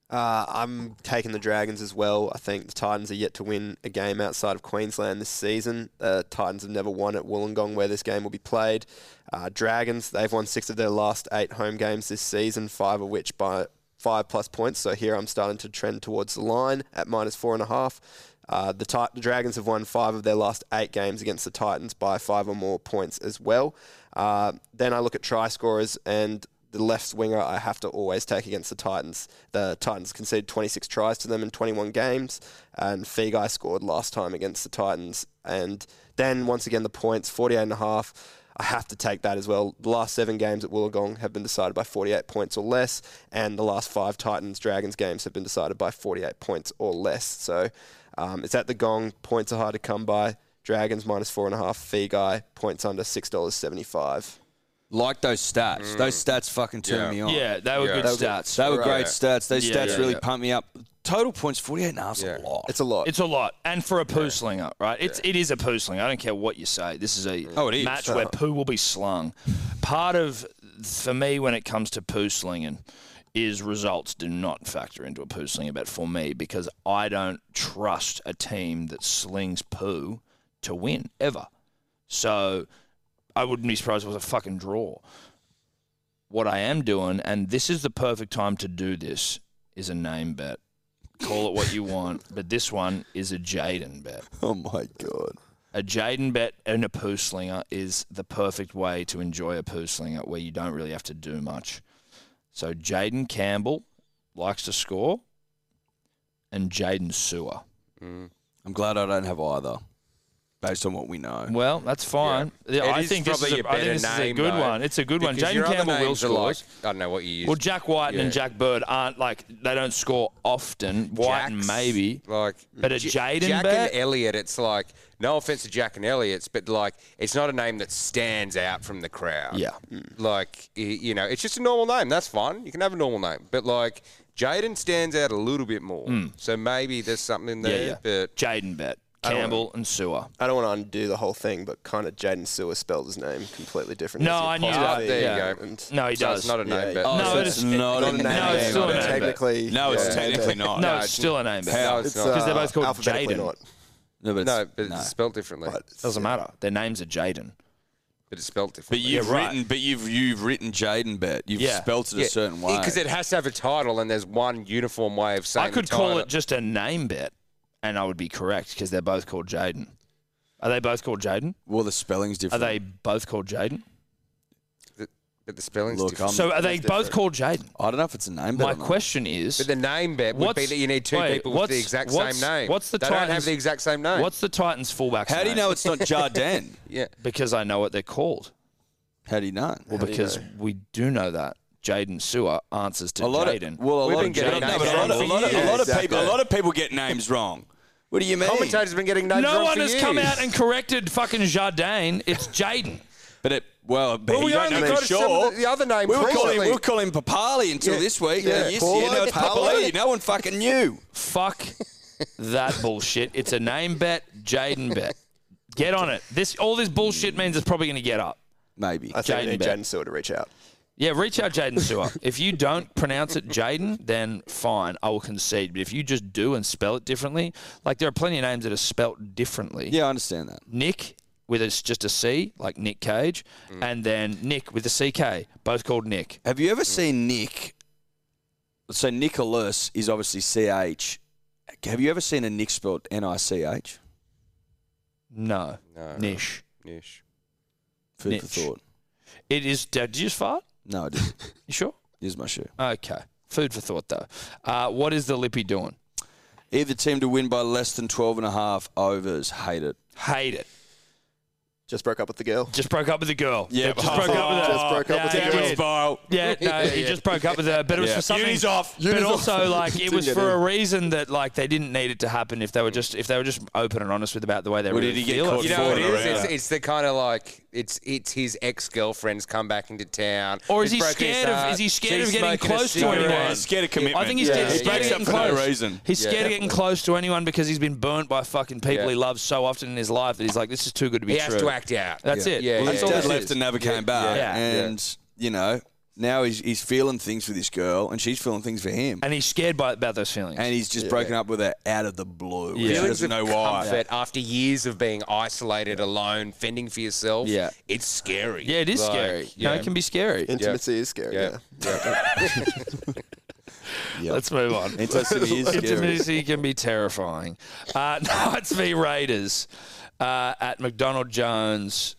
Speaker 3: Uh, I'm taking the Dragons as well. I think the Titans are yet to win a game outside of Queensland this season. Uh, Titans have never won at Wollongong, where this game will be played. Uh, Dragons, they've won six of their last eight home games this season, five of which by five plus points. So here I'm starting to trend towards the line at minus four and a half. Uh, the, Ti- the Dragons have won five of their last eight games against the Titans by five or more points as well. Uh, then I look at try scorers, and the left winger I have to always take against the Titans. The Titans conceded 26 tries to them in 21 games, and Figai scored last time against the Titans. And then once again, the points 48 and a half. I have to take that as well. The last seven games at Wollongong have been decided by 48 points or less, and the last five Titans Dragons games have been decided by 48 points or less. So um, it's at the gong. Points are hard to come by. Dragons minus four and a half. Figai points under six dollars seventy-five.
Speaker 2: Like those stats. Those stats fucking turn
Speaker 4: Yeah.
Speaker 2: me on.
Speaker 1: Yeah, they were
Speaker 4: Oh, Yeah.
Speaker 1: good
Speaker 4: That was
Speaker 1: stats.
Speaker 2: They were great
Speaker 4: Right.
Speaker 2: stats. Those
Speaker 1: Yeah,
Speaker 2: stats
Speaker 1: yeah,
Speaker 2: really
Speaker 1: yeah.
Speaker 2: pumped me up. Total points 48 and a half's a
Speaker 4: Yeah.
Speaker 2: lot.
Speaker 3: It's a lot.
Speaker 1: It's a lot, and for a poo slinger, right? It's it is a poo slinger. I don't care what you say. This is
Speaker 4: Mm.
Speaker 1: a
Speaker 2: Oh, it is.
Speaker 1: match where poo will be slung. Part of for me when it comes to poo slinging is results do not factor into a poo slinging bet for me because I don't trust a team that slings poo to win ever. So I wouldn't be surprised if it was a fucking draw. What I am doing, and this is the perfect time to do this, is a name bet. Call it what you want, but this one is a Jaden bet.
Speaker 2: oh my God.
Speaker 1: A Jaden bet and a poo slinger is the perfect way to enjoy a poo slinger where you don't really have to do much. So Jaden Campbell likes to score, and Jaden Sewer.
Speaker 2: I'm glad I don't have either, based on what we know.
Speaker 1: Well, that's fine.
Speaker 4: It
Speaker 1: Yeah, I
Speaker 4: is
Speaker 1: think this is a,
Speaker 4: probably
Speaker 1: I
Speaker 4: better
Speaker 1: think this is a
Speaker 4: name,
Speaker 1: good
Speaker 4: though,
Speaker 1: one. It's a good one.
Speaker 4: because your
Speaker 1: Jaden
Speaker 4: other
Speaker 1: Campbell will
Speaker 4: names are
Speaker 1: score.
Speaker 4: like- I don't know what you use.
Speaker 1: Well, Jack White
Speaker 4: Yeah.
Speaker 1: and Jack Bird aren't like they don't score often. White and
Speaker 4: Jacks,
Speaker 1: maybe.
Speaker 4: Like,
Speaker 1: But a
Speaker 4: J-
Speaker 1: Jaden
Speaker 4: Jack
Speaker 1: bet?
Speaker 4: and Elliot, it's like, no offense to Jack and Elliot's, but like, it's not a name that stands out from the crowd.
Speaker 1: Yeah.
Speaker 4: Like, y- you know, it's just a normal name. That's fine. You can have a normal name. But like, Jaden stands out a little bit more. So maybe there's something
Speaker 1: Hmm. Yeah,
Speaker 4: there.
Speaker 1: yeah.
Speaker 4: But
Speaker 1: Jaden bet Campbell and Sewer.
Speaker 3: I don't want to undo the whole thing, but kind of Jaden Sewer spelled his name completely different.
Speaker 1: No,
Speaker 3: as you
Speaker 1: I knew
Speaker 3: possibly
Speaker 1: that.
Speaker 3: can.
Speaker 1: There you
Speaker 4: go.
Speaker 3: And
Speaker 1: No, he
Speaker 4: so
Speaker 1: does.
Speaker 4: it's not a
Speaker 3: Yeah,
Speaker 4: name
Speaker 3: yeah.
Speaker 4: bet.
Speaker 1: No,
Speaker 2: so
Speaker 1: it
Speaker 2: it's
Speaker 1: is-
Speaker 2: not
Speaker 3: not
Speaker 2: a
Speaker 3: a
Speaker 2: name.
Speaker 3: name.
Speaker 1: No, it's still a
Speaker 3: but
Speaker 1: name, but-
Speaker 3: Technically,
Speaker 2: No, it's
Speaker 3: yeah.
Speaker 2: technically not.
Speaker 1: no,
Speaker 4: no,
Speaker 1: it's
Speaker 4: it's-
Speaker 1: still a name bet.
Speaker 2: How? uh,
Speaker 4: It's
Speaker 3: It's, uh,
Speaker 4: not.
Speaker 1: Because they're both called
Speaker 3: alphabetically
Speaker 1: Jaden.
Speaker 3: Not,
Speaker 2: No, but it's-
Speaker 4: No, but
Speaker 2: no.
Speaker 4: it's spelled differently.
Speaker 3: but
Speaker 1: Doesn't matter. Their names are Jaden.
Speaker 4: but it's spelled differently.
Speaker 2: But you've
Speaker 1: right.
Speaker 2: written, but you've you've written Jaden Bet. You've
Speaker 1: Yeah.
Speaker 2: spelt it a certain way.
Speaker 4: because it has to have a title, and there's one uniform way of saying.
Speaker 1: I could
Speaker 4: the
Speaker 1: call
Speaker 4: title.
Speaker 1: it just a name bet, and I would be correct because they're both called Jaden. Are they both called Jaden?
Speaker 2: well, the spelling's
Speaker 1: Are
Speaker 2: different.
Speaker 1: they both called Jaden?
Speaker 4: but the spelling's
Speaker 2: Look,
Speaker 4: different.
Speaker 2: I'm,
Speaker 1: So are they both called Jaden?
Speaker 2: I don't know if it's a name.
Speaker 1: My
Speaker 2: bet or not.
Speaker 1: question is,
Speaker 4: But the name bet would be
Speaker 1: What's-
Speaker 4: that you need two
Speaker 1: wait,
Speaker 4: people with the
Speaker 1: what's-
Speaker 4: exact
Speaker 1: what's-
Speaker 4: same name.
Speaker 1: what's the
Speaker 4: they don't
Speaker 1: Titans-
Speaker 4: have the exact same name.
Speaker 1: what's the Titans' fullback?
Speaker 2: How do you know it's not Jardin?
Speaker 4: yeah?
Speaker 1: Because I know what they're called.
Speaker 2: How do you know?
Speaker 1: Well, because we do know that Jaden Sewer answers to
Speaker 2: a lot
Speaker 1: Jaden.
Speaker 2: of well, a
Speaker 4: We've
Speaker 2: lot
Speaker 4: been
Speaker 2: of,
Speaker 4: getting
Speaker 2: no,
Speaker 4: names
Speaker 2: but a lot of, a
Speaker 4: wrong
Speaker 2: lot of,
Speaker 4: for
Speaker 2: a lot of
Speaker 4: years.
Speaker 2: people, a lot of people get names wrong. What do you mean?
Speaker 4: Commentators have been getting names
Speaker 1: no
Speaker 4: wrong
Speaker 1: one
Speaker 4: for
Speaker 1: has
Speaker 4: years.
Speaker 1: come out and corrected fucking Jardine. It's Jaden.
Speaker 2: But it, well, but
Speaker 4: Well,
Speaker 2: you
Speaker 4: we
Speaker 2: don't
Speaker 4: only
Speaker 2: know
Speaker 4: got
Speaker 2: for
Speaker 4: some
Speaker 2: sure.
Speaker 4: of the- the other name
Speaker 2: We were calling,
Speaker 4: recently.
Speaker 2: we were calling Papali until this week.
Speaker 3: yeah.
Speaker 2: Yeah, yes,
Speaker 3: Paulo,
Speaker 2: yeah, no, it's
Speaker 3: Paulo.
Speaker 2: Papali. No one fucking knew.
Speaker 1: Fuck that bullshit. It's a name bet, Jaden bet. Get on it. This all this bullshit means it's probably going to get up.
Speaker 2: Maybe.
Speaker 3: I think we
Speaker 1: Jaden
Speaker 3: need
Speaker 1: Bet.
Speaker 3: Jaden Sewer to reach out.
Speaker 1: Yeah, reach out Jaden Sewer. if you don't pronounce it Jaden, then fine, I will concede. But if you just do and spell it differently, like there are plenty of names that are spelt differently.
Speaker 2: Yeah, I understand that.
Speaker 1: Nick with it's just a C, like Nick Cage,
Speaker 3: Mm.
Speaker 1: and then Nick with a CK, both called Nick.
Speaker 2: Have you ever seen Nick? So Nicholas is obviously C H. Have you ever seen a Nick spelled N I C H?
Speaker 1: No,
Speaker 4: No.
Speaker 1: Nish.
Speaker 4: Nish.
Speaker 2: Food for
Speaker 1: Nitch.
Speaker 2: thought.
Speaker 1: It is. Did you just fart?
Speaker 2: No, I didn't.
Speaker 1: You sure?
Speaker 2: Here's my shoe.
Speaker 1: Okay. Food for thought, though. Uh, what is the Lippy doing?
Speaker 2: Either team to win by less than 12 and a half overs. Hate it.
Speaker 1: Hate it.
Speaker 3: Just broke up with the girl.
Speaker 1: Just broke up with a girl.
Speaker 2: Yeah,
Speaker 1: just broke up with her.
Speaker 3: Just broke up with
Speaker 1: yeah,
Speaker 3: the
Speaker 1: he
Speaker 3: girl.
Speaker 1: did. Yeah, no, he just broke up with her, but it was
Speaker 2: Yeah.
Speaker 1: for something.
Speaker 2: Uni's off.
Speaker 1: but also, like, it
Speaker 2: Didn't
Speaker 1: was
Speaker 2: get
Speaker 1: for
Speaker 2: in.
Speaker 1: a reason that, like, they didn't need it to happen if they were just if they were just open and honest with about the way they
Speaker 2: Well,
Speaker 1: really
Speaker 2: did he get
Speaker 1: feel.
Speaker 2: caught
Speaker 4: You know what it
Speaker 2: Falling
Speaker 4: is?
Speaker 2: around.
Speaker 4: It's, it's the kind of like it's it's his ex girlfriend's come back into town.
Speaker 1: Or is
Speaker 4: He's
Speaker 1: he
Speaker 4: broken his
Speaker 1: scared of-
Speaker 2: uh,
Speaker 4: heart.
Speaker 1: is he scared
Speaker 4: She's
Speaker 1: of getting
Speaker 4: smoking a
Speaker 1: close to
Speaker 4: cigarette.
Speaker 1: anyone?
Speaker 2: Yeah, he's scared of commitment.
Speaker 1: I think he's
Speaker 4: Yeah,
Speaker 1: scared,
Speaker 4: he
Speaker 1: he's scared
Speaker 4: backs
Speaker 1: of
Speaker 2: up
Speaker 1: getting
Speaker 2: for no
Speaker 1: close.
Speaker 2: reason.
Speaker 1: He's
Speaker 4: Yeah.
Speaker 1: scared of getting close to anyone because he's been burnt by fucking people
Speaker 4: Yeah.
Speaker 1: he loves so often in his life that he's like, this is too good to be
Speaker 4: He
Speaker 1: true.
Speaker 4: has to act out.
Speaker 1: That's
Speaker 4: yeah.
Speaker 1: it.
Speaker 4: Yeah,
Speaker 2: Well, his
Speaker 1: That's all
Speaker 2: dad
Speaker 1: this
Speaker 2: left
Speaker 1: is.
Speaker 2: and never came back.
Speaker 1: Yeah.
Speaker 2: And, you know, now he's, he's feeling things for this girl and she's feeling things for him.
Speaker 1: And he's scared by, about those feelings.
Speaker 2: And he's just broken up with her out of the blue.
Speaker 1: Yeah.
Speaker 2: She
Speaker 4: Feelings
Speaker 2: doesn't
Speaker 4: of
Speaker 2: know why.
Speaker 4: comfort after years of being isolated, alone, fending for yourself.
Speaker 2: Yeah.
Speaker 4: it's scary.
Speaker 1: yeah, it is
Speaker 4: Like,
Speaker 1: scary.
Speaker 4: Yeah,
Speaker 1: No, it can be scary.
Speaker 3: Intimacy is scary.
Speaker 4: Yeah.
Speaker 3: Yeah.
Speaker 1: Let's move on.
Speaker 2: Intimacy is scary.
Speaker 1: Intimacy can be terrifying. Uh, Knights v Raiders uh, at McDonald Jones.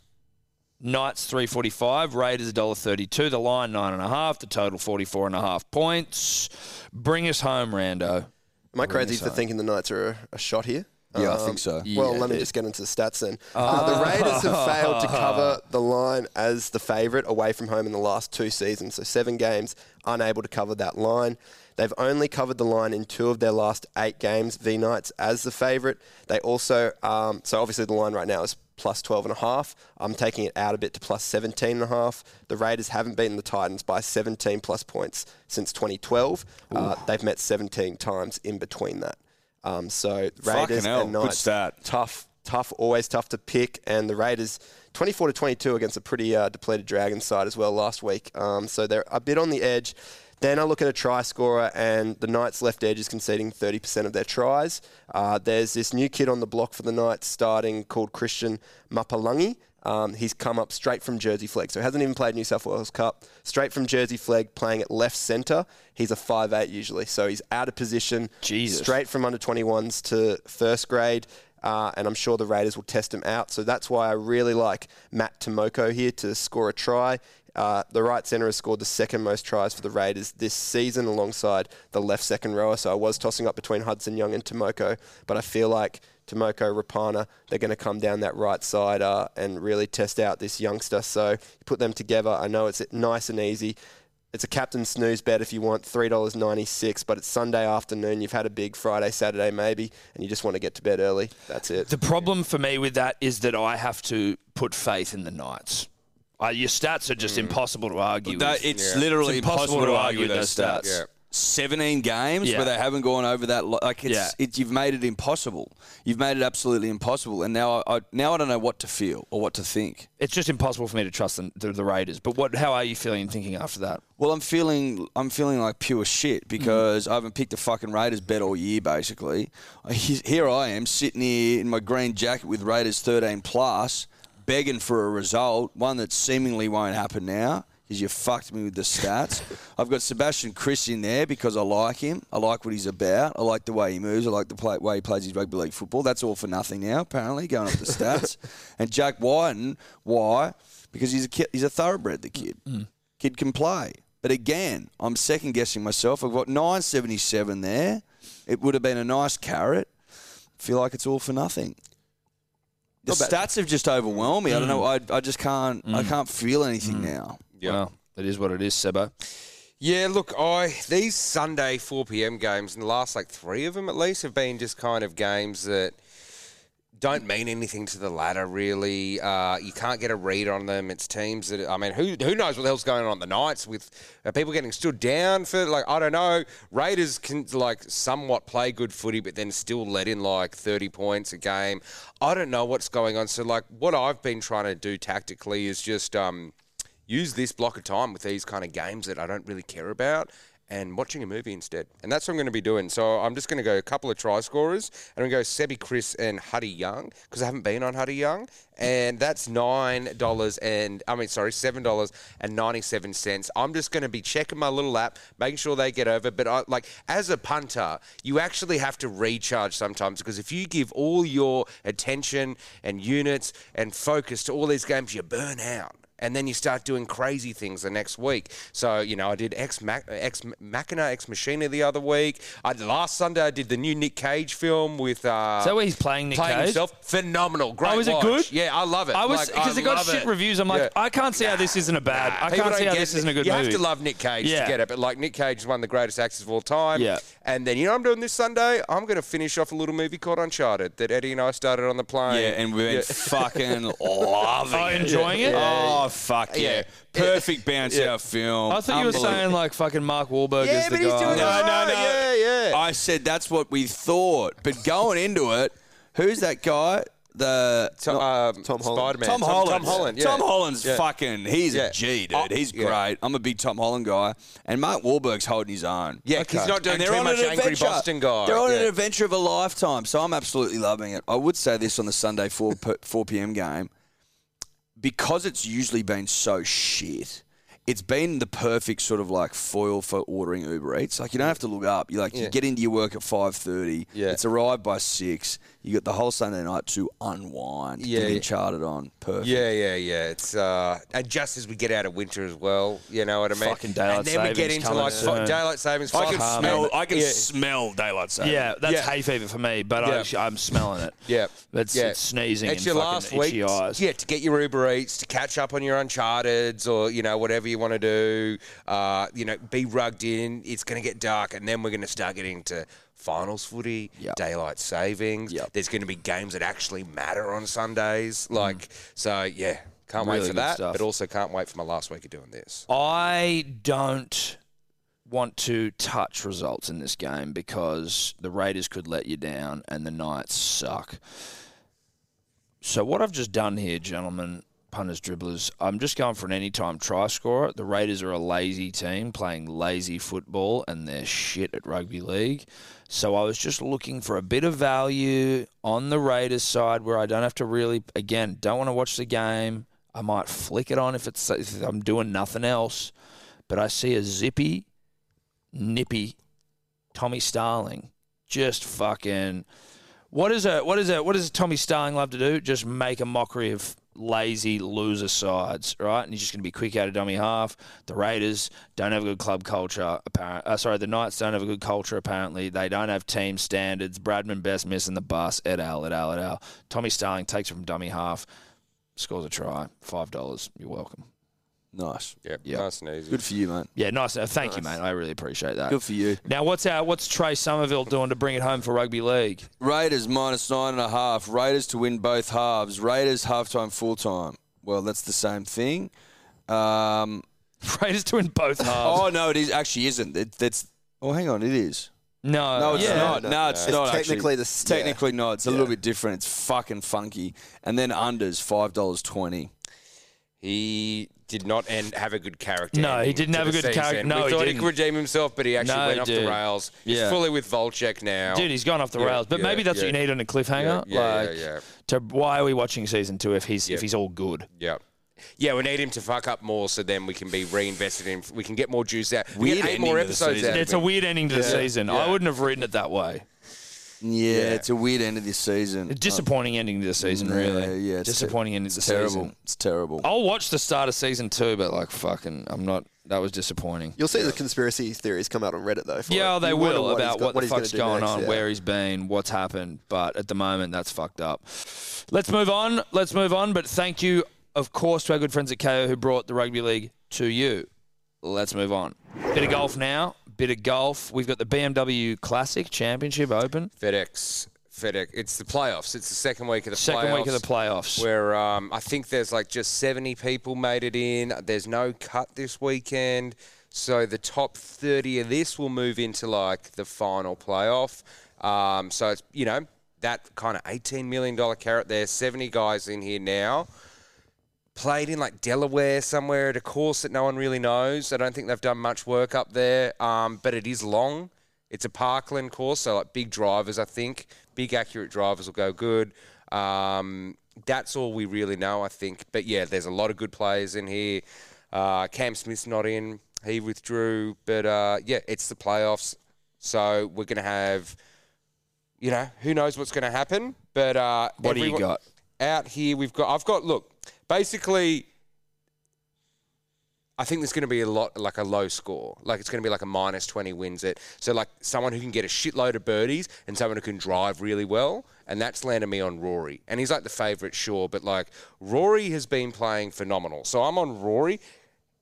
Speaker 1: Knights three forty five, Raiders $1.32. The line nine and a half. The total forty four and a half points. Bring us home, Rando.
Speaker 3: Am I crazy for thinking the Knights are a, a shot here? Um,
Speaker 2: Yeah, I think so.
Speaker 3: Well, let me just get into the stats then. Uh,
Speaker 2: Oh.
Speaker 3: the Raiders have failed to cover the line as the favourite away from home in the last two seasons. So, seven games, unable to cover that line. They've only covered the line in two of their last eight games, V Knights as the favourite. They also, um, so obviously the line right now is plus 12 and a half. I'm taking it out a bit to plus 17 and a half. The Raiders haven't beaten the Titans by 17 plus points since 2012. Uh, they've met 17 times in between that. Um, so Raiders
Speaker 2: hell,
Speaker 3: and
Speaker 2: good
Speaker 3: Knights,
Speaker 2: stat.
Speaker 3: tough, tough, always tough to pick. And the Raiders, 24 to 22 against a pretty uh, depleted Dragons side as well last week. Um, so they're a bit on the edge. Then I look at a try scorer, and the Knights' left edge is conceding 30% of their tries. Uh, there's this new kid on the block for the Knights starting called Christian Mapalungi. Um, he's come up straight from Jersey Flag, so he hasn't even played New South Wales Cup. Straight from Jersey Flag, playing at left centre. He's a 5'8 usually, so he's out of position.
Speaker 1: Jesus.
Speaker 3: Straight from under 21s to first grade. Uh, and I'm sure the Raiders will test him out. So that's why I really like Matt Tomoko here to score a try. Uh, the right centre has scored the second most tries for the Raiders this season alongside the left second rower. So I was tossing up between Hudson Young and Tomoko, but I feel like Tomoko, Rapana, they're going to come down that right side uh, and really test out this youngster. So you put them together. I know it's nice and easy. It's a captain snooze bet if you want three dollars ninety six, but it's Sunday afternoon. You've had a big Friday, Saturday maybe, and you just want to get to bed early. That's it.
Speaker 1: The problem for me with that is that I have to put faith in the Knights. Uh, your stats are just impossible to argue
Speaker 2: Hmm. That-
Speaker 1: with.
Speaker 2: it's literally
Speaker 1: It's
Speaker 2: impossible, to argue those stats.
Speaker 4: Yeah.
Speaker 2: 17 games
Speaker 1: Yeah.
Speaker 2: where they haven't gone over that. Lo- like it's,
Speaker 1: Yeah.
Speaker 2: it, you've made it impossible. You've made it absolutely impossible. And now I, I now I don't know what to feel or what to think.
Speaker 1: it's just impossible for me to trust the, the, the Raiders. But what? How are you feeling and thinking after that?
Speaker 2: Well, I'm feeling I'm feeling like pure shit because I haven't picked a fucking Raiders bet all year. Uh, Basically, I- he- here I am sitting here in my green jacket with Raiders 13 plus, begging for a result, one that seemingly won't happen now because you fucked me with the stats. I've got Sebastian Chris in there because I like him. I like what he's about. I like the way he moves. I like the play, way he plays his rugby league football. That's all for nothing now, apparently, going up the stats. and Jack Wyden, why? Because he's a, kid, he's a thoroughbred, the kid. Kid can play. But again, I'm second guessing myself. I've got 977 there. It would have been a nice carrot. Feel like it's all for nothing. The stats have just overwhelmed me. I don't know. I, I just can't. I can't feel anything now.
Speaker 4: Yeah.
Speaker 1: Well, it is what it is, Sebo.
Speaker 4: Yeah, look, I these Sunday 4 p.m. games, and the last like three of them at least, have been just kind of games that don't mean anything to the ladder, really. Uh, you can't get a read on them. It's teams that, I mean, who who knows what the hell's going on at the Knights with are people getting stood down for, like, I don't know. Raiders can, like, somewhat play good footy, but then still let in, like, 30 points a game. I don't know what's going on. So, like, what I've been trying to do tactically is just, um, use this block of time with these kind of games that I don't really care about and watching a movie instead. And that's what I'm going to be doing. So I'm just going to go a couple of try scorers and I'm going to go Sebi Chris and Huddy Young because I haven't been on Huddy Young. And that's $9 and, I mean, sorry, $7.97. I'm just going to be checking my little app, making sure they get over. But I, like, as a punter, you actually have to recharge sometimes because if you give all your attention and units and focus to all these games, you burn out and then you start doing crazy things the next week. So you know, I did Ex Mac- Ex Machina, Ex Machina the other week. I, last Sunday, I did the new Nick Cage film with. Uh,
Speaker 1: Is that where he's playing Nick
Speaker 4: playing
Speaker 1: Cage?
Speaker 4: himself? Phenomenal, great.
Speaker 1: Oh, is it
Speaker 4: watch.
Speaker 1: good?
Speaker 4: Yeah, I love it.
Speaker 1: I was
Speaker 4: Like, I
Speaker 1: because it got
Speaker 4: love
Speaker 1: shit
Speaker 4: it.
Speaker 1: reviews. I'm like,
Speaker 4: Yeah.
Speaker 1: I can't see how this isn't a bad. I
Speaker 4: People
Speaker 1: can't
Speaker 4: don't
Speaker 1: see how
Speaker 4: get
Speaker 1: this
Speaker 4: it.
Speaker 1: isn't a good
Speaker 4: you
Speaker 1: movie.
Speaker 4: have to love Nick Cage
Speaker 1: Yeah.
Speaker 4: to get it, but like Nick Cage is one of the greatest actors of all time.
Speaker 1: Yeah.
Speaker 4: And then you know what I'm doing this Sunday? I'm going to finish off a little movie called Uncharted that Eddie and I started on the plane.
Speaker 2: Yeah, and we've been fucking loving
Speaker 1: Oh,
Speaker 2: it.
Speaker 1: enjoying it?
Speaker 2: Oh, fuck yeah.
Speaker 4: Yeah.
Speaker 2: Perfect bounce out film.
Speaker 1: I thought you were saying like fucking Mark Wahlberg
Speaker 4: Yeah,
Speaker 1: is the
Speaker 4: but he's
Speaker 1: guy.
Speaker 4: doing
Speaker 2: No,
Speaker 4: that.
Speaker 2: no, no.
Speaker 4: Yeah, yeah.
Speaker 2: I said that's what we thought. But going into it, who's that guy? The
Speaker 4: Tom, um,
Speaker 3: Tom Holland.
Speaker 4: Spider-Man.
Speaker 2: Tom Holland.
Speaker 4: Tom Holland. Yeah.
Speaker 2: Tom Holland's
Speaker 4: Yeah.
Speaker 2: fucking. He's
Speaker 4: Yeah.
Speaker 2: a G,
Speaker 4: Oh,
Speaker 2: dude. He's
Speaker 4: yeah.
Speaker 2: great. I'm a big Tom Holland guy. And Mark Wahlberg's holding his own.
Speaker 4: Yeah, 'cause he's not doing
Speaker 2: And they're
Speaker 4: too
Speaker 2: on
Speaker 4: much
Speaker 2: an
Speaker 4: angry
Speaker 2: adventure.
Speaker 4: Boston guy.
Speaker 2: They're on an
Speaker 4: Yeah.
Speaker 2: adventure of a lifetime. So I'm absolutely loving it. I would say this on the Sunday 4, p- 4 p.m. game because it's usually been so shit, it's been the perfect sort of like foil for ordering Uber Eats. Like you don't have to look up. You like you
Speaker 4: Yeah.
Speaker 2: get into your work at five thirty.
Speaker 4: Yeah.
Speaker 2: It's arrived by six. You got the whole Sunday night to unwind.
Speaker 4: Yeah,
Speaker 2: Getting
Speaker 4: yeah.
Speaker 2: charted on. Perfect.
Speaker 4: Yeah, yeah, yeah. It's uh, and just as we get out of winter as well, you know what I mean.
Speaker 1: Fucking daylight
Speaker 4: and then we get
Speaker 1: savings
Speaker 4: into
Speaker 1: coming
Speaker 4: like
Speaker 1: soon.
Speaker 4: fi- daylight savings.
Speaker 2: I can
Speaker 4: fucking-
Speaker 2: smell. I can
Speaker 4: Yeah.
Speaker 2: smell daylight saving.
Speaker 1: Yeah, that's
Speaker 4: Yeah.
Speaker 1: hay fever for me, but
Speaker 4: Yeah.
Speaker 1: I actually, I'm smelling it.
Speaker 4: Yeah,
Speaker 1: It's,
Speaker 4: yeah.
Speaker 1: it's sneezing
Speaker 4: It's
Speaker 1: and
Speaker 4: your
Speaker 1: fucking
Speaker 4: last week.
Speaker 1: itchy eyes.
Speaker 4: Yeah, to get your Uber Eats, to catch up on your Uncharted's, or you know whatever you want to do. Uh, you know, be rugged in. It's going to get dark, and then we're going to start getting to finals footy,
Speaker 2: Yep.
Speaker 4: daylight savings.
Speaker 2: Yep.
Speaker 4: There's going to be games that actually matter on Sundays. Like so, yeah. Can't
Speaker 1: Mm. Really
Speaker 4: wait for
Speaker 1: good
Speaker 4: that,
Speaker 1: stuff.
Speaker 4: but also can't wait for my last week of doing this.
Speaker 1: I don't want to touch results in this game because the Raiders could let you down and the Knights suck. So what I've just done here, gentlemen, punters, dribblers, I'm just going for an anytime try scorer. The Raiders are a lazy team playing lazy football and they're shit at rugby league. So I was just looking for a bit of value on the Raiders side where I don't have to really again, don't want to watch the game. I might flick it on if it's if I'm doing nothing else. But I see a zippy, nippy Tommy Starling just fucking what is a what is a what does Tommy Starling love to do? Just make a mockery of lazy loser sides, right? And he's just going to be quick out of dummy half. The Raiders don't have a good club culture. Apparent, uh, sorry, the Knights don't have a good culture. Apparently, they don't have team standards. Bradman best missing the bus. Et al. Et al. Et al. Tommy Starling takes it from dummy half, scores a try. Five dollars. You're welcome.
Speaker 2: Nice.
Speaker 4: Yeah,
Speaker 1: Yep.
Speaker 4: nice and easy.
Speaker 2: Good for you, mate.
Speaker 1: Yeah, nice. Uh, thank you, mate. I really appreciate that.
Speaker 2: Good for you.
Speaker 1: Now, what's our what's Trey Somerville doing to bring it home for rugby league?
Speaker 2: Raiders minus nine and a half. Raiders to win both halves. Raiders halftime, full time. Well, that's the same thing. Um,
Speaker 1: Raiders doing both halves.
Speaker 2: Oh no, it is actually isn't. It, that's oh, hang on, it is.
Speaker 1: no,
Speaker 2: No, it's
Speaker 1: yeah.
Speaker 2: not. No, it's
Speaker 3: It's
Speaker 2: not. actually.
Speaker 3: technically the s- yeah.
Speaker 2: technically not. It's a little bit different. It's fucking funky. And then unders five dollars twenty.
Speaker 4: He did not end have a good character.
Speaker 1: No, he
Speaker 4: ending
Speaker 1: didn't
Speaker 4: to
Speaker 1: have a
Speaker 4: the
Speaker 1: good
Speaker 4: season.
Speaker 1: charac- no,
Speaker 4: we
Speaker 1: he
Speaker 4: thought
Speaker 1: didn't.
Speaker 4: he could redeem himself, but he actually
Speaker 1: No,
Speaker 4: went off
Speaker 1: dude.
Speaker 4: the rails.
Speaker 2: Yeah.
Speaker 4: He's fully with Volchek now.
Speaker 1: Dude, he's gone off the
Speaker 4: Oh. Yeah,
Speaker 1: rails. But
Speaker 4: yeah,
Speaker 1: maybe that's
Speaker 4: yeah.
Speaker 1: what you need on a cliffhanger.
Speaker 4: Yeah, yeah,
Speaker 1: like,
Speaker 4: yeah, yeah.
Speaker 1: To why are we watching season two if he's
Speaker 4: Yeah.
Speaker 1: if he's all good?
Speaker 4: Yeah. Yeah, we need him to fuck up more so then we can be reinvested in. We can get more juice out. We
Speaker 2: Weird
Speaker 4: get eight
Speaker 2: ending
Speaker 4: more
Speaker 2: to the
Speaker 4: episodes
Speaker 2: season.
Speaker 4: out. of
Speaker 1: It's a
Speaker 4: him.
Speaker 1: weird ending to the season. I
Speaker 4: Yeah.
Speaker 1: wouldn't have written it that way.
Speaker 2: Yeah, it's a weird end of this season.
Speaker 4: Mm.
Speaker 1: Disappointing ending to the season,
Speaker 2: Yeah,
Speaker 1: really.
Speaker 2: yeah, it's
Speaker 1: disappointing ending to the
Speaker 2: terrible.
Speaker 1: season. Oh,
Speaker 2: It's terrible.
Speaker 1: I'll watch the start of season two, but like fucking, I'm not. That was disappointing.
Speaker 3: You'll see the conspiracy theories come out on Reddit though. for
Speaker 1: Yeah,
Speaker 3: it.
Speaker 1: they
Speaker 3: You wonder
Speaker 1: will
Speaker 3: he's
Speaker 1: about
Speaker 3: got-
Speaker 1: what, the
Speaker 3: he's gonna
Speaker 1: fuck's
Speaker 3: do
Speaker 1: going
Speaker 3: next,
Speaker 1: on,
Speaker 3: yeah.
Speaker 1: where he's been, what's happened. But at the moment, that's fucked up. Let's move on. Let's move on. But thank you, of course, to our good friends at KO who brought the rugby league to you. Let's move on. Bit of golf now. Bit of golf. We've got the BMW Classic Championship Open.
Speaker 4: FedEx. FedEx. It's the playoffs. It's the second week of the
Speaker 1: Second
Speaker 4: playoffs.
Speaker 1: week of the playoffs.
Speaker 4: Where um, I think there's like just 70 people made it in. There's no cut this weekend. So the top 30 of this will move into like the final playoff. Um, so it's, you know, that kind of $18 million carrot there. 70 guys in here now. Played in like Delaware somewhere at a course that no one really knows. I don't think they've done much work up there, um, but it is long. It's a Parkland course, so like big drivers, I think. Big accurate drivers will go good. Um, that's all we really know, I think. But yeah, there's a lot of good players in here. Uh, Cam Smith's not in, he withdrew. But uh, yeah, it's the playoffs. So we're going to have, you know, who knows what's going to happen. But uh,
Speaker 1: What do you
Speaker 4: everyone-
Speaker 1: got?
Speaker 4: out here we've got i've got look basically i think there's going to be a lot like a low score like it's going to be like a minus 20 wins it so like someone who can get a shitload of birdies and someone who can drive really well and that's landed me on rory and he's like the favourite sure but like rory has been playing phenomenal so i'm on rory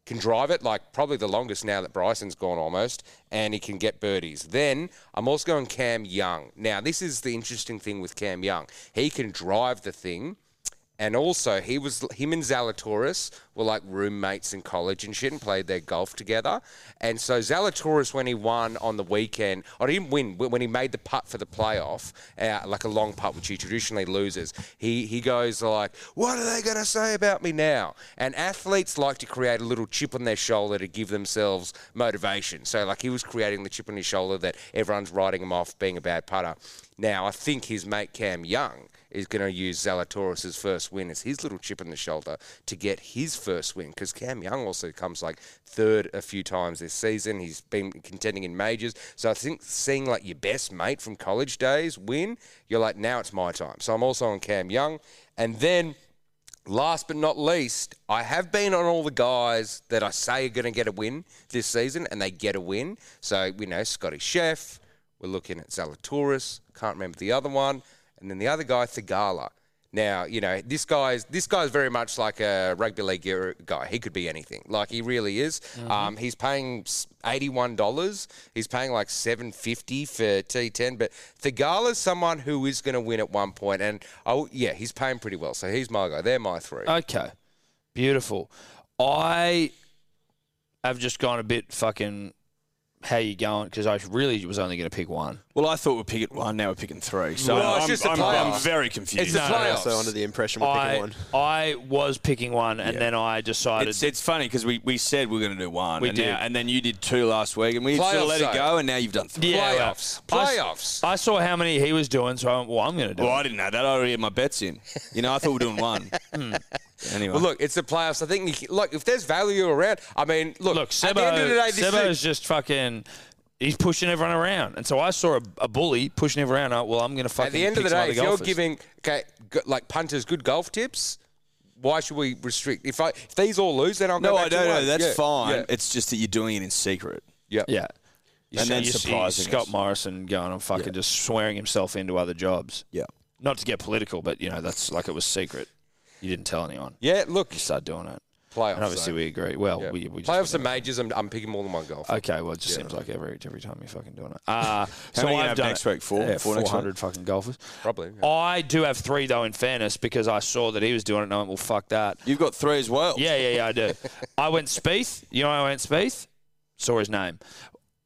Speaker 4: can drive it like probably the longest now that Bryson's gone almost, and he can get birdies. Then I'm also going Cam Young. Now, this is the interesting thing with Cam Young. He can drive the thing, and also he was him and Zalatoris were like roommates in college and shit and played their golf together. And so Zalatoris, when he won on the weekend, or he didn't win but when he made the putt for the playoff, uh, like a long putt which he traditionally loses. He he goes like, "What are they going to say about me now?" And athletes like to create a little chip on their shoulder to give themselves motivation. So like he was creating the chip on his shoulder that everyone's writing him off being a bad putter. Now I think his mate Cam Young is going to use Zalatoris' first win as his little chip on the shoulder to get his first win because Cam Young also comes like third a few times this season. He's been contending in majors. So I think seeing like your best mate from college days win, you're like, now it's my time. So I'm also on Cam Young. And then last but not least, I have been on all the guys that I say are going to get a win this season and they get a win. So, you know, Scotty Chef, we're looking at Zalatoris, can't remember the other one, and then the other guy, Thigala. Now, you know, this guy's this guy's very much like a rugby league era guy. He could be anything. Like he really is. Um, he's paying s- $81. He's paying like 750 for T10, but Thigala's someone who is going to win at one point and oh yeah, he's paying pretty well. So he's my guy. They're my three.
Speaker 1: Okay. Beautiful. I have just gone a bit fucking how you going because I really was only going to pick one.
Speaker 2: Well, I thought we're picking one. Now we're picking three. So
Speaker 4: Well,
Speaker 2: I'm,
Speaker 4: it's just the
Speaker 2: I'm, I'm
Speaker 4: playoffs.
Speaker 2: very confused.
Speaker 4: It's the
Speaker 3: I'm
Speaker 4: playoffs.
Speaker 3: also under the impression we're
Speaker 1: I,
Speaker 3: picking one.
Speaker 1: I was picking one, and then I decided.
Speaker 2: It's, it's funny because we, we said we are going to do one.
Speaker 1: We
Speaker 2: and
Speaker 1: did.
Speaker 2: Now, and then you did two last week, and we sort of
Speaker 4: Playoffs,
Speaker 2: let it
Speaker 4: though.
Speaker 2: go, and now you've done three.
Speaker 1: Yeah, well,
Speaker 4: Playoffs.
Speaker 1: I s-
Speaker 4: Playoffs.
Speaker 1: I, saw how many he was doing, so I went, well, I'm going to do
Speaker 2: Well,
Speaker 1: it.
Speaker 2: I didn't know that. I already had my bets in. You know, I thought we were doing one. Anyway.
Speaker 4: Well, look, it's the playoffs. I think, you, can- look, if there's value around, I mean, look,
Speaker 1: Look,
Speaker 4: at the end of the
Speaker 1: Sebo,
Speaker 4: day, this
Speaker 1: Sebo
Speaker 4: is,
Speaker 1: is just fucking. He's pushing everyone around, and so I saw a, a bully pushing everyone out. Well, I'm going to fucking.
Speaker 4: at the end of
Speaker 1: pick
Speaker 4: the
Speaker 1: some
Speaker 4: day,
Speaker 1: other
Speaker 4: if you're
Speaker 1: golfers.
Speaker 4: giving okay, go, like punters good golf tips, why should we restrict? If I if these all lose, then I'll go
Speaker 2: no,
Speaker 4: back
Speaker 2: I
Speaker 4: to
Speaker 2: don't know.
Speaker 4: one.
Speaker 2: That's
Speaker 4: Yeah,
Speaker 2: fine.
Speaker 4: yeah.
Speaker 2: It's just that you're doing it in secret.
Speaker 1: yeah,
Speaker 2: And then
Speaker 1: you see
Speaker 2: surprising
Speaker 1: Scott
Speaker 2: us.
Speaker 1: Morrison going and fucking just swearing himself into other jobs.
Speaker 2: Yeah.
Speaker 1: Not to get political, but you know that's like it was secret. You didn't tell anyone.
Speaker 4: yeah. Look,
Speaker 1: You start doing it,
Speaker 4: playoffs.
Speaker 1: and obviously
Speaker 4: though.
Speaker 1: we agree. Well,
Speaker 4: Yeah.
Speaker 1: we, we just
Speaker 4: playoffs and majors. I'm, I'm picking more than one golf.
Speaker 1: Okay, well, it just seems like every every time you're fucking doing it. Uh, so
Speaker 2: many you
Speaker 1: I've
Speaker 2: have
Speaker 1: done
Speaker 2: next
Speaker 1: it.
Speaker 2: week? Four?
Speaker 1: yeah,
Speaker 2: Four next week?
Speaker 1: 400 fucking golfers.
Speaker 4: Probably, yeah.
Speaker 1: I do have three though. In fairness, because I saw that he was doing it, and I went, "Well, fuck that."
Speaker 2: You've got three as well.
Speaker 1: Yeah, yeah, yeah. I do. I went Spieth. You know, I went Spieth. Saw his name.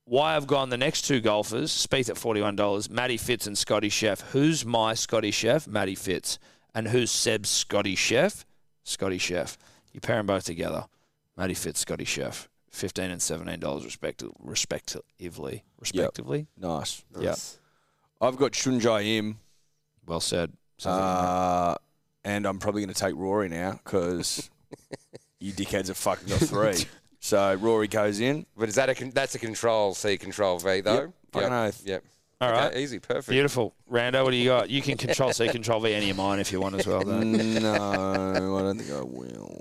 Speaker 1: Why I've gone the next two golfers, Spieth at forty-one dollars, Matty Fitz and Scotty Chef. Who's my Scotty Chef? Matty Fitz. And who's Seb's Scotty Chef? Scotty Chef. You You pair them both together. Matty Fitz, Scotty Chef, fifteen and seventeen dollars respecti- respectively. Respectively.
Speaker 2: Nice.
Speaker 3: Nice.
Speaker 2: I've got Shunjai Im,
Speaker 1: Well said. Sounds like-
Speaker 2: uh, and I'm probably going to take Rory now because you dickheads have fucking got three. so Rory goes in.
Speaker 4: But is that a con- that's a control C, control V though?
Speaker 2: Yep. Fucking oath.
Speaker 4: Yep.
Speaker 1: All
Speaker 4: Okay,
Speaker 1: right.
Speaker 4: easy, perfect.
Speaker 1: Beautiful. Rando, what do you got? You can control C, control V any of mine if you want as well. though.
Speaker 2: no, I don't think I will.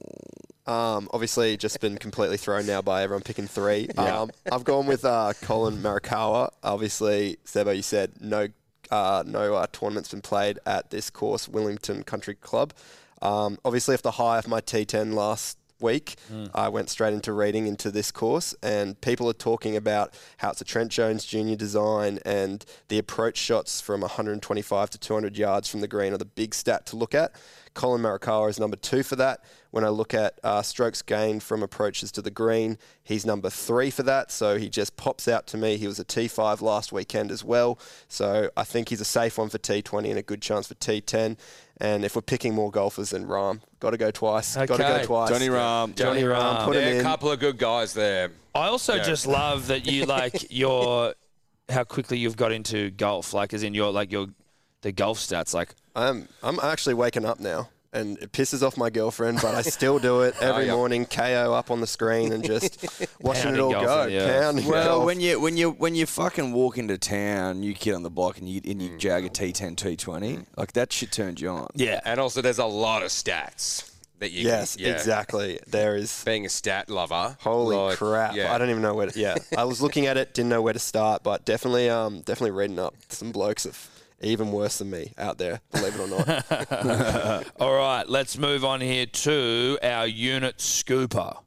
Speaker 3: Um, obviously, just been completely thrown now by everyone picking three. Um, I've gone with uh, Colin Marikawa. Obviously, Sebo, you said no, uh, no uh, tournament's been played at this course, Willington Country Club. Um, obviously, off the high of my T10 last week, I went straight into reading into this course, and people are talking about how it's a Trent Jones Junior design and the approach shots from 125 to 200 yards from the green are the big stat to look at. Colin Marikawa is number two for that. When I look at uh, strokes gained from approaches to the green, he's number three for that. So he just pops out to me. He was a T5 last weekend as well. So I think he's a safe one for T20 and a good chance for T10. And if we're picking more golfers than Rahm, got to go twice. Got to go
Speaker 1: Okay.
Speaker 3: twice.
Speaker 2: Johnny Rahm.
Speaker 3: Johnny Rahm. Put
Speaker 4: Yeah,
Speaker 3: him
Speaker 4: a
Speaker 3: in.
Speaker 4: couple of good guys there.
Speaker 1: I also just love that you like your how quickly you've got into golf, like as in your like your the golf stats. Like
Speaker 3: I'm I'm actually waking up now, and it pisses off my girlfriend, but I still do it every morning. KO up on the screen and just watching it
Speaker 1: Pounding
Speaker 3: all
Speaker 1: golf
Speaker 3: go.
Speaker 1: in the earth.
Speaker 3: Pounding
Speaker 2: Well,
Speaker 3: golf.
Speaker 2: when you when you when you fucking walk into town, you get on the block and you and you jag a T10, T20, like that shit turned you on.
Speaker 1: yeah,
Speaker 4: And also, there's a lot of stats that you.
Speaker 3: yes,
Speaker 4: can, yeah.
Speaker 3: exactly. There is
Speaker 4: Being a stat lover.
Speaker 3: Holy
Speaker 4: like,
Speaker 3: crap!
Speaker 4: Yeah.
Speaker 3: I don't even know where. To, yeah, I was looking at it, didn't know where to start, but definitely, um, definitely reading up some blokes of even worse than me out there. Believe it or not.
Speaker 1: All right, let's move on here to our unit scooper.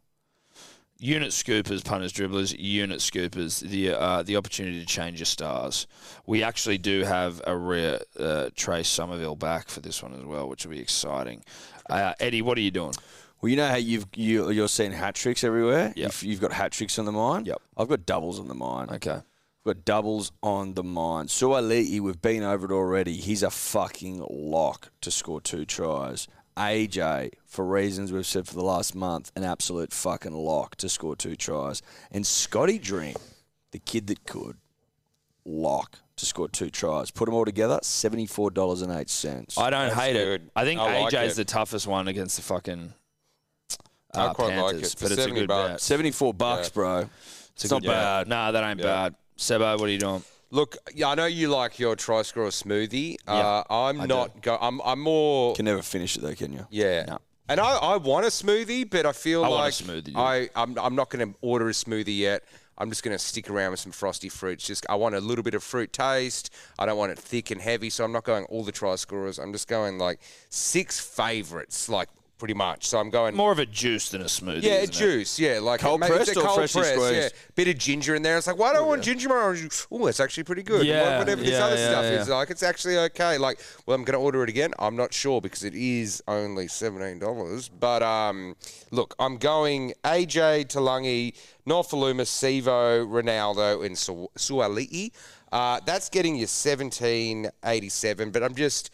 Speaker 1: Unit scoopers, punters, dribblers, unit scoopers, the uh, the opportunity to change your stars. We actually do have a rare uh, Trey Somerville back for this one as well, which will be exciting. Uh, Eddie, what are you doing?
Speaker 2: Well, you know how you've you, you're seeing hat tricks everywhere. You've, you've got hat tricks on the mind.
Speaker 1: Yep.
Speaker 2: I've got doubles on the mind.
Speaker 1: Okay.
Speaker 2: We've got doubles on the mind. Suaili'i, we've been over it already. He's a fucking lock to score two tries. AJ, for reasons we've said for the last month, an absolute fucking lock to score two tries. And Scotty Dream, the kid that could, lock to score two tries. Put them all together, $74.08.
Speaker 1: I don't hate it.
Speaker 4: good.
Speaker 1: I think
Speaker 4: I like
Speaker 1: AJ is
Speaker 4: it.
Speaker 1: the toughest one against the fucking
Speaker 4: I
Speaker 1: uh,
Speaker 4: quite like
Speaker 1: Panthers,
Speaker 4: it. For
Speaker 1: but it's a
Speaker 4: 70
Speaker 1: good
Speaker 4: bucks.
Speaker 2: 74 bucks, bro. It's,
Speaker 1: It's, a
Speaker 2: not
Speaker 1: good bet.
Speaker 2: bad.
Speaker 1: Nah, that ain't bad. Sebo, what are you doing?
Speaker 4: Look, yeah, I know you like your try scorer smoothie. Uh, I'm not. Go- I'm. I'm more.
Speaker 2: Can never finish it, though, can you?
Speaker 4: yeah. And I, I want a smoothie, but I feel
Speaker 1: I
Speaker 4: like
Speaker 1: want a smoothie, yeah.
Speaker 4: I, I'm, I'm not going to order a smoothie yet. I'm just going to stick around with some frosty fruits. Just I want a little bit of fruit taste. I don't want it thick and heavy, so I'm not going all the try scorers. I'm just going like six favorites, like pretty much. So I'm going
Speaker 1: More of a juice than a smoothie.
Speaker 4: Yeah,
Speaker 1: isn't it?
Speaker 4: juice. Yeah, like
Speaker 2: Cold
Speaker 4: maybe it's
Speaker 2: pressed
Speaker 4: a
Speaker 2: or
Speaker 4: cold
Speaker 2: freshly
Speaker 4: press, Yeah,
Speaker 2: squeezed?
Speaker 4: bit of ginger in there. It's like, why do I want ginger? Oh, it's actually pretty good.
Speaker 1: Yeah,
Speaker 4: Like, whatever this
Speaker 1: yeah,
Speaker 4: other
Speaker 1: yeah,
Speaker 4: stuff
Speaker 1: yeah.
Speaker 4: is like, it's actually okay. Like, well, I'm going to order it again. I'm not sure because it is only seventeen dollars. But um, look, I'm going AJ Talangi, Norfoluma, Sevo, Ronaldo, and Su- Suali'i. Uh, that's getting you seventeen eighty seven. But I'm just.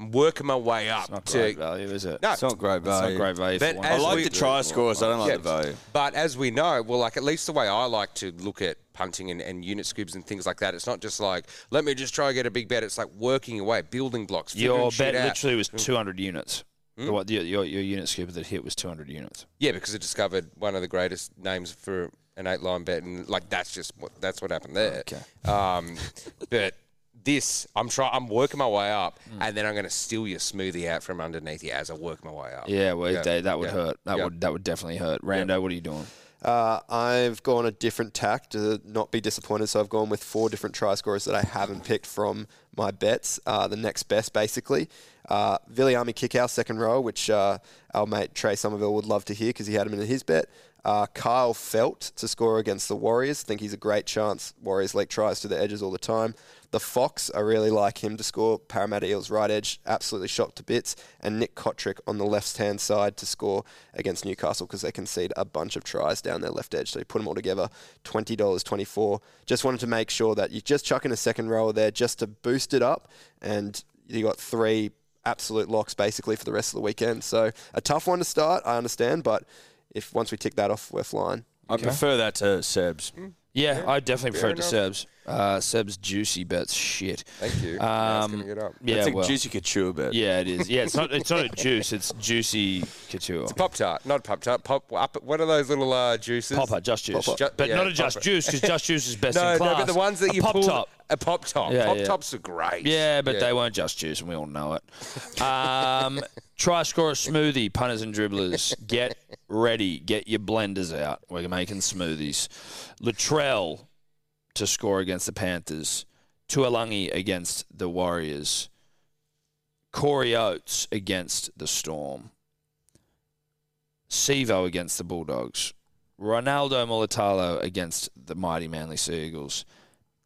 Speaker 4: I'm working my way up
Speaker 1: Not
Speaker 4: to
Speaker 1: great value, is it?
Speaker 4: No.
Speaker 2: It's not great
Speaker 1: It's
Speaker 2: value.
Speaker 1: not great value.
Speaker 4: But
Speaker 1: For one.
Speaker 4: as
Speaker 2: I like
Speaker 4: we-
Speaker 2: the try scores. I don't like
Speaker 4: Yeah,
Speaker 2: the value.
Speaker 4: But as we know, well, like at least the way I like to look at punting and, and unit scoops and things like that, it's not just like, let me just try and get a big bet. It's like working away, building blocks. figuring
Speaker 1: Your bet
Speaker 4: shit out. Hmm?
Speaker 1: literally was 200 units. The one- your, your, your unit scooper that hit was 200 units.
Speaker 4: Yeah, because it discovered one of the greatest names for an eight line bet, and like that's just what that's what happened there. Okay. Um, but this, I'm try, I'm working my way up, and then I'm going to steal your smoothie out from underneath you as I work my way up.
Speaker 1: Yeah, well, They, that would
Speaker 4: yeah,
Speaker 1: hurt. That
Speaker 4: yeah.
Speaker 1: would that would definitely hurt. Rando, what are you doing?
Speaker 3: Uh, I've gone a different tack to not be disappointed, so I've gone with four different try scorers that I haven't picked from my bets. Uh, the next best, basically, uh, Viliami Kickow, second row, which uh, our mate Trey Somerville would love to hear because he had him in his bet. Uh, Kyle Felt to score against the Warriors. Think he's a great chance. Warriors leak tries to the edges all the time. The Fox, I really like him to score. Parramatta Eels right edge, absolutely shocked to bits. And Nick Kotrick on the left hand side to score against Newcastle because they concede a bunch of tries down their left edge. So you put them all together, twenty dollars twenty four. Just wanted to make sure that you just chuck in a second rower there just to boost it up, and you got three absolute locks basically for the rest of the weekend. So a tough one to start, I understand, but if once we tick that off, we're flying.
Speaker 2: I prefer that to Sebs.
Speaker 1: Hmm? Yeah, I definitely prefer it to
Speaker 4: enough.
Speaker 1: Seb's. Uh, Seb's juicy bets shit.
Speaker 4: Thank you. I was
Speaker 1: Um,
Speaker 4: gonna get up.
Speaker 1: yeah,
Speaker 2: That's a
Speaker 1: well,
Speaker 2: juicy couture bet.
Speaker 1: yeah, it is. Yeah, it's not. It's not a juice. It's juicy couture.
Speaker 4: Pop tart, not pop tart. Pop up. What are those little uh, juices?
Speaker 1: Popper, just juice,
Speaker 4: Popper. Ju-
Speaker 1: but
Speaker 4: yeah,
Speaker 1: not a just
Speaker 4: Popper.
Speaker 1: juice because just juice is best
Speaker 4: No,
Speaker 1: in
Speaker 4: no,
Speaker 1: class.
Speaker 4: but the ones that
Speaker 1: A
Speaker 4: you
Speaker 1: pop
Speaker 4: pull-
Speaker 1: top.
Speaker 4: A pop top.
Speaker 1: Yeah,
Speaker 4: pop
Speaker 1: yeah.
Speaker 4: tops are great.
Speaker 1: Yeah, but
Speaker 4: Yeah.
Speaker 1: they weren't just juice, and we all know it. Um, try score a smoothie, punters and dribblers. Get ready. Get your blenders out. We're making smoothies. Latrell to score against the Panthers. Tuolungi against the Warriors. Corey Oates against the Storm. Sevo against the Bulldogs. Ronaldo Molitalo against the mighty Manly Seagulls.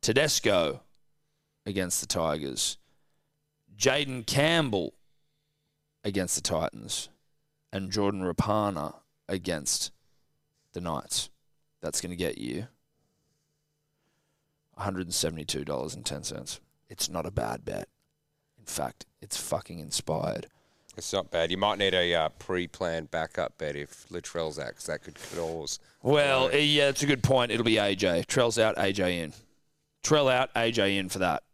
Speaker 1: Tedesco against the Tigers, Jaden Campbell against the Titans, and Jordan Rapana against the Knights. That's going to get you $172.10. It's not a bad bet. In fact, it's fucking inspired.
Speaker 4: It's not bad. You might need a uh, pre-planned backup bet if Latrell's out, 'cause that could cause.
Speaker 1: Well, eh, yeah, that's a good point. It'll be AJ. Trell's out, AJ in. Trell out, AJ in for that.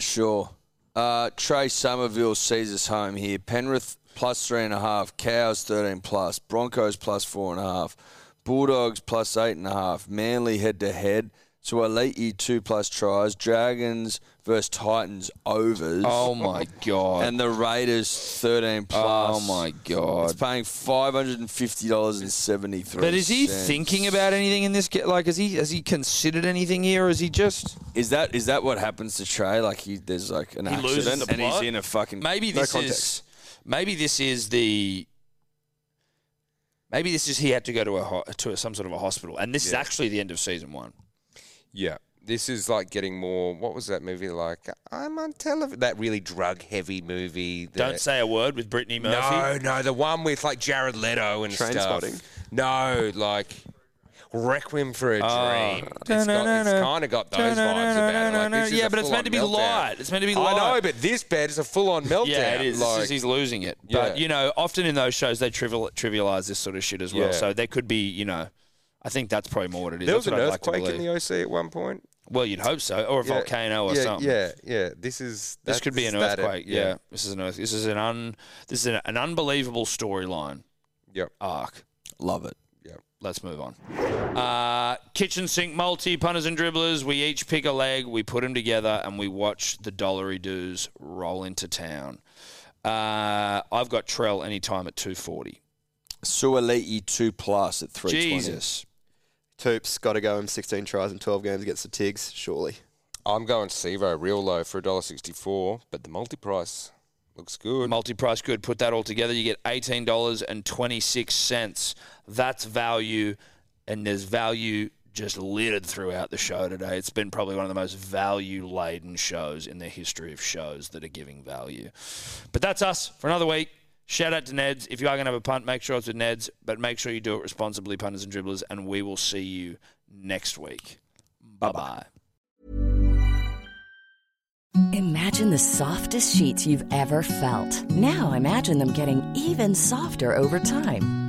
Speaker 2: Sure. Uh, Trey Somerville sees us home here. Penrith plus three and a half. Cows thirteen plus. Broncos plus four and a half. Bulldogs plus eight and a half. Manly head to head. So Elite two plus tries. Dragons versus Titans overs.
Speaker 1: Oh my god.
Speaker 2: And the Raiders thirteen plus.
Speaker 1: oh my
Speaker 2: It's
Speaker 1: god.
Speaker 2: paying five hundred and fifty dollars and seventy three.
Speaker 1: But is he thinking about anything in this? ge- Like, is he has he considered anything here, or is he just
Speaker 2: Is that is that what happens to Trey? Like he, there's like an
Speaker 1: loses
Speaker 2: accident
Speaker 1: the
Speaker 2: and he's
Speaker 1: plot?
Speaker 2: in a fucking
Speaker 1: maybe
Speaker 2: No
Speaker 1: this is
Speaker 2: context.
Speaker 1: maybe this is the maybe this is he had to go to a ho- to some sort of a hospital, and this is actually the end of season one.
Speaker 4: Yeah. This is like getting more. What was that movie like? I'm on television. That really drug-heavy movie. That,
Speaker 1: Don't say a word with Brittany Murphy.
Speaker 4: No, no, the one with like Jared Leto and stuff.
Speaker 3: Trainspotting?
Speaker 4: No, like Requiem for a Dream. It's, got, it's
Speaker 1: Dun-dun-dun-dun.
Speaker 4: kind of got those vibes about it. Like, this is
Speaker 1: Yeah,
Speaker 4: a
Speaker 1: but it's meant to be
Speaker 4: full-on meltdown.
Speaker 1: light. It's meant to be
Speaker 4: I
Speaker 1: light.
Speaker 4: know, but this bed is a full-on meltdown.
Speaker 1: Yeah, it is. This
Speaker 4: Like,
Speaker 1: is- he's losing it.
Speaker 4: Yeah.
Speaker 1: But you know, often in those shows they trivial, trivialize this sort of shit as well.
Speaker 4: Yeah.
Speaker 1: So there could be, you know, I think that's probably more what it is.
Speaker 4: there was
Speaker 1: That's
Speaker 4: an
Speaker 1: what I'd like to
Speaker 4: earthquake in
Speaker 1: believe.
Speaker 4: the OC at one point.
Speaker 1: Well, you'd hope so, or a
Speaker 4: Yeah,
Speaker 1: volcano or
Speaker 4: yeah,
Speaker 1: something.
Speaker 4: Yeah, yeah. This is
Speaker 1: This could be an
Speaker 4: that's that-
Speaker 1: earthquake. Yeah. this is an earth. This is an un. This is an, an unbelievable storyline
Speaker 4: Yep.
Speaker 1: arc.
Speaker 2: love it.
Speaker 1: Let's move on. Uh, kitchen sink multi punters and dribblers. We each pick a leg. We put them together and we watch the dollary doos roll into town. Uh, I've got Trell anytime at two forty.
Speaker 2: Suoliti two plus at three twenty.
Speaker 1: Jesus,
Speaker 3: Toops got to go him 16 tries in 12 games against the Tigs, surely.
Speaker 4: I'm going Sevo real low for $1.64, but the multi price looks good.
Speaker 1: multi price good. Put that all together, you get eighteen dollars and twenty six cents. That's value, and there's value just littered throughout the show today. It's been probably one of the most value laden shows in the history of shows that are giving value. But that's us for another week. Shout out to Neds. If you are going to have a punt, make sure it's with Neds, but make sure you do it responsibly, punters and dribblers. And we will see you next week. Bye bye.
Speaker 5: Imagine the softest sheets you've ever felt. Now imagine them getting even softer over time.